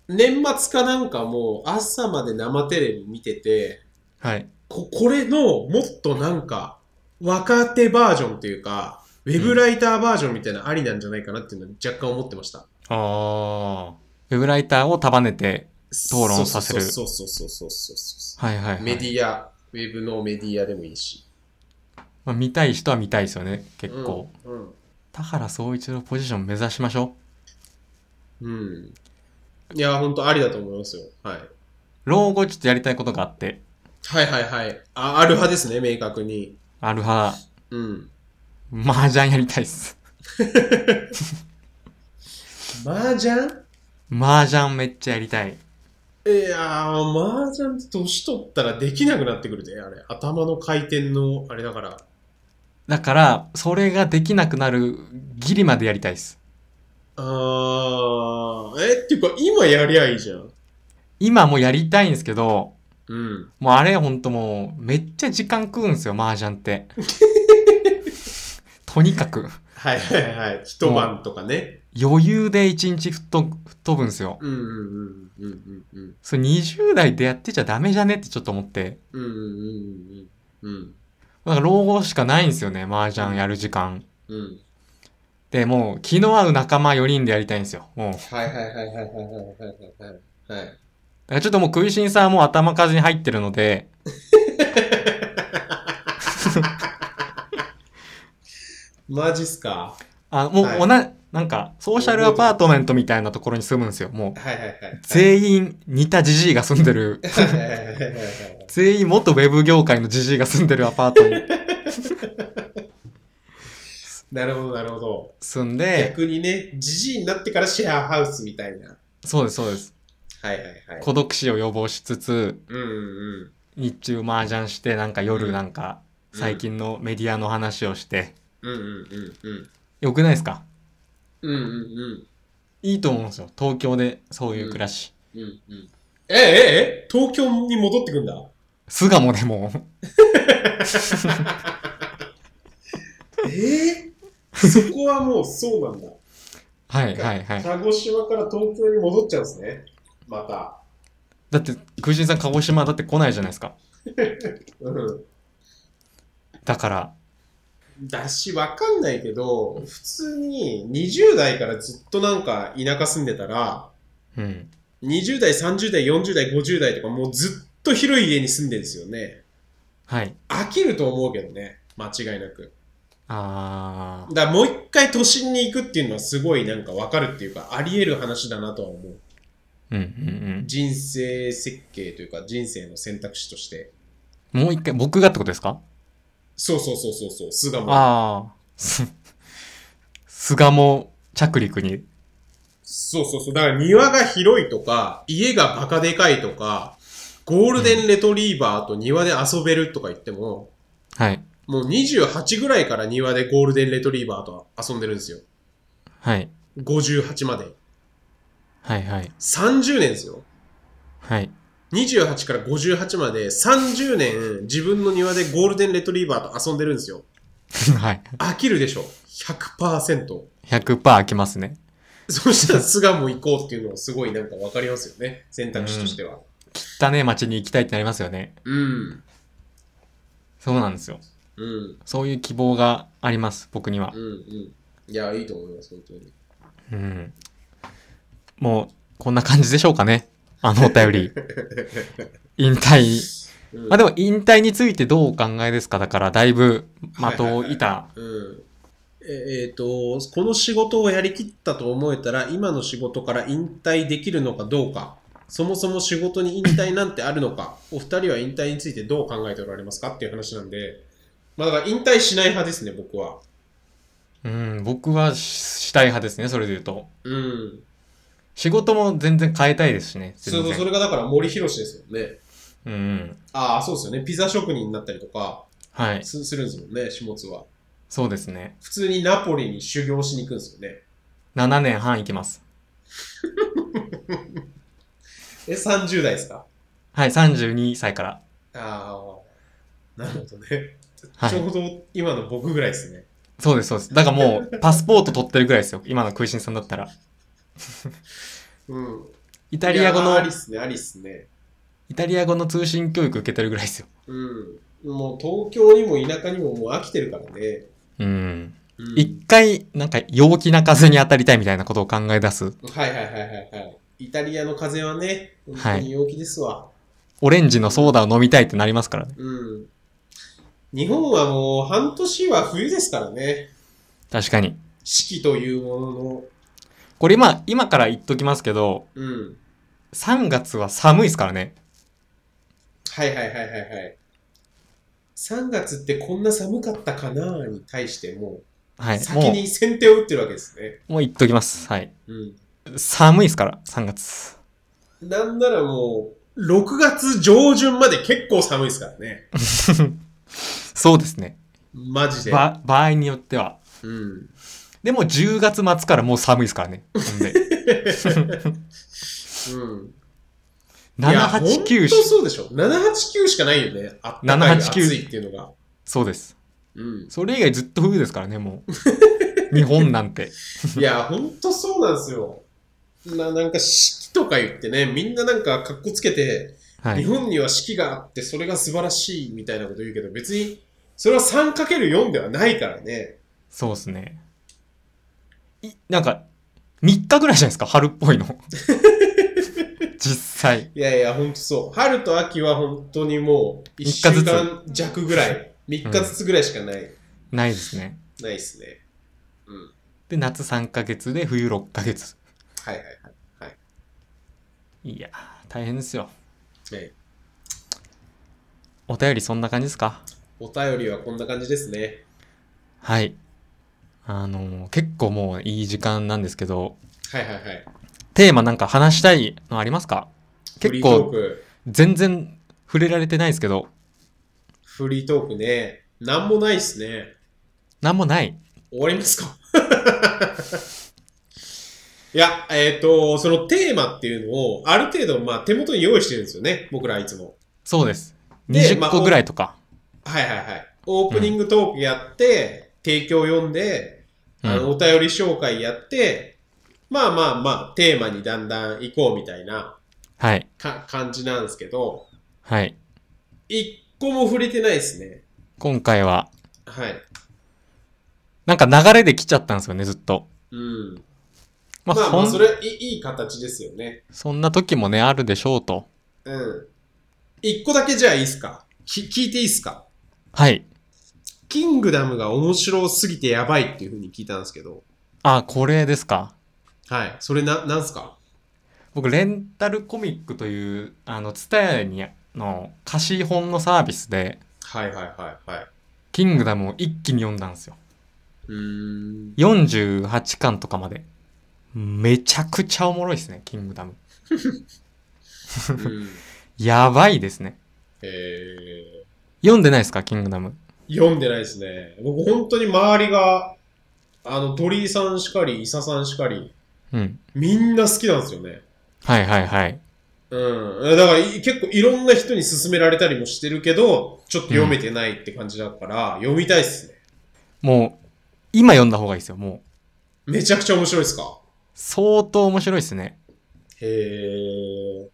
S2: の、年末かなんかもう、朝まで生テレビ見てて、
S1: はい。
S2: ここれの、もっとなんか、若手バージョンというか、ウェブライターバージョンみたいなのありなんじゃないかなっていうのは若干思ってました。
S1: ああ。ウェブライターを束ねて、討論させる
S2: そうそうそうそうそうそう
S1: はいはい、はい。
S2: メディア、ウェブのメディアでもいいし。
S1: まあ、見たい人は見たいですよね、結構。
S2: うん。うん
S1: 田原総一郎ポジション目指しましょ
S2: うん。いや、本当ありだと思いますよ。はい。
S1: う。老後ちょっとやりたいことがあって、
S2: はいはいはい。あ、ある派ですね、明確に。
S1: アルハ、
S2: うん。
S1: 麻雀やりたいっす。
S2: 麻雀
S1: 麻雀めっちゃやりたい。
S2: いやー、麻雀って年取ったらできなくなってくるで、あれ。頭の回転の、あれだから。
S1: だから、それができなくなるギリまでやりたいっす。
S2: あー、え、っていうか、今やりゃいいじゃん。
S1: 今もやりたいんですけど、
S2: うん。
S1: もうあれほんともう、めっちゃ時間食うんすよ、麻雀っ て。とにかく、
S2: はいはいはい。一晩とかね。
S1: 余裕で一日吹っ飛ぶ吹っ飛ぶんすよ。
S2: うんうんうんうんうんうん。
S1: それ20代でやってちゃダメじゃねってちょっと思って。
S2: うんうんうんうんうん。
S1: だから老後しかないんですよね、麻雀やる時間。
S2: うん。
S1: で、もう気の合う仲間4人でやりたいんですよ。もう。だか
S2: はいはいはいはいはいはいはいはい。はい。
S1: らちょっともう食いしんさんはもう頭数に入ってるので、
S2: マジっすか
S1: あもう
S2: はい
S1: おな、なんか、ソーシャルアパートメントみたいなところに住むんですよ。もう、
S2: はいはいはい。
S1: 全員似たじじいが住んでる、
S2: はいはいはいはいはいはい。
S1: 全員元ウェブ業界のじじいが住んでるアパート に
S2: なるほど、なるほど。
S1: 住んで、
S2: 逆にね、じじいになってからシェアハウスみたいな。
S1: そうです、そうです。
S2: はいはいはい。
S1: 孤独死を予防しつつ、
S2: うんうん
S1: 日中麻雀して、なんか夜なんか、
S2: うん
S1: 最近のメディアの話をして、
S2: うん。うんうんうんうん。
S1: よくないですか
S2: うんうんうん。
S1: いいと思うんですよ。東京でそういう暮らし。
S2: うんうん。ええええ東京に戻ってくんだ。
S1: 巣鴨でも う、
S2: ええそこはもうそうなんだ。
S1: はいはいはい。
S2: 鹿児島から東京に戻っちゃうんですね。また。
S1: だって、空心さん鹿児島だって来ないじゃないですか。
S2: うん。
S1: だから、
S2: だし、わかんないけど、普通に20代からずっとなんか田舎住んでたら、
S1: うん。
S2: 20代、30代、40代、50代とかもうずっと広い家に住んでるんですよね。
S1: はい。
S2: 飽きると思うけどね。間違いなく。
S1: あー
S2: だからもう一回都心に行くっていうのはすごいなんかわかるっていうか、あり得る話だなとは思う。
S1: うんうん
S2: 人生設計というか、人生の選択肢として。
S1: うん。もう一回、僕がってことですか
S2: そうそうそうそうそう、巣鴨。
S1: ああ。す、巣鴨着陸に。
S2: そうそうそう。だから庭が広いとか、家がバカでかいとか、ゴールデンレトリーバーと庭で遊べるとか言っても、
S1: はい。
S2: もう28ぐらいから庭でゴールデンレトリーバーと遊んでるんですよ。
S1: はい。
S2: 58まで。
S1: はいはい。
S2: 30年ですよ。
S1: はい。
S2: 28から58まで30年自分の庭でゴールデンレトリーバーと遊んでるんですよ。
S1: はい。
S2: 飽きるでしょ。100%。
S1: 100%開きますね。
S2: そしたら巣鴨行こうっていうのはすごいなんかわかりますよね。選択肢としては。
S1: 汚ねえ街に行きたいってなりますよね。
S2: うん。
S1: そうなんですよ。
S2: うん。
S1: そういう希望があります、僕には
S2: うん。。うん。いや、いいと思います、本当に。
S1: うん。もう、こんな感じでしょうかね。あのお便 り。引退。
S2: うん、
S1: まあでも、引退についてどうお考えですかだから、だいぶ、的をいた。
S2: うん。えっ、えーと、この仕事をやりきったと思えたら、今の仕事から引退できるのかどうか、そもそも仕事に引退なんてあるのか、お二人は引退についてどう考えておられますかっていう話なんで、まあだから引退しない派ですね、僕は。
S1: うん、僕はししたい派ですね、それで言うと。
S2: うん。
S1: 仕事も全然変えたいですしね。
S2: そ
S1: 全
S2: う
S1: 然
S2: それがだから森博ですもんね。
S1: うんうん。
S2: ああ、そうですよね。ピザ職人になったりとか
S1: はい。
S2: すするんですもんね、下津は。
S1: そうですね。
S2: 普通にナポリに修行しに行くんですよね。
S1: 7年半いきます。
S2: え、30代ですか
S1: はい、32歳から。
S2: ああ、なるほどね。
S1: はい
S2: ちょうど今の僕ぐらいですね。
S1: そうです、そうです。だからも う、パスポート取ってるぐらいですよ。今の食いしんさんだったら。
S2: うん。
S1: イタリア語
S2: いやー
S1: の
S2: あ、りっすね、ありっすね。
S1: イタリア語の通信教育受けてるぐらいですよ。
S2: うん。もう東京にも田舎にももう飽きてるからね。
S1: うん。
S2: うん
S1: 一回、なんか、陽気な風に当たりたいみたいなことを考え出す。
S2: はいはいはいはいはい。イタリアの風はね、本当に陽気ですわ。
S1: オレンジのソーダを飲みたいってなりますからね。
S2: うん。日本はもう半年は冬ですからね。
S1: 確かに。
S2: 四季というものの。
S1: これ今、今から言っときますけど、
S2: うん。
S1: 3月は寒いですからね。
S2: はいはいはいはいはい。3月ってこんな寒かったかなに対しても
S1: は
S2: う、
S1: い。
S2: 先
S1: も
S2: に先手を打ってるわけですね。
S1: う、もう言っときます。はい。
S2: うん。
S1: 寒いですから、3月。
S2: なんならもう、6月上旬まで結構寒いですからね。
S1: そうですね。
S2: マジで。
S1: ば、場合によっては。
S2: うん。
S1: でも10月末からもう寒いですからね。ほんで。
S2: うん。い
S1: 7、
S2: や
S1: 8、
S2: ほ
S1: 9
S2: んと、そうでしょ。789しかないよね。あったかい、暑
S1: 789
S2: いっていうのが。
S1: そうです。
S2: うん。
S1: それ以外ずっと冬ですからね、も う。日本なんて。
S2: いや、ほんとそうなんですよ。ななんか四季とか言ってね、みんななんかかっこつけて、
S1: は
S2: 日
S1: い。
S2: 本には四季があってそれが素晴らしいみたいなこと言うけど、別にそれは 3×4 ではないからね。
S1: そうですね。い、なんか、3日ぐらいじゃないですか、春っぽい の。実際。
S2: いやいや、ほんとそう。春と秋は本当にもう1週
S1: 三日ずつ
S2: 間弱ぐらい、3日ずつぐらいしかない、
S1: ないですね。
S2: ないですね。うん。
S1: で、夏3ヶ月で冬6ヶ月。
S2: はいはいはい。
S1: いやー、大変ですよ。
S2: ええ
S1: お便りそんな感じですか
S2: お便りはこんな感じですね。
S1: はい。あのー結構もういい時間なんですけど、
S2: はいはいはい。
S1: テーマなんか話したいのありますか
S2: フ
S1: 結
S2: リートー
S1: 構、
S2: ク。
S1: 全然触れられてないですけど、
S2: フリートークね。なんもないですね。
S1: なんもない。
S2: 終わりますか いや、えっ、と、そのテーマっていうのを、ある程度、まあ、手元に用意してるんですよね。僕らいつも。
S1: そうです。
S2: でま
S1: 20
S2: あ
S1: 個ぐらいとか。
S2: はいはいはい。オープニングトークやって、提供読んで、あの、お便り紹介やって、まあまあまあ、テーマにだんだん行こうみたいな
S1: はい。
S2: か感じなんですけど、
S1: はい。
S2: 一個も触れてないですね。
S1: 今回は、
S2: はい。
S1: なんか流れで来ちゃったんですよね、ずっと。
S2: うん。
S1: まあ、
S2: まあ
S1: そ
S2: まあ、
S1: ん
S2: それいいい形ですよね。
S1: そんな時もね、あるでしょうと。
S2: うん。一個だけじゃあいいっすかき聞いていいっすか
S1: はい。
S2: キングダムが面白すぎてやばいっていう風に聞いたんですけど、
S1: あ、これですか。
S2: はい。それな、なんすか
S1: 僕、レンタルコミックという、あの、ツタヤに、の貸し本のサービスで、
S2: はいはいはいはい。
S1: キングダムを一気に読んだんですよ。
S2: うーん。
S1: 48巻とかまで。めちゃくちゃおもろいですね、キングダム。
S2: うん
S1: やばいですね。
S2: え
S1: 読んでないですか、キングダム。
S2: ー、読んでないですね。僕本当に周りが、あの、鳥居さんしかり、伊佐さんしかり、
S1: うん。
S2: みんな好きなんですよね。
S1: はいはいはい。
S2: うん。だからい結構いろんな人に勧められたりもしてるけど、ちょっと読めてないって感じだから、読みたいっすね。
S1: もう、今読んだ方がいいですよ、もう。
S2: めちゃくちゃ面白いっすか
S1: 相当面白いですね。
S2: へえ。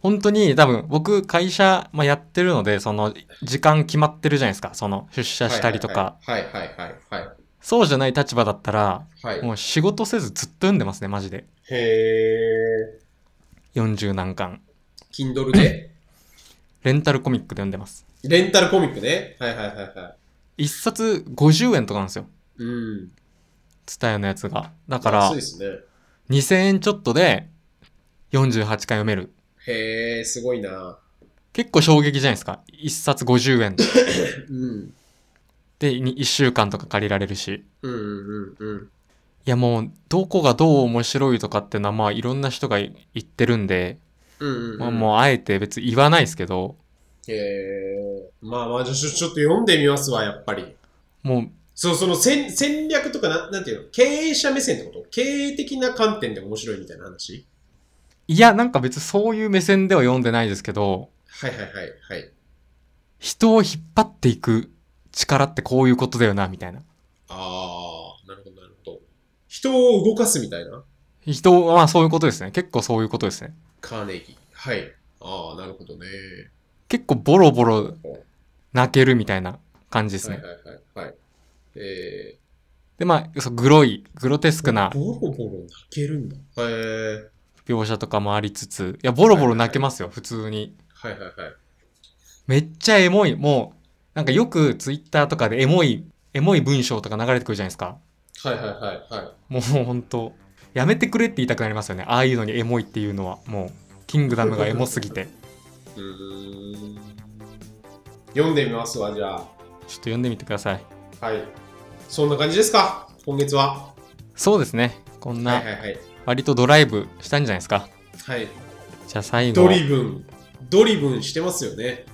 S1: 本当に多分僕会社、まあ、やってるのでその時間決まってるじゃないですかその出社したりとか、
S2: はいはいはいはいはい。
S1: そうじゃない立場だったら
S2: はい。
S1: もう仕事せずずっと読んでますねマジで
S2: へえ。
S1: 40何巻
S2: Kindle で。
S1: レンタルコミックで読んでます
S2: レンタルコミックね。はいはいはいは
S1: 1冊50円とかなんですよ
S2: い。うん。
S1: ツタヤのやつがだから
S2: 安いですね。
S1: 2000円ちょっとで48巻読める
S2: へえ、すごいな。
S1: 結構衝撃じゃないですか1冊50円
S2: うん。
S1: で1週間とか借りられるし
S2: うんうんうんうん。
S1: いやもうどこがどう面白いとかってのはまあいろんな人が言ってるんで
S2: うんうんうん、
S1: まあ、もうあえて別に言わないですけど、
S2: へえ。まあまあ、じゃあちょちょっと読んでみますわ、やっぱり。
S1: もう
S2: そう、その戦戦略とかな、なんていうの経営者目線ってこと経営的な観点で面白いみたいな話
S1: いや、なんか別にそういう目線では読んでないですけど、
S2: はいはいはいはい。
S1: 人を引っ張っていく力ってこういうことだよな、みたいな。
S2: ああ、なるほどなるほど。人を動かすみたいな
S1: 人を、まあそういうことですね。結構そういうことですね。
S2: カーネギー。はい。ああ、なるほどね。
S1: 結構ボロボロ泣けるみたいな感じです
S2: は
S1: ね。
S2: いはいはいはい。え
S1: で、まあ、そうグロい、グロテス
S2: ー、
S1: クな
S2: ボロボロ泣けるんだ。へえ。
S1: 描写とかもありつつ、いや、ボロボロ泣けますよ、普通に。
S2: はいはいはい。
S1: めっちゃエモい、もう、なんかよくツイッターとかでエモい、エモい文章とか流れてくるじゃないですか。
S2: はいはいはいはい。
S1: もうほんと、やめてくれって言いたくなりますよね。ああいうのにエモいっていうのは、もう、キングダムがエモすぎて。
S2: うーん。読んでみますわ、じゃあ。
S1: ちょっと読んでみてください。
S2: はい。そんな感じですか今月は。
S1: そうですね。こん
S2: はい
S1: な
S2: は、いはい。
S1: 割とドライブしたんじゃないですか。
S2: はい。
S1: じゃあ最後
S2: ド、リブン。ドリブンしてますよね。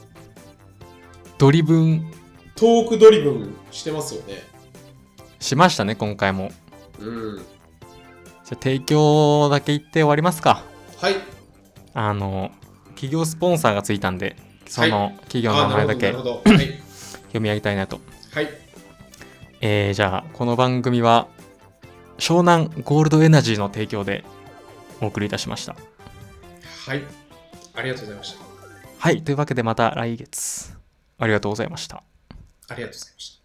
S1: ドリブン
S2: トークドリブンしてますよね。
S1: しましたね、今回も。
S2: うん。
S1: じゃあ提供だけ言って終わりますか。
S2: はい。
S1: あの、企業スポンサーがついたんで、そ
S2: は
S1: の企業
S2: あ
S1: の
S2: ー
S1: 名
S2: な
S1: 前
S2: る
S1: だ
S2: ほど、な
S1: け
S2: るほど。はい。
S1: 読み上げたいなと。
S2: はい。
S1: えー、じゃあ、この番組は、湘南ゴールドエナジーの提供でお送りいたしました。
S2: はい。ありがとうございました。
S1: はい、というわけでまた来月、ありがとうございました。
S2: ありがとうございました。